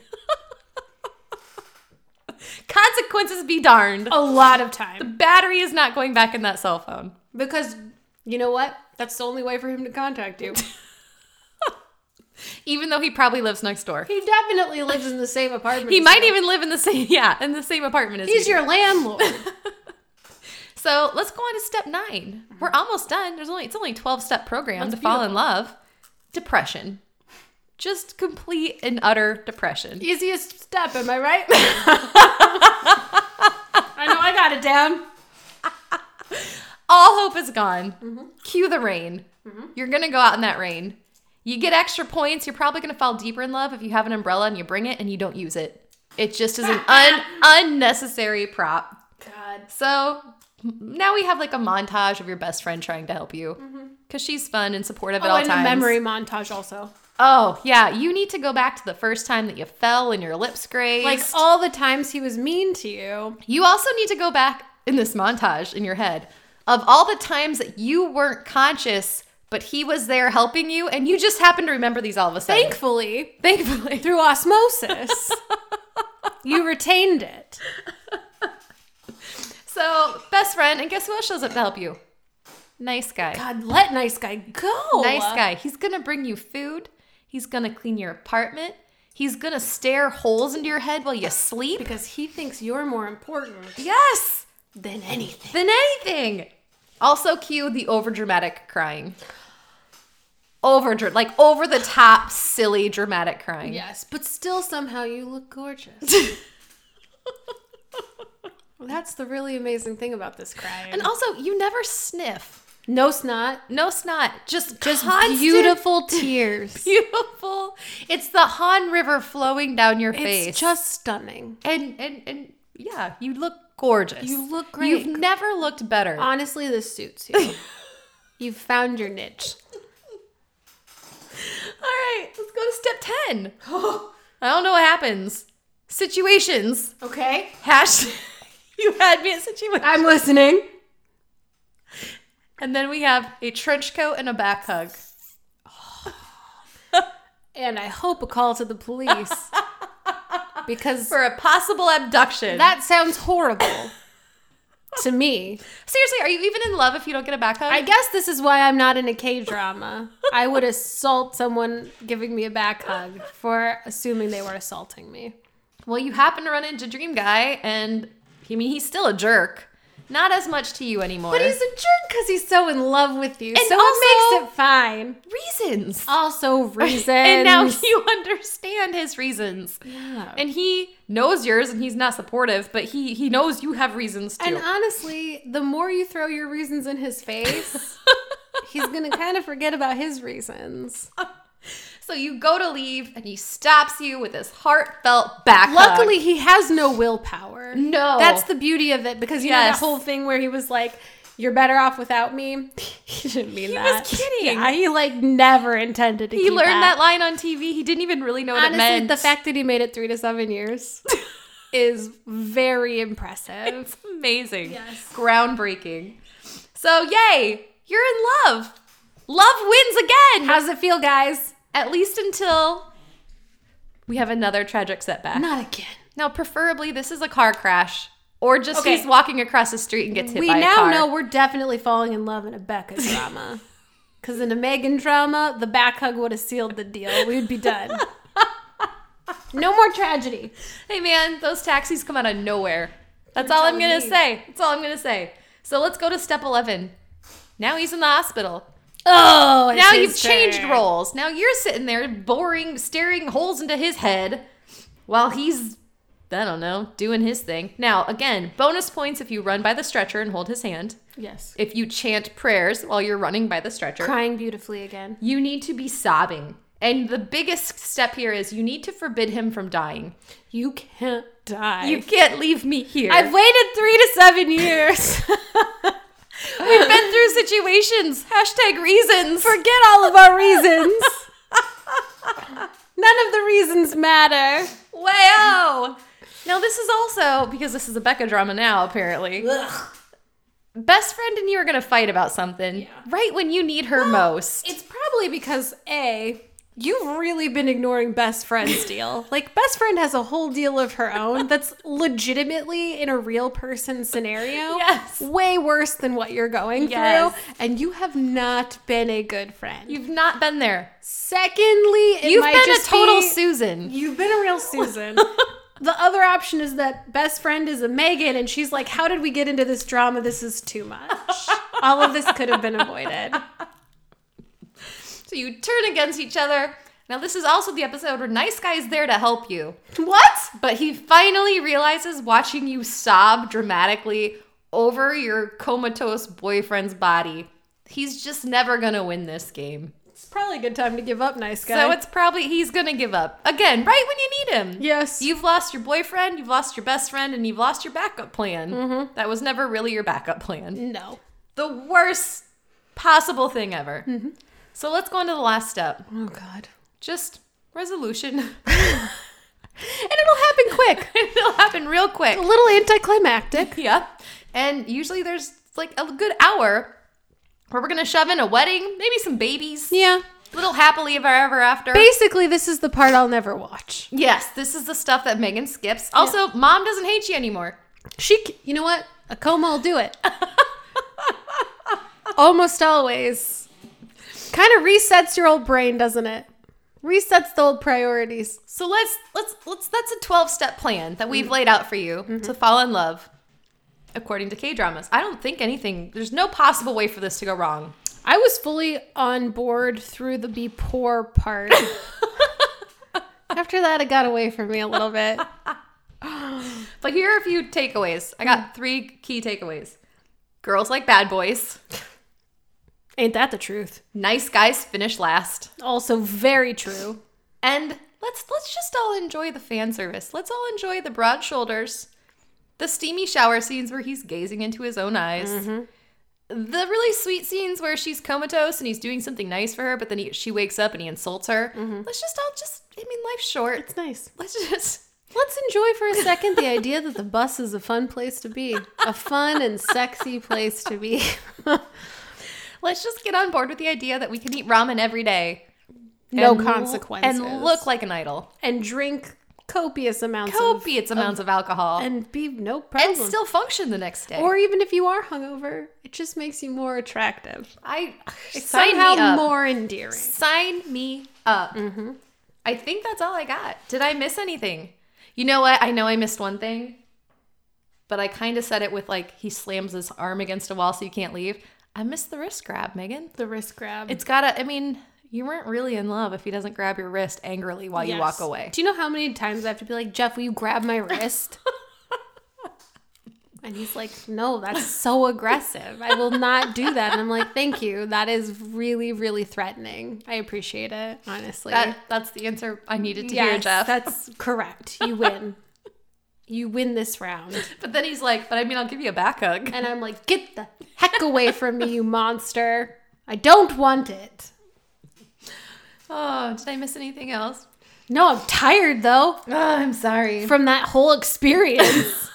[SPEAKER 3] consequences be darned.
[SPEAKER 2] A lot of time.
[SPEAKER 3] Battery is not going back in that cell phone.
[SPEAKER 2] Because you know what? That's the only way for him to contact you.
[SPEAKER 3] Even though he probably lives next door.
[SPEAKER 2] He definitely lives in the same apartment.
[SPEAKER 3] He
[SPEAKER 2] as
[SPEAKER 3] might
[SPEAKER 2] you.
[SPEAKER 3] even live in the same yeah, in the same apartment as you.
[SPEAKER 2] He's your landlord.
[SPEAKER 3] So let's go on to step 9 we We're
[SPEAKER 2] Mm-hmm.
[SPEAKER 3] almost done. There's only it's only a 12 step program to fall in love. Depression. Just complete and utter depression.
[SPEAKER 2] Easiest step, am I right?
[SPEAKER 4] I know I got it down.
[SPEAKER 3] All hope is gone.
[SPEAKER 2] Mm-hmm.
[SPEAKER 3] Cue the rain. You're gonna go out in that rain. You get extra points. You're probably gonna fall deeper in love if you have an umbrella and you bring it and you don't use it. It just is an un- unnecessary prop.
[SPEAKER 4] God.
[SPEAKER 3] So m- now we have like a montage of your best friend trying to help you because she's fun and supportive at
[SPEAKER 2] Mm-hmm. oh,
[SPEAKER 3] all
[SPEAKER 2] and
[SPEAKER 3] times.
[SPEAKER 2] a memory montage also.
[SPEAKER 3] Oh, yeah. You need to go back to the first time that you fell and your lips grazed.
[SPEAKER 2] Like oh. all the times he was mean to you.
[SPEAKER 3] you also need to go back in this montage in your head of all the times that you weren't conscious, but he was there helping you, and you just happened to remember these all of a sudden.
[SPEAKER 2] Thankfully,
[SPEAKER 3] Thankfully.
[SPEAKER 2] through osmosis, you retained it.
[SPEAKER 3] So, best friend, and guess who else shows up to help you? Nice guy.
[SPEAKER 2] God, let nice guy go.
[SPEAKER 3] nice guy. He's gonna bring you food. He's gonna clean your apartment. He's gonna stare holes into your head while you sleep.
[SPEAKER 2] Because he thinks you're more important
[SPEAKER 3] Yes!
[SPEAKER 2] than anything.
[SPEAKER 3] than anything. Also, cue the overdramatic crying. Over like over the top, silly dramatic crying.
[SPEAKER 2] Yes, but still somehow you look gorgeous. That's the really amazing thing about this crying.
[SPEAKER 3] And also, you never sniff.
[SPEAKER 2] no snot,
[SPEAKER 3] No snot. Just
[SPEAKER 2] just
[SPEAKER 3] constant,
[SPEAKER 2] beautiful tears.
[SPEAKER 3] beautiful. It's the Han River flowing down your face.
[SPEAKER 2] It's just stunning.
[SPEAKER 3] and and and yeah, you look gorgeous.
[SPEAKER 2] You look great. Uh,
[SPEAKER 3] You've never looked better.
[SPEAKER 2] Honestly, this suits you. You've found your niche.
[SPEAKER 3] All right, let's go to step ten. I don't know what happens. Situations.
[SPEAKER 4] Okay.
[SPEAKER 3] Hash. you had me at situations.
[SPEAKER 2] I'm listening.
[SPEAKER 3] And then we have a trench coat and a back hug.
[SPEAKER 2] And I hope a call to the police. because
[SPEAKER 3] For a possible abduction.
[SPEAKER 2] that sounds horrible. to me.
[SPEAKER 3] Seriously, are you even in love if you don't get a back hug?
[SPEAKER 2] I guess this is why I'm not in a K drama. I would assault someone giving me a back hug for assuming they were assaulting me.
[SPEAKER 3] well, you happen to run into Dream Guy, and I mean, he's still a jerk. Not as much to you anymore.
[SPEAKER 2] But he's a jerk because he's so in love with you. so
[SPEAKER 3] also-
[SPEAKER 2] it makes it fine.
[SPEAKER 3] reasons.
[SPEAKER 2] Also, reasons.
[SPEAKER 3] And now you understand his reasons.
[SPEAKER 2] Yeah.
[SPEAKER 3] And he knows yours and he's not supportive, but he he knows you have reasons too.
[SPEAKER 2] And honestly, the more you throw your reasons in his face, he's going to kind of forget about his reasons.
[SPEAKER 3] so you go to leave and he stops you with this heartfelt back.
[SPEAKER 2] Luckily, he has no willpower.
[SPEAKER 3] hug. no.
[SPEAKER 2] That's the beauty of it because you know
[SPEAKER 3] Yes.
[SPEAKER 2] that whole thing where he was like, "You're better off without me." He didn't mean that.
[SPEAKER 3] was kidding.
[SPEAKER 2] Yeah, he like never intended to.
[SPEAKER 3] he
[SPEAKER 2] keep
[SPEAKER 3] learned that. line on TV. He didn't even really know what
[SPEAKER 2] Honestly,
[SPEAKER 3] it meant.
[SPEAKER 2] the fact that he made it three to seven years is very impressive.
[SPEAKER 3] it's amazing.
[SPEAKER 2] Yes.
[SPEAKER 3] Groundbreaking. So yay, you're in love. Love wins again.
[SPEAKER 2] How's it feel, guys?
[SPEAKER 3] At least until we have another tragic setback.
[SPEAKER 2] Not again.
[SPEAKER 3] Now, preferably, this is a car crash or just
[SPEAKER 2] Okay.
[SPEAKER 3] he's walking across the street and gets hit
[SPEAKER 2] we
[SPEAKER 3] by a
[SPEAKER 2] now
[SPEAKER 3] car.
[SPEAKER 2] know we're definitely falling in love in a Becca drama. Because in a Megan drama, the back hug would have sealed the deal. We'd be done. no more tragedy.
[SPEAKER 3] Hey, man, those taxis come out of nowhere. That's all I'm gonna
[SPEAKER 2] telling you.
[SPEAKER 3] say. That's all I'm gonna say. So let's go to step eleven. Now he's in the hospital.
[SPEAKER 2] Oh, it's
[SPEAKER 3] Now
[SPEAKER 2] his
[SPEAKER 3] you've changed
[SPEAKER 2] turn.
[SPEAKER 3] roles. Now you're sitting there boring, staring holes into his head while he's, I don't know, doing his thing. Now, again, bonus points if you run by the stretcher and hold his hand.
[SPEAKER 2] Yes.
[SPEAKER 3] If you chant prayers while you're running by the stretcher.
[SPEAKER 2] Crying beautifully again.
[SPEAKER 3] You need to be sobbing. And the biggest step here is you need to forbid him from dying.
[SPEAKER 2] You can't die.
[SPEAKER 3] You can't leave me here.
[SPEAKER 2] I've waited three to seven years.
[SPEAKER 3] We've been through situations. Hashtag reasons.
[SPEAKER 2] Forget all of our reasons. None of the reasons matter.
[SPEAKER 3] Wow. Now, this is also because this is a Becca drama now, apparently.
[SPEAKER 4] Ugh.
[SPEAKER 3] Best friend and you are going to fight about something right when you need her most.
[SPEAKER 2] It's probably because A, you've really been ignoring best friend's deal. like best friend has a whole deal of her own that's legitimately in a real person scenario.
[SPEAKER 3] Yes.
[SPEAKER 2] Way worse than what you're going
[SPEAKER 3] Yes.
[SPEAKER 2] through. And you have not been a good friend.
[SPEAKER 3] You've not been there.
[SPEAKER 2] Secondly, it
[SPEAKER 3] You've
[SPEAKER 2] might
[SPEAKER 3] been a
[SPEAKER 2] just
[SPEAKER 3] total
[SPEAKER 2] be-
[SPEAKER 3] Susan.
[SPEAKER 2] You've been a real Susan. the other option is that best friend is a Megan, and she's like, "How did we get into this drama? This is too much. All of this could have been avoided."
[SPEAKER 3] So you turn against each other. Now, this is also the episode where Nice Guy is there to help you.
[SPEAKER 2] What?
[SPEAKER 3] But he finally realizes watching you sob dramatically over your comatose boyfriend's body. He's just never gonna win this game.
[SPEAKER 2] It's probably a good time to give up, nice guy.
[SPEAKER 3] So it's probably he's gonna give up. Again, right when you need him.
[SPEAKER 2] yes.
[SPEAKER 3] You've lost your boyfriend, you've lost your best friend, and you've lost your backup plan. That was never really your backup plan.
[SPEAKER 2] no.
[SPEAKER 3] The worst possible thing ever. So let's go on to the last step.
[SPEAKER 2] Oh God.
[SPEAKER 3] Just resolution. and
[SPEAKER 2] It'll happen quick.
[SPEAKER 3] it'll happen real quick.
[SPEAKER 2] a little anticlimactic.
[SPEAKER 3] Yeah. And usually there's like a good hour where we're going to shove in a wedding, maybe some babies,
[SPEAKER 2] Yeah.
[SPEAKER 3] little happily ever ever after.
[SPEAKER 2] Basically, this is the part I'll never watch.
[SPEAKER 3] yes, this is the stuff that Megan skips. Also, mom doesn't hate you anymore.
[SPEAKER 2] She, c- you know what? A coma will do it. Almost always. Kind of resets your old brain, doesn't it? Resets the old priorities.
[SPEAKER 3] So let's let's let's that's a 12-step plan that we've laid out for you to fall in love according to K-dramas. I don't think anything there's no possible way for this to go wrong.
[SPEAKER 2] I was fully on board through the be poor part. After that, it got away from me a little bit.
[SPEAKER 3] But here are a few takeaways. I got 3 key takeaways. Girls like bad boys.
[SPEAKER 2] Ain't that the truth?
[SPEAKER 3] Nice guys finish last.
[SPEAKER 2] Also, very true.
[SPEAKER 3] And let's let's just all enjoy the fan service. Let's all enjoy the broad shoulders, the steamy shower scenes where he's gazing into his own eyes. The really sweet scenes where she's comatose and he's doing something nice for her, but then he, she wakes up and he insults her. Let's just all just I mean life's short.
[SPEAKER 2] It's nice.
[SPEAKER 3] Let's just
[SPEAKER 2] Let's enjoy for a second the idea that the bus is a fun place to be, a fun and sexy place to be.
[SPEAKER 3] let's just get on board with the idea that we can eat ramen every day.
[SPEAKER 2] No
[SPEAKER 3] and l-
[SPEAKER 2] consequences.
[SPEAKER 3] And look like an idol.
[SPEAKER 2] and drink copious amounts of
[SPEAKER 3] copious amounts of alcohol and,
[SPEAKER 2] and be no problem.
[SPEAKER 3] still function the next day.
[SPEAKER 2] or even if you are hungover, it just makes you more attractive.
[SPEAKER 3] I sign
[SPEAKER 2] Somehow
[SPEAKER 3] me up.
[SPEAKER 2] more endearing.
[SPEAKER 3] Sign me up. I think that's all I got. Did I miss anything? You know what? I know I missed one thing, but I kind of said it with like he slams his arm against a wall so you can't leave. I missed the wrist grab, Megan.
[SPEAKER 2] The wrist grab.
[SPEAKER 3] It's gotta. I mean, you weren't really in love if he doesn't grab your wrist angrily while you walk away.
[SPEAKER 2] Do you know how many times I have to be like, Jeff, will you grab my wrist? and he's like, No, that's so aggressive. I will not do that. And I'm like, Thank you. That is really, really threatening. I appreciate it, honestly.
[SPEAKER 3] That, that's the answer I needed to hear,
[SPEAKER 2] Yes,
[SPEAKER 3] Jeff.
[SPEAKER 2] That's correct. You win. you win this round.
[SPEAKER 3] but then he's like, "But I mean, I'll give you a back hug."
[SPEAKER 2] And I'm like, Get the heck away from me, you monster. I don't want it.
[SPEAKER 3] Oh, did I miss anything else?
[SPEAKER 2] No, I'm tired though
[SPEAKER 3] Oh, I'm sorry.
[SPEAKER 2] from that whole experience.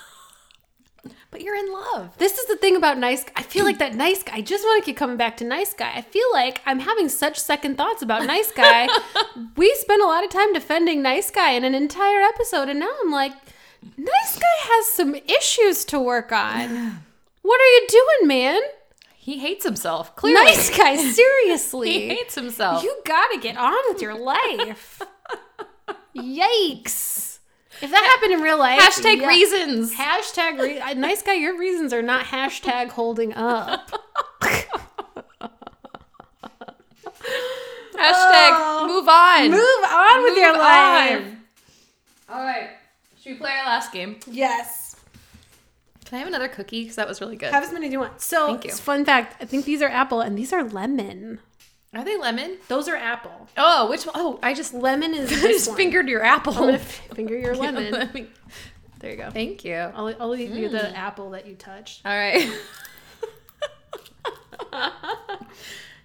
[SPEAKER 3] But you're in love.
[SPEAKER 2] This is the thing about nice. I feel like that nice guy. I just want to keep coming back to nice guy. I feel like I'm having such second thoughts about nice guy. we spent a lot of time defending nice guy in an entire episode, and now I'm like, nice guy has some issues to work on. What are you doing, man?
[SPEAKER 3] He hates himself. Clearly,
[SPEAKER 2] Nice guy,
[SPEAKER 3] he
[SPEAKER 2] seriously.
[SPEAKER 3] hates himself.
[SPEAKER 2] you gotta get on with your life. Yikes. If that happened in real life,
[SPEAKER 3] Hashtag
[SPEAKER 2] yeah.
[SPEAKER 3] reasons.
[SPEAKER 2] Hashtag re- uh, nice guy. Your reasons are not hashtag holding up.
[SPEAKER 3] Hashtag
[SPEAKER 2] Oh.
[SPEAKER 3] move on.
[SPEAKER 4] Move on with your
[SPEAKER 3] Move
[SPEAKER 4] life.
[SPEAKER 3] on. All right. Should we play our last game?
[SPEAKER 4] Yes.
[SPEAKER 3] Can I have another cookie? Because that was really good.
[SPEAKER 4] Have as many as you want. So
[SPEAKER 3] Thank you.
[SPEAKER 2] Fun fact: I think these are apple and these are lemon.
[SPEAKER 3] Are they lemon?
[SPEAKER 2] Those are apple.
[SPEAKER 3] Oh, which one? Oh, I just,
[SPEAKER 2] Lemon is
[SPEAKER 3] I
[SPEAKER 2] this
[SPEAKER 3] just
[SPEAKER 2] one.
[SPEAKER 3] fingered your apple.
[SPEAKER 2] I'm gonna f- finger your lemon.
[SPEAKER 3] Let me-
[SPEAKER 2] There you go.
[SPEAKER 3] Thank you. All
[SPEAKER 2] I'll, I'll leave you the apple that you touched.
[SPEAKER 3] right.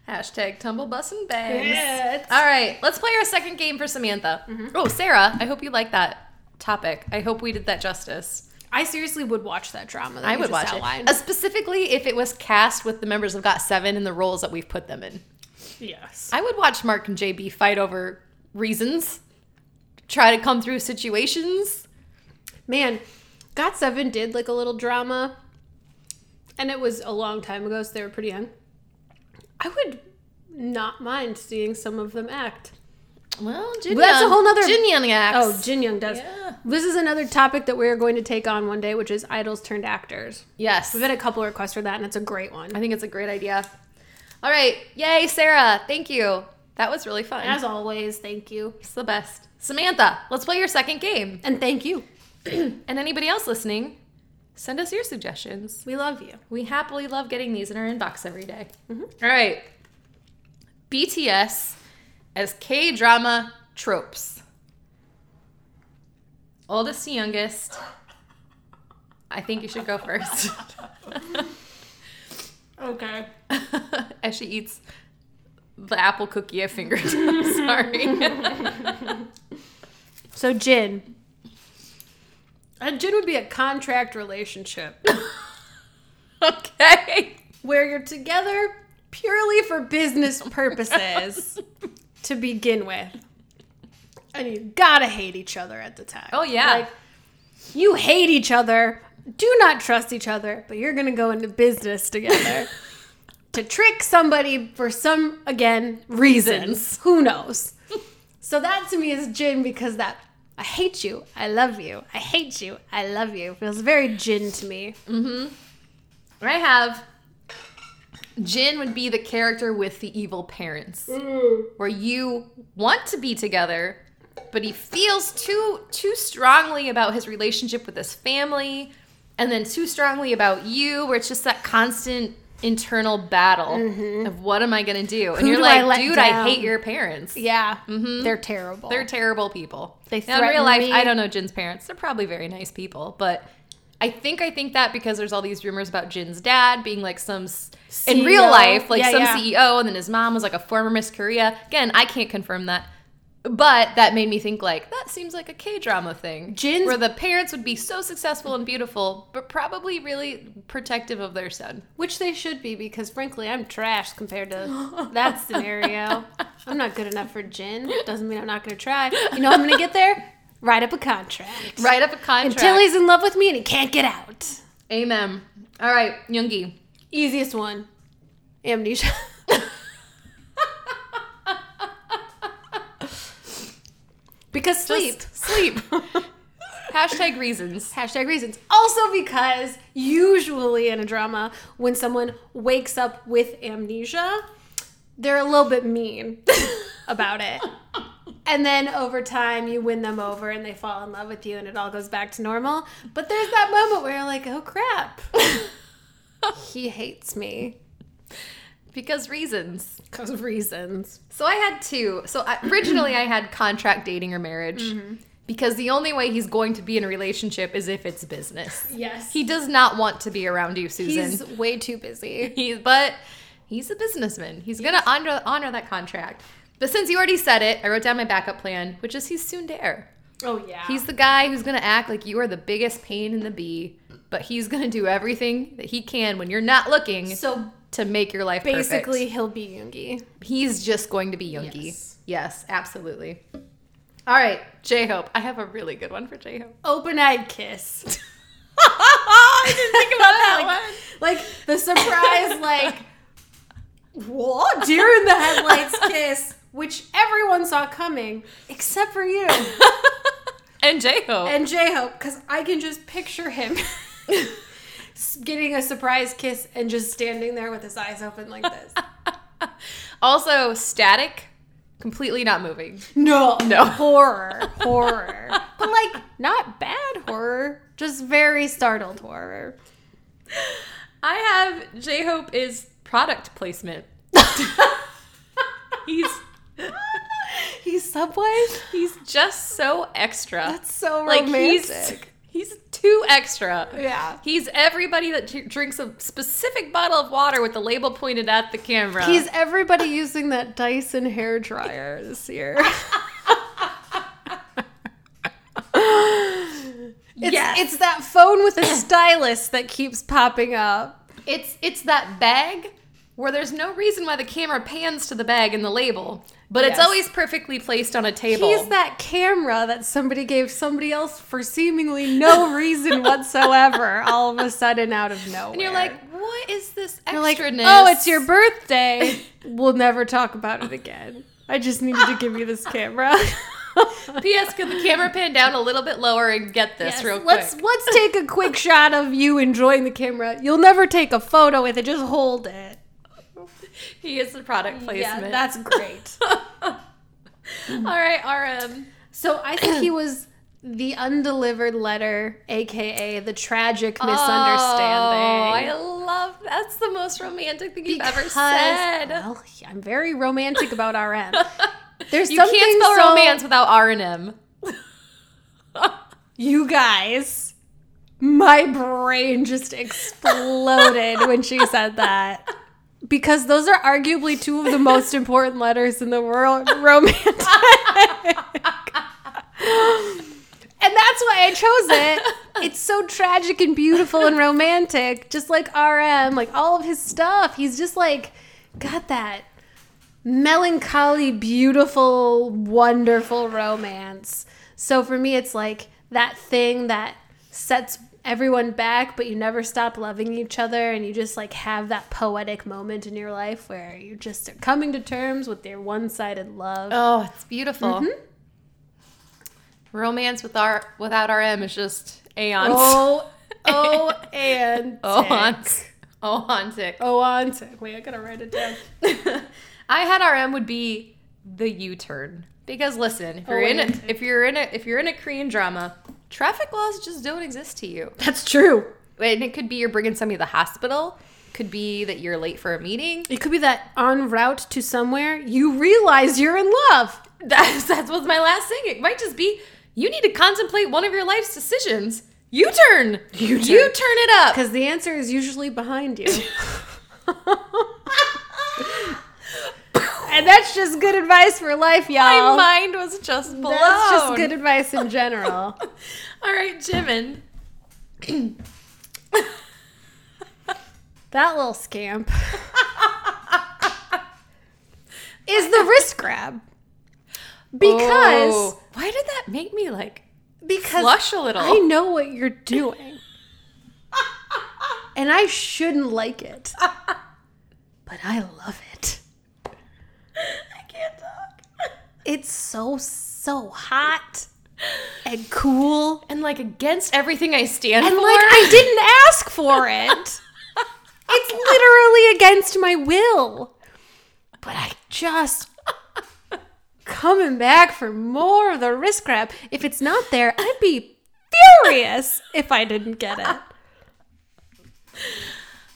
[SPEAKER 3] Hashtag tumble bus and bags. All right, let's play our second game for Samantha. Oh, Sarah, I hope you like that topic. I hope we did that justice.
[SPEAKER 2] I seriously would watch that drama. That
[SPEAKER 3] I
[SPEAKER 2] you
[SPEAKER 3] would
[SPEAKER 2] just
[SPEAKER 3] watch
[SPEAKER 2] outlined.
[SPEAKER 3] it. Uh, specifically, if it was cast with the members of Got Seven and the roles that we've put them in.
[SPEAKER 2] Yes.
[SPEAKER 3] I would watch Mark and JB fight over reasons, try to come through situations.
[SPEAKER 2] Man, Got Seven did like a little drama, and it was a long time ago, so they were pretty young. I would not mind seeing some of them act.
[SPEAKER 3] Well, Jin
[SPEAKER 2] Well, that's a whole nother-
[SPEAKER 3] Jin Young acts.
[SPEAKER 2] Oh, Jin Young does.
[SPEAKER 3] Yeah.
[SPEAKER 2] This is another topic that we're going to take on one day, which is idols turned actors.
[SPEAKER 3] yes.
[SPEAKER 2] We've had a couple requests for that, and it's a great one.
[SPEAKER 3] I think it's a great idea. All right, yay, Sarah! Thank you. That was really fun.
[SPEAKER 2] As always, thank you.
[SPEAKER 3] It's the best. Samantha, let's play your second game.
[SPEAKER 2] And thank you.
[SPEAKER 3] And anybody else listening, send us your suggestions.
[SPEAKER 2] We love you. Mm-hmm.
[SPEAKER 3] We happily love getting these in our inbox every day. All right. BTS as K drama tropes. Oldest to youngest. I think you should go first.
[SPEAKER 4] Okay.
[SPEAKER 3] as she eats the apple cookie I fingered. Sorry.
[SPEAKER 2] So, Jin. And Jin would be a contract relationship.
[SPEAKER 3] okay.
[SPEAKER 2] where you're together purely for business purposes to begin with. And you gotta hate each other at the time.
[SPEAKER 3] Oh, yeah.
[SPEAKER 2] Like, you hate each other, do not trust each other, but you're gonna go into business together to trick somebody for some, again, reasons. Who knows? So that to me is gin because that I hate you, I love you, I hate you, I love you feels very gin to me.
[SPEAKER 3] Mm-hmm. I have Jin would be the character with the evil parents,
[SPEAKER 2] Mm.
[SPEAKER 3] where you want to be together, but he feels too too strongly about his relationship with his family, and then too strongly about you, where it's just that constant internal battle of what am I gonna do? And
[SPEAKER 2] Mm-hmm. Who
[SPEAKER 3] you're
[SPEAKER 2] do I let
[SPEAKER 3] like, dude, I
[SPEAKER 2] down?"
[SPEAKER 3] hate your parents.
[SPEAKER 2] Yeah, they're terrible.
[SPEAKER 3] Mm-hmm. They're terrible people.
[SPEAKER 2] They
[SPEAKER 3] Now, in real
[SPEAKER 2] threaten
[SPEAKER 3] life,
[SPEAKER 2] me.
[SPEAKER 3] I don't know Jin's parents. They're probably very nice people, but I think I think that because there's all these rumors about Jin's dad being like some s in real
[SPEAKER 2] CEO.
[SPEAKER 3] life, like
[SPEAKER 2] E Yeah,
[SPEAKER 3] some
[SPEAKER 2] yeah.
[SPEAKER 3] CEO, and then his mom was like a former Miss Korea. Again, I can't confirm that. But that made me think like that seems like a K drama thing,
[SPEAKER 2] Jin's-
[SPEAKER 3] where the parents would be so successful and beautiful, but probably really protective of their son.
[SPEAKER 2] Which they should be because frankly, I'm trash compared to that scenario. I'm not good enough for gin. Doesn't mean I'm not going to try. You know, how I'm going to get there. write up a contract.
[SPEAKER 3] Write up a contract.
[SPEAKER 2] Until he's in love with me and he can't get out.
[SPEAKER 3] Amen. All right, Youngie.
[SPEAKER 2] Easiest one. Amnesia. because sleep.
[SPEAKER 3] Sleep. Hashtag reasons.
[SPEAKER 2] Hashtag reasons. Also because usually in a drama, when someone wakes up with amnesia, they're a little bit mean about it. And then over time, you win them over and they fall in love with you and it all goes back to normal. But there's that moment where you're like, oh crap, he hates me
[SPEAKER 3] Because reasons.
[SPEAKER 2] because of reasons.
[SPEAKER 3] So I had two. So I, originally I had contract dating or marriage because the only way he's going to be in a relationship is if it's business.
[SPEAKER 2] Yes.
[SPEAKER 3] He does not want to be around you, Susan.
[SPEAKER 2] He's way too busy.
[SPEAKER 3] He's but he's a businessman. He's gonna honor honor that contract. But since you already said it, I wrote down my backup plan, which is he's soon to air.
[SPEAKER 2] Oh, yeah.
[SPEAKER 3] He's the guy who's gonna act like you are the biggest pain in the bee, but he's gonna do everything that he can when you're not looking
[SPEAKER 2] so
[SPEAKER 3] to make your life perfect.
[SPEAKER 2] basically, he'll be Yoongi.
[SPEAKER 3] he's just going to be Youngie. Yes,
[SPEAKER 2] Yes.
[SPEAKER 3] absolutely. All right, J Hope. I have a really good one for J Hope.
[SPEAKER 2] Open eyed kiss.
[SPEAKER 3] I didn't think about
[SPEAKER 2] that
[SPEAKER 4] Like the surprise, like what deer in the headlights kiss, which everyone saw coming except for you
[SPEAKER 3] and J Hope.
[SPEAKER 4] and J Hope, because I can just picture him s- getting a surprise kiss and just standing there with his eyes open like this.
[SPEAKER 3] also, static, completely not moving.
[SPEAKER 4] No,
[SPEAKER 3] No.
[SPEAKER 2] horror, horror. But like not bad horror, just very startled horror.
[SPEAKER 3] I have J Hope is product placement. he's
[SPEAKER 2] He's Subway.
[SPEAKER 3] he's just so extra.
[SPEAKER 2] That's so
[SPEAKER 3] like
[SPEAKER 2] romantic.
[SPEAKER 3] he's he's too extra.
[SPEAKER 2] yeah.
[SPEAKER 3] He's everybody that t- drinks a specific bottle of water with the label pointed at the camera.
[SPEAKER 2] He's everybody using that Dyson hair dryer this year. It's,
[SPEAKER 3] Yes.
[SPEAKER 2] it's that phone with a stylus that keeps popping up.
[SPEAKER 3] it's it's that bag where there's no reason why the camera pans to the bag and the label, but it's
[SPEAKER 2] Yes.
[SPEAKER 3] always perfectly placed on a table.
[SPEAKER 2] He's that camera that somebody gave somebody else for seemingly no reason whatsoever, all of a sudden out of nowhere.
[SPEAKER 3] and you're like, what is this
[SPEAKER 2] You're like,
[SPEAKER 3] extraness?
[SPEAKER 2] oh, it's your birthday. we'll never talk about it again. I just needed to give you this camera.
[SPEAKER 3] P.S. Could the camera pan down a little bit lower and get this real quick?
[SPEAKER 2] Let's let's take a quick shot of you enjoying the camera. You'll never take a photo with it. Just hold it.
[SPEAKER 3] He is the product
[SPEAKER 2] Yeah,
[SPEAKER 3] placement.
[SPEAKER 2] that's great.
[SPEAKER 3] All right, RM.
[SPEAKER 2] so I think he was the undelivered letter, aka the tragic
[SPEAKER 3] Misunderstanding.
[SPEAKER 2] misunderstanding.
[SPEAKER 3] Oh, I love that's the most romantic thing you've ever
[SPEAKER 2] Because-
[SPEAKER 3] said.
[SPEAKER 2] Well, I'm very romantic about RM. There's
[SPEAKER 3] You
[SPEAKER 2] something
[SPEAKER 3] can't spell
[SPEAKER 2] so-
[SPEAKER 3] romance without R and M.
[SPEAKER 2] You guys, my brain just exploded when she said that. Because those are arguably two of the most important letters in the world, romantic. and that's why I chose it. It's so tragic and beautiful and romantic, just like RM, like all of his stuff. He's just like got that melancholy, beautiful, wonderful romance. So for me, it's like that thing that sets everyone back, but you never stop loving each other, and you just like have that poetic moment in your life where you're just coming to terms with your one-sided love.
[SPEAKER 3] Oh, it's beautiful. Romance with R without R M is just aeons.
[SPEAKER 2] Oh, oh, and
[SPEAKER 3] Aeons. Aeontic.
[SPEAKER 2] oh, on tick. Wait, I gotta write it down.
[SPEAKER 3] I had RM would be the U turn because listen, if you're in a, if you're in a if you're in a Korean drama, traffic laws just don't exist to you.
[SPEAKER 2] That's true.
[SPEAKER 3] And it could be you're bringing somebody to the hospital. Could be that you're late for a meeting.
[SPEAKER 2] It could be that en route to somewhere you realize you're in love.
[SPEAKER 3] That's that was my last thing. It might just be you need to contemplate one of your life's decisions. U turn. You turn it up.
[SPEAKER 2] Because the answer is usually behind you. and that's just good advice for life, y'all.
[SPEAKER 3] My mind was just blown.
[SPEAKER 2] that's just good advice in general.
[SPEAKER 3] All right, Jimin.
[SPEAKER 2] that little scamp is the wrist grab. Because
[SPEAKER 3] Oh, why did that make me like
[SPEAKER 2] because
[SPEAKER 3] Flush a little.
[SPEAKER 2] I know what you're doing. and I shouldn't like it. But I love it.
[SPEAKER 4] I can't talk.
[SPEAKER 2] It's so, so hot and cool.
[SPEAKER 3] and like against everything I stand
[SPEAKER 2] And
[SPEAKER 3] for.
[SPEAKER 2] like, I didn't ask for it. it's literally against my will. But I just. Coming back for more of the wrist grab. If it's not there, I'd be furious if I didn't get it.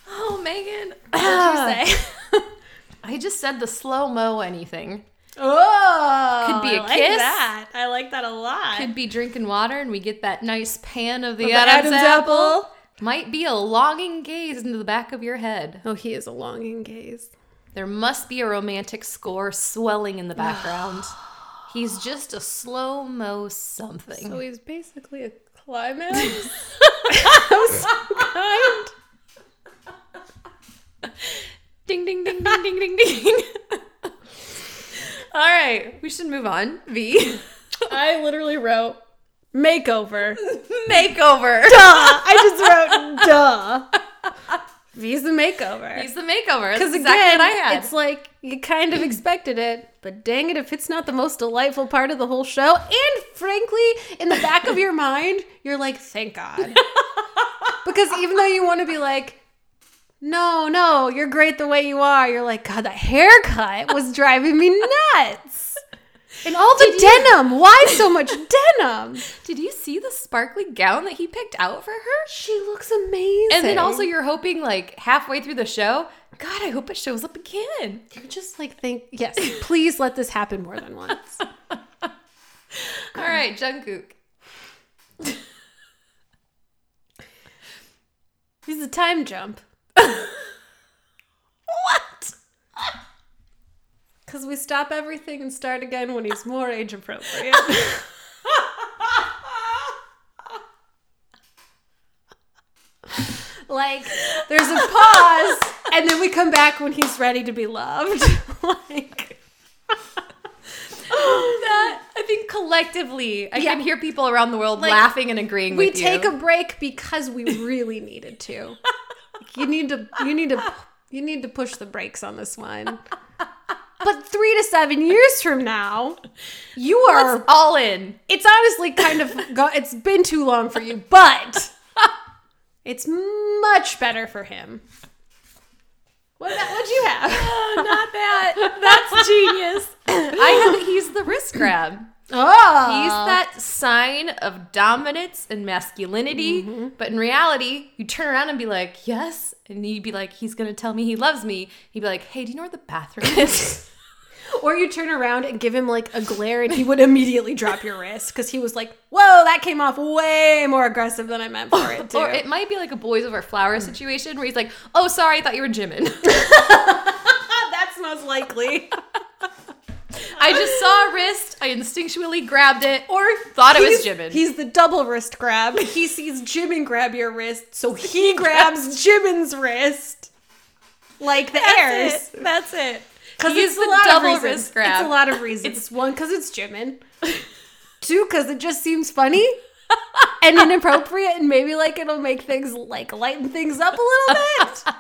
[SPEAKER 3] oh, Megan. What'd you say? I just said the slow mo anything.
[SPEAKER 2] Oh,
[SPEAKER 3] Could be a
[SPEAKER 2] I like
[SPEAKER 3] kiss.
[SPEAKER 2] that. I like that a lot.
[SPEAKER 3] Could be drinking water and we get that nice pan of the,
[SPEAKER 2] The
[SPEAKER 3] Adam's,
[SPEAKER 2] Adam's
[SPEAKER 3] apple.
[SPEAKER 2] apple.
[SPEAKER 3] Might be a longing gaze into the back of your head.
[SPEAKER 2] Oh, he is a longing gaze.
[SPEAKER 3] There must be a romantic score swelling in the background. He's just a slow mo something.
[SPEAKER 2] So he's basically a climax. I'm so kind.
[SPEAKER 3] ding ding ding ding ding ding ding. All right, we should move on. V
[SPEAKER 2] I literally wrote makeover.
[SPEAKER 3] makeover.
[SPEAKER 2] Duh. I just wrote duh. He's the makeover.
[SPEAKER 3] He's the makeover.
[SPEAKER 2] Because
[SPEAKER 3] Because
[SPEAKER 2] again,
[SPEAKER 3] exactly what I had.
[SPEAKER 2] it's like you kind of expected it, but dang it, if it's not the most delightful part of the whole show, and frankly, in the back of your mind, you're like,
[SPEAKER 3] Oh
[SPEAKER 2] thank God. because even though you want to be like, no, no, you're great the way you are, you're like, God, that haircut was driving me nuts. And all the denim. Why so much denim?
[SPEAKER 3] Did you see the sparkly gown that he picked out for her?
[SPEAKER 2] She looks amazing.
[SPEAKER 3] And then also, you're hoping like halfway through the show, God, I hope it shows up again.
[SPEAKER 2] you're just like, think, yes, please let this happen more than once.
[SPEAKER 3] All right, Jungkook.
[SPEAKER 2] He's a time jump.
[SPEAKER 3] What?
[SPEAKER 2] Because we stop everything and start again when he's more age appropriate. like, there's a pause, and then we come back when he's ready to be loved. like,
[SPEAKER 3] That I think collectively, I
[SPEAKER 2] Yeah.
[SPEAKER 3] can hear people around the world laughing and agreeing
[SPEAKER 2] we
[SPEAKER 3] with
[SPEAKER 2] take
[SPEAKER 3] you.
[SPEAKER 2] a break because we really needed to. You need to, you need to, you need to push the brakes on this one. But three to seven years from now, you are
[SPEAKER 3] Let's all in.
[SPEAKER 2] it's honestly kind of go it's been too long for you, but it's much better for him. What about, what'd you have?
[SPEAKER 3] Oh, not that.
[SPEAKER 2] That's genius.
[SPEAKER 3] I have. He's the wrist grab.
[SPEAKER 2] Oh,
[SPEAKER 3] He's that sign of dominance and masculinity.
[SPEAKER 2] Mm-hmm.
[SPEAKER 3] But in reality, you turn around and be like, yes. And you'd be like, he's going to tell me he loves me. He'd be like, hey, do you know where the bathroom is?
[SPEAKER 2] Or you turn around and give him like a glare, and he would immediately drop your wrist because he was like, "Whoa, that came off way more aggressive than I meant for it to."
[SPEAKER 3] or it might be like a boys over
[SPEAKER 2] Mm.
[SPEAKER 3] flowers situation where he's like, oh, sorry, I thought you were Jimin.
[SPEAKER 2] That's most likely.
[SPEAKER 3] I just saw a wrist. I instinctually grabbed it or thought it was
[SPEAKER 2] He's-
[SPEAKER 3] Jimin.
[SPEAKER 2] He's the double wrist grab. He sees Jimin grab your wrist, so he grabs Jimin's wrist. Like the heirs.
[SPEAKER 3] That's it.
[SPEAKER 2] Because
[SPEAKER 3] He is the double wrist grab.
[SPEAKER 2] It's a lot of reasons. It's one, because it's Jimin. Two, because it just seems funny and inappropriate, and maybe like it'll make things like lighten things up a little bit.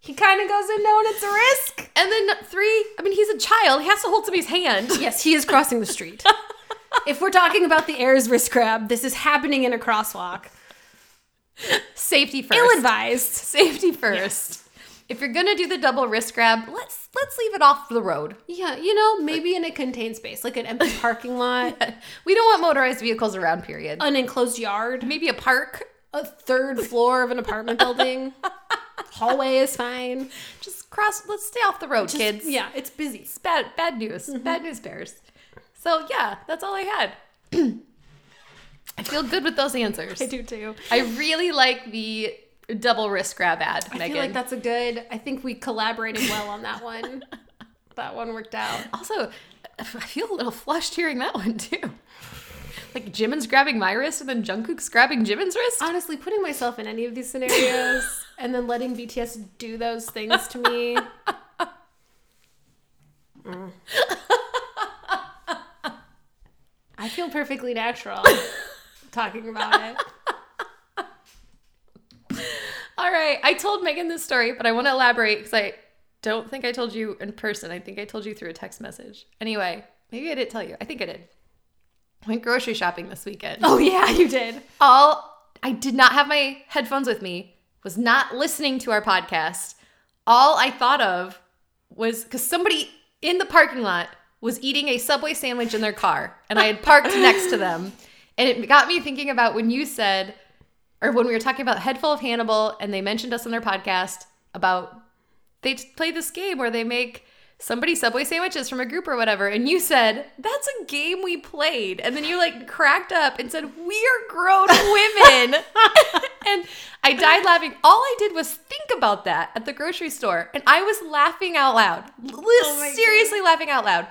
[SPEAKER 2] He kind of goes in knowing it's a risk.
[SPEAKER 3] And then three, I mean, he's a child. He has to hold somebody's hand.
[SPEAKER 2] Yes, he is crossing the street. if we're talking about the heirs wrist grab, this is happening in a crosswalk.
[SPEAKER 3] Safety first.
[SPEAKER 2] Ill advised.
[SPEAKER 3] Safety first. If you're gonna do the double wrist grab, let's let's leave it off the road.
[SPEAKER 2] Yeah, you know, maybe in a contained space, like an empty parking lot,
[SPEAKER 3] We don't want motorized vehicles around. Period.
[SPEAKER 2] an enclosed yard,
[SPEAKER 3] Uh, Maybe a park.
[SPEAKER 2] a third floor of an apartment building. Hallway is fine.
[SPEAKER 3] Just cross. Let's stay off the road, kids.
[SPEAKER 2] Yeah, it's busy.
[SPEAKER 3] It's bad. Bad news. Bad news bears. So yeah, that's all I had. I feel good with those answers.
[SPEAKER 2] I do too.
[SPEAKER 3] I really like the double wrist grab ad,
[SPEAKER 2] I
[SPEAKER 3] Megan.
[SPEAKER 2] feel like that's a good. I think we collaborated well on that one. that one worked out.
[SPEAKER 3] also, I feel a little flushed hearing that one too. Like Jimin's grabbing my wrist and then Jungkook's grabbing Jimin's wrist.
[SPEAKER 2] Honestly, putting myself in any of these scenarios and then letting BTS do those things to me. Mm. I feel perfectly natural. talking about it.
[SPEAKER 3] All right. I told Megan this story, but I want to elaborate because I don't think I told you in person. I think I told you through a text message. Anyway, maybe I didn't tell you. I think I did. I went grocery shopping this weekend.
[SPEAKER 2] Oh yeah, you did.
[SPEAKER 3] All I did not have my headphones with me, was not listening to our podcast. All I thought of was because somebody in the parking lot was eating a Subway sandwich in their car, and I had parked next to them. And it got me thinking about when you said, or when we were talking about Head Full of Hannibal, and they mentioned us on their podcast about they t- play this game where they make somebody Subway sandwiches from a group or whatever. And you said, That's a game we played. And then you like cracked up and said, We're grown women. and I died laughing. All I did was think about that at the grocery store. And I was laughing out loud, Li-
[SPEAKER 2] Oh
[SPEAKER 3] seriously laughing out loud.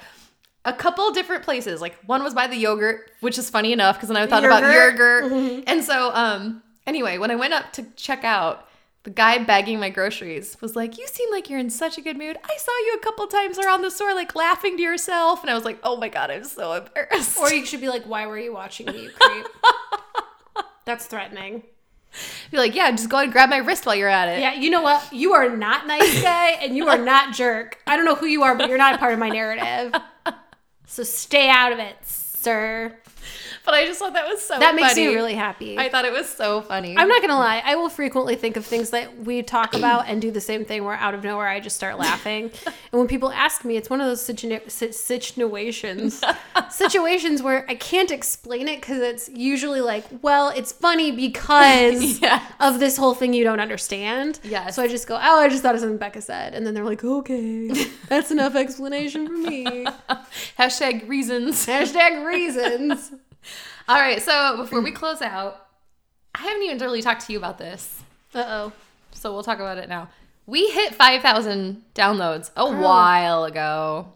[SPEAKER 3] A couple different places. Like one was by the yogurt, which is funny enough because then I thought about
[SPEAKER 4] Yogurt.
[SPEAKER 3] yogurt.
[SPEAKER 2] Mm-hmm.
[SPEAKER 3] And so, um, anyway, when I went up to check out, the guy bagging my groceries was like, "You seem like you're in such a good mood. I saw you a couple times around the store, like laughing to yourself." And I was like, "Oh my god, I'm so embarrassed."
[SPEAKER 2] Or you should be like, why were you watching me, you creep? That's threatening.
[SPEAKER 3] be like, "Yeah, just go and grab my wrist while you're at it."
[SPEAKER 2] Yeah, you know what? You are not nice guy and you are not jerk. I don't know who you are, but you're not a part of my narrative. So stay out of it, sir.
[SPEAKER 3] But I just thought that was so.
[SPEAKER 2] That makes
[SPEAKER 3] funny.
[SPEAKER 2] me really happy.
[SPEAKER 3] I
[SPEAKER 2] I-
[SPEAKER 3] thought it was so funny.
[SPEAKER 2] am not gonna lie. I will frequently think of things that we talk about and do the same thing. Where out of nowhere, I just start laughing. and when people ask me, it's one of those situ- si- situations, situations where I can't explain it because it's usually like, well, it's funny because
[SPEAKER 3] yeah.
[SPEAKER 2] of this whole thing you don't understand.
[SPEAKER 3] Yes.
[SPEAKER 2] So I just go, oh, I just thought of something Becca said. And then they're like, okay, that's enough explanation for me.
[SPEAKER 3] Hashtag reasons.
[SPEAKER 2] Hashtag reasons.
[SPEAKER 3] All right. So before we close out, I haven't even really talked to you about this,
[SPEAKER 2] Uh oh.
[SPEAKER 3] so we'll talk about it now. We hit five thousand downloads a while ago,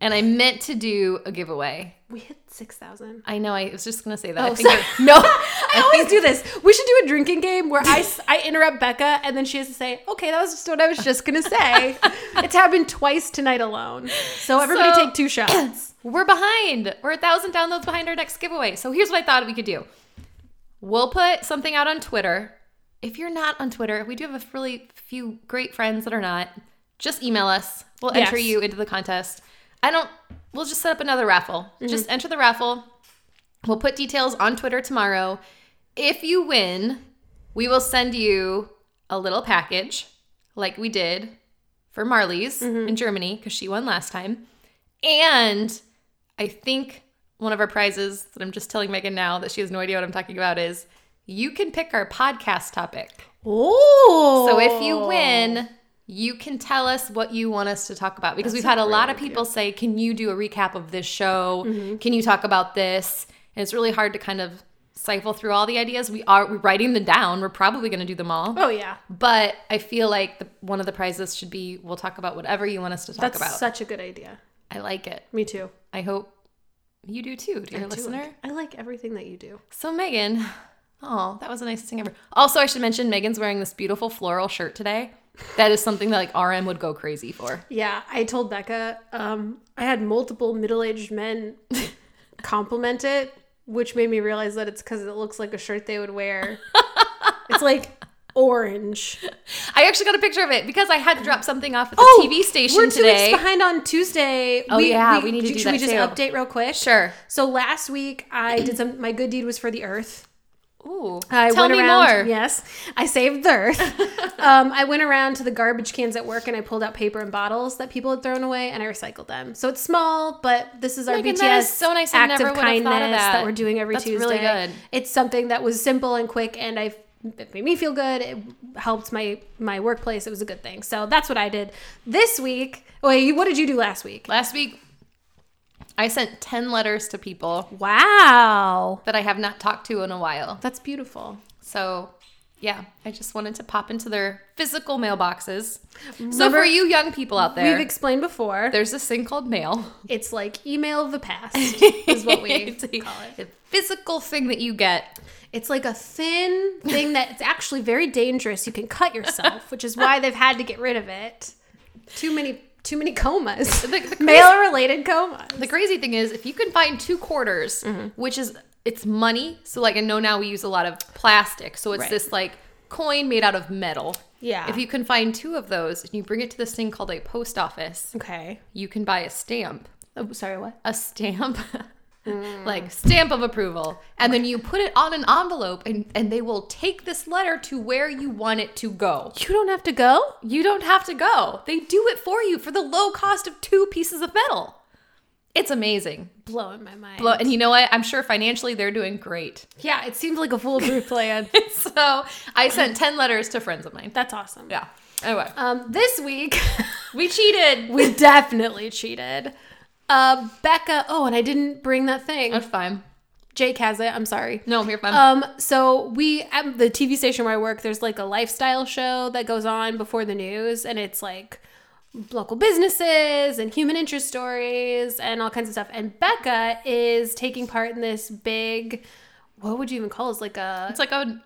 [SPEAKER 3] and I meant to do a giveaway.
[SPEAKER 2] We hit 6,000.
[SPEAKER 3] I know. I was just gonna say that. I
[SPEAKER 2] Oh,
[SPEAKER 3] think
[SPEAKER 2] sorry.
[SPEAKER 3] it-
[SPEAKER 2] No, I always do this. We should do a drinking game where I, s- I interrupt Becca and then she has to say, okay, that was just what I was just going to say. it's happened twice tonight alone. So everybody
[SPEAKER 3] So-
[SPEAKER 2] take two shots.
[SPEAKER 3] we're behind. We're a thousand downloads behind our next giveaway. So here's what I thought we could do. We'll put something out on Twitter. If you're not on Twitter, we do have a really few great friends that are not. Just email us. We'll enter
[SPEAKER 2] Yes.
[SPEAKER 3] you into the contest. I don't. We'll just set up another raffle. Just enter the raffle. We'll put details on Twitter tomorrow. If you win, we will send you a little package like we did for Marley's in Germany because she won last time. And I think one of our prizes that I'm just telling Megan now that she has no idea what I'm talking about is you can pick our podcast topic.
[SPEAKER 2] Oh.
[SPEAKER 3] So if you win, you can tell us what you want us to talk about because we've had a lot of people say, "Can you do a recap of this show?
[SPEAKER 2] Mm-hmm.
[SPEAKER 3] Can you talk about this?" And it's really hard to kind of siphon through all the ideas. We are we're writing them down. We're probably going to do them all.
[SPEAKER 2] Oh, yeah.
[SPEAKER 3] But I feel like the, one of the prizes should be we'll talk about whatever you want us to talk
[SPEAKER 2] That's
[SPEAKER 3] about.
[SPEAKER 2] such a good idea.
[SPEAKER 3] I like it.
[SPEAKER 2] Me too.
[SPEAKER 3] I hope you do too, dear
[SPEAKER 2] I do
[SPEAKER 3] listener.
[SPEAKER 2] like- I like everything that you do.
[SPEAKER 3] So Megan, oh, that was the nicest thing ever. Also, I should mention Megan's wearing this beautiful floral shirt today. That is something that like RM would go crazy for.
[SPEAKER 2] Yeah, I told Becca um, I had multiple middle aged men compliment it, which made me realize that it's because it looks like a shirt they would wear. it's like orange.
[SPEAKER 3] I actually got a picture of it because I had to drop something off at the TV station
[SPEAKER 2] Oh, We're two
[SPEAKER 3] today.
[SPEAKER 2] weeks behind on Tuesday.
[SPEAKER 3] Oh, yeah, we need to do
[SPEAKER 2] Should
[SPEAKER 3] that
[SPEAKER 2] we just
[SPEAKER 3] too.
[SPEAKER 2] update real quick?
[SPEAKER 3] Sure.
[SPEAKER 2] So last week I did some. My good deed was for the earth.
[SPEAKER 3] Ooh,
[SPEAKER 2] I
[SPEAKER 3] tell
[SPEAKER 2] went
[SPEAKER 3] me
[SPEAKER 2] around,
[SPEAKER 3] more.
[SPEAKER 2] Yes, I saved the earth. um, I went around to the garbage cans at work and I pulled out paper and bottles that people had thrown away and I recycled them. So it's small, but this is our
[SPEAKER 3] Megan,
[SPEAKER 2] BTS
[SPEAKER 3] that is so nice. I
[SPEAKER 2] act
[SPEAKER 3] never
[SPEAKER 2] of
[SPEAKER 3] would have
[SPEAKER 2] kindness
[SPEAKER 3] thought of
[SPEAKER 2] that.
[SPEAKER 3] that.
[SPEAKER 2] we're doing every
[SPEAKER 3] That's
[SPEAKER 2] Tuesday.
[SPEAKER 3] really good.
[SPEAKER 2] It's something that was simple and quick, and I it made me feel good. It helped my my workplace. It was a good thing. So that's what I did this week. Wait, you- what did you do last week?
[SPEAKER 3] Last week, I sent ten letters to people
[SPEAKER 2] Wow,
[SPEAKER 3] that I have not talked to in a while.
[SPEAKER 2] that's beautiful.
[SPEAKER 3] So, yeah, I just wanted to pop into their physical mailboxes. so for
[SPEAKER 2] Remember-
[SPEAKER 3] you young people out there,
[SPEAKER 2] We've explained before.
[SPEAKER 3] there's this thing called mail.
[SPEAKER 2] It's like email of the past is what we
[SPEAKER 3] it's a, a physical thing that you get.
[SPEAKER 2] It's like a thin thing that's actually very dangerous. You can cut yourself, which is why they've had to get rid of it. Too many, too many comas.
[SPEAKER 3] the crazy-
[SPEAKER 2] Male related comas. Mm-hmm.
[SPEAKER 3] The crazy thing is, if you can find two quarters, which is it's money. So like I know now we use a lot of plastic. So it's
[SPEAKER 2] Right.
[SPEAKER 3] this like coin made out of metal.
[SPEAKER 2] Yeah.
[SPEAKER 3] If you can find two of those and you bring it to this thing called a post office,
[SPEAKER 2] Okay.
[SPEAKER 3] you can buy a stamp.
[SPEAKER 2] Oh, sorry. What?
[SPEAKER 3] A stamp.
[SPEAKER 2] Mm.
[SPEAKER 3] like stamp of approval. And then you put it on an envelope and, and they will take this letter to where you want it to go.
[SPEAKER 2] You don't have to go.
[SPEAKER 3] You don't have to go. They do it for you for the low cost of two pieces of metal. It's amazing.
[SPEAKER 2] Blowing my mind.
[SPEAKER 3] Blo- And you know what? I'm sure financially they're doing great.
[SPEAKER 2] yeah, it seems like a foolproof plan.
[SPEAKER 3] So I sent 10 letters to friends of mine.
[SPEAKER 2] That's awesome.
[SPEAKER 3] Yeah. Anyway,
[SPEAKER 2] Um, this week.
[SPEAKER 3] we cheated.
[SPEAKER 2] we definitely cheated. Uh, Becca. Oh, and I didn't bring that thing.
[SPEAKER 3] That's fine.
[SPEAKER 2] Jake has it. I'm sorry.
[SPEAKER 3] No, you're fine.
[SPEAKER 2] Um, so we at the TV station where I work, there's like a lifestyle show that goes on before the news, and it's like local businesses and human interest stories and all kinds of stuff. And Becca is taking part in this big. What would you even call it? It's like a
[SPEAKER 3] it's like a,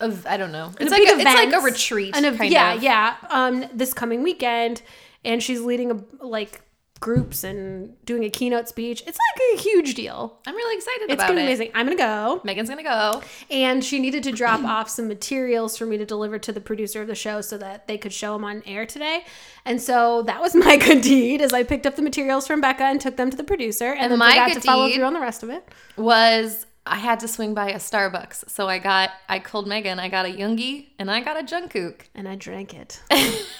[SPEAKER 3] a I don't know. It's
[SPEAKER 2] a
[SPEAKER 3] like
[SPEAKER 2] big
[SPEAKER 3] a, it's like a
[SPEAKER 2] event.
[SPEAKER 3] retreat.
[SPEAKER 2] an ev-
[SPEAKER 3] kind
[SPEAKER 2] yeah,
[SPEAKER 3] of.
[SPEAKER 2] yeah. Um, this coming weekend, and she's leading a like groups and doing a keynote speech. It's like a huge deal.
[SPEAKER 3] I'm really excited
[SPEAKER 2] It's
[SPEAKER 3] about
[SPEAKER 2] gonna be
[SPEAKER 3] it.
[SPEAKER 2] amazing. I'm gonna go,
[SPEAKER 3] Megan's gonna go.
[SPEAKER 2] and she needed to drop off some materials for me to deliver to the producer of the show so that they could show them on air today. And so that was my good deed, as I picked up the materials from Becca and took them to the producer, and, then
[SPEAKER 3] my
[SPEAKER 2] forgot to
[SPEAKER 3] good
[SPEAKER 2] follow
[SPEAKER 3] deed-
[SPEAKER 2] through on the rest of it.
[SPEAKER 3] Was I had to swing by a Starbucks, so I got I called Megan. I got a Youngie and I got a Jungkook.
[SPEAKER 2] And I drank it.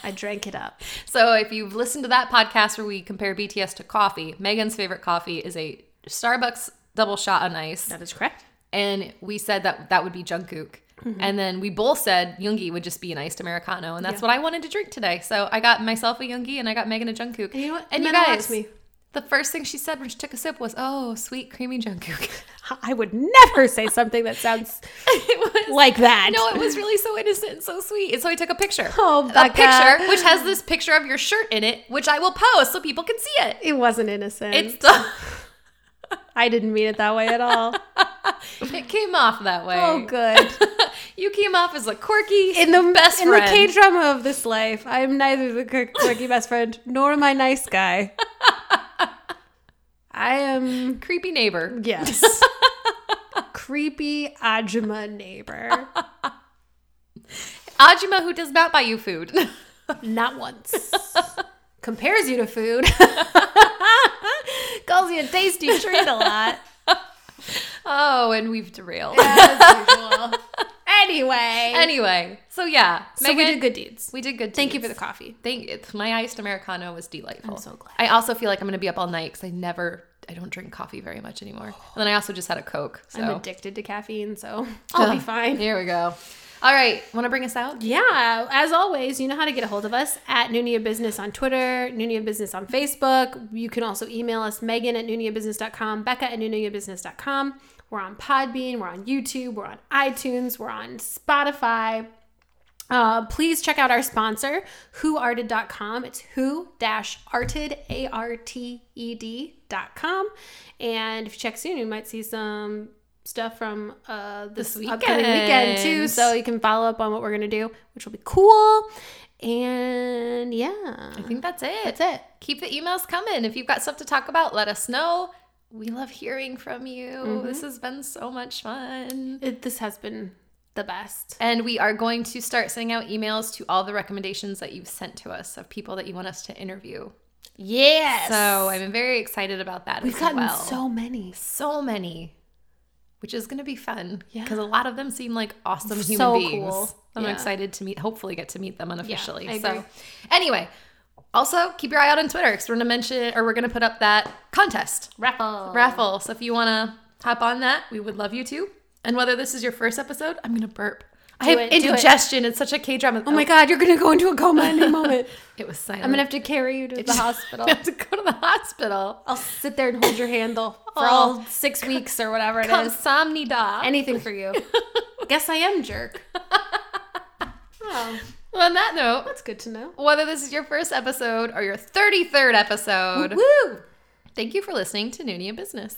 [SPEAKER 2] I drank it up.
[SPEAKER 3] So if you've listened to that podcast where we compare BTS to coffee, Megan's favorite coffee is a Starbucks double shot on ice.
[SPEAKER 2] That is correct.
[SPEAKER 3] and we said that that would be Jungkook.
[SPEAKER 2] Mm-hmm.
[SPEAKER 3] And then we both said Yoongi would just be an iced americano, and that's what I wanted to drink today. So I got myself a Yoongi and I got Megan a Jungkook.
[SPEAKER 2] And you know what?
[SPEAKER 3] And
[SPEAKER 2] It
[SPEAKER 3] you
[SPEAKER 2] meant a lot
[SPEAKER 3] guys,
[SPEAKER 2] to me.
[SPEAKER 3] the first thing she said when she took a sip was, "Oh, sweet creamy Jungkook."
[SPEAKER 2] I would never say something that sounds
[SPEAKER 3] it was
[SPEAKER 2] like that.
[SPEAKER 3] no, it was really so innocent and so sweet. And so I took a picture.
[SPEAKER 2] Oh,
[SPEAKER 3] a
[SPEAKER 2] Becca.
[SPEAKER 3] picture which has this picture of your shirt in it, which I will post so people can see it.
[SPEAKER 2] It wasn't innocent.
[SPEAKER 3] It's the,
[SPEAKER 2] I didn't mean it that way at all.
[SPEAKER 3] it came off that way.
[SPEAKER 2] oh, good.
[SPEAKER 3] you came off as a quirky
[SPEAKER 2] In the
[SPEAKER 3] best
[SPEAKER 2] in
[SPEAKER 3] friend.
[SPEAKER 2] the K drama of this life, I am neither the quir- quirky best friend nor my nice guy. I am
[SPEAKER 3] creepy neighbor.
[SPEAKER 2] yes, creepy Ajima neighbor.
[SPEAKER 3] Ajima, who does not buy you food.
[SPEAKER 2] Not once compares you to food. Calls you a tasty treat a lot.
[SPEAKER 3] oh, and we've derailed.
[SPEAKER 2] As usual. Anyway,
[SPEAKER 3] Anyway, so yeah,
[SPEAKER 2] so we did good deeds.
[SPEAKER 3] We did good.
[SPEAKER 2] Thank you for the
[SPEAKER 3] deeds.
[SPEAKER 2] coffee.
[SPEAKER 3] Thank it's my iced americano was delightful.
[SPEAKER 2] I'm so glad.
[SPEAKER 3] I also feel like I'm gonna be up all night because I never, I don't drink coffee very much anymore. And then I also just had a coke. So
[SPEAKER 2] I'm addicted to caffeine, so I'll be fine.
[SPEAKER 3] Here we go. All right, want to bring us out?
[SPEAKER 2] Yeah, as always, you know how to get a hold of us at Nunia Business on Twitter, Nunia Business on Facebook. You can also email us, Megan at NuniaBusiness.com, Becca at NuniaBusiness.com. We're on Podbean, we're on YouTube, we're on iTunes, we're on Spotify. Uh, please check out our sponsor, whoarted.com. It's who dash arted, A R T E D.com. And if you check soon, you might see some stuff from uh, this,
[SPEAKER 3] This
[SPEAKER 2] upcoming weekend too.
[SPEAKER 3] weekend.
[SPEAKER 2] So you can follow up on what we're going to do, which will be cool. And yeah,
[SPEAKER 3] I think that's it.
[SPEAKER 2] that's it.
[SPEAKER 3] Keep the emails coming. If you've got stuff to talk about, let us know. We love hearing from you. This has been so much fun.
[SPEAKER 2] it. This has been the best.
[SPEAKER 3] And we are going to start sending out emails to all the recommendations that you've sent to us of people that you want us to interview.
[SPEAKER 2] Yes.
[SPEAKER 3] So I'm very excited about that.
[SPEAKER 2] we've
[SPEAKER 3] as
[SPEAKER 2] gotten
[SPEAKER 3] well.
[SPEAKER 2] so many.
[SPEAKER 3] so many, which is going to be fun.
[SPEAKER 2] Yeah.
[SPEAKER 3] because a lot of them seem like awesome human
[SPEAKER 2] So
[SPEAKER 3] beings.
[SPEAKER 2] cool.
[SPEAKER 3] I'm
[SPEAKER 2] Yeah.
[SPEAKER 3] excited to meet. Hopefully, get to meet them unofficially.
[SPEAKER 2] I agree.
[SPEAKER 3] so, anyway, also keep your eye out on Twitter because we're going to mention or we're going to put up that contest
[SPEAKER 2] Raffle.
[SPEAKER 3] raffle. So if you want to hop on that, we would love you to. And whether this is your first episode, I'm going to burp. I have
[SPEAKER 2] it, do it.
[SPEAKER 3] indigestion. It's such a K drama.
[SPEAKER 2] Oh my God, you're going to go into a coma any moment.
[SPEAKER 3] It was silent.
[SPEAKER 2] I'm going to have to carry you to the hospital.
[SPEAKER 3] have to go to the hospital.
[SPEAKER 2] I'll sit there and hold your hand the, for all six weeks or whatever it is.
[SPEAKER 3] Insomnida.
[SPEAKER 2] Oh. Anything for you. Guess I am jerk. oh,
[SPEAKER 3] on that note,
[SPEAKER 2] that's good to know.
[SPEAKER 3] whether this is your first episode or your 33rd episode,
[SPEAKER 2] Woo!
[SPEAKER 3] thank you for listening to Noonie in Business.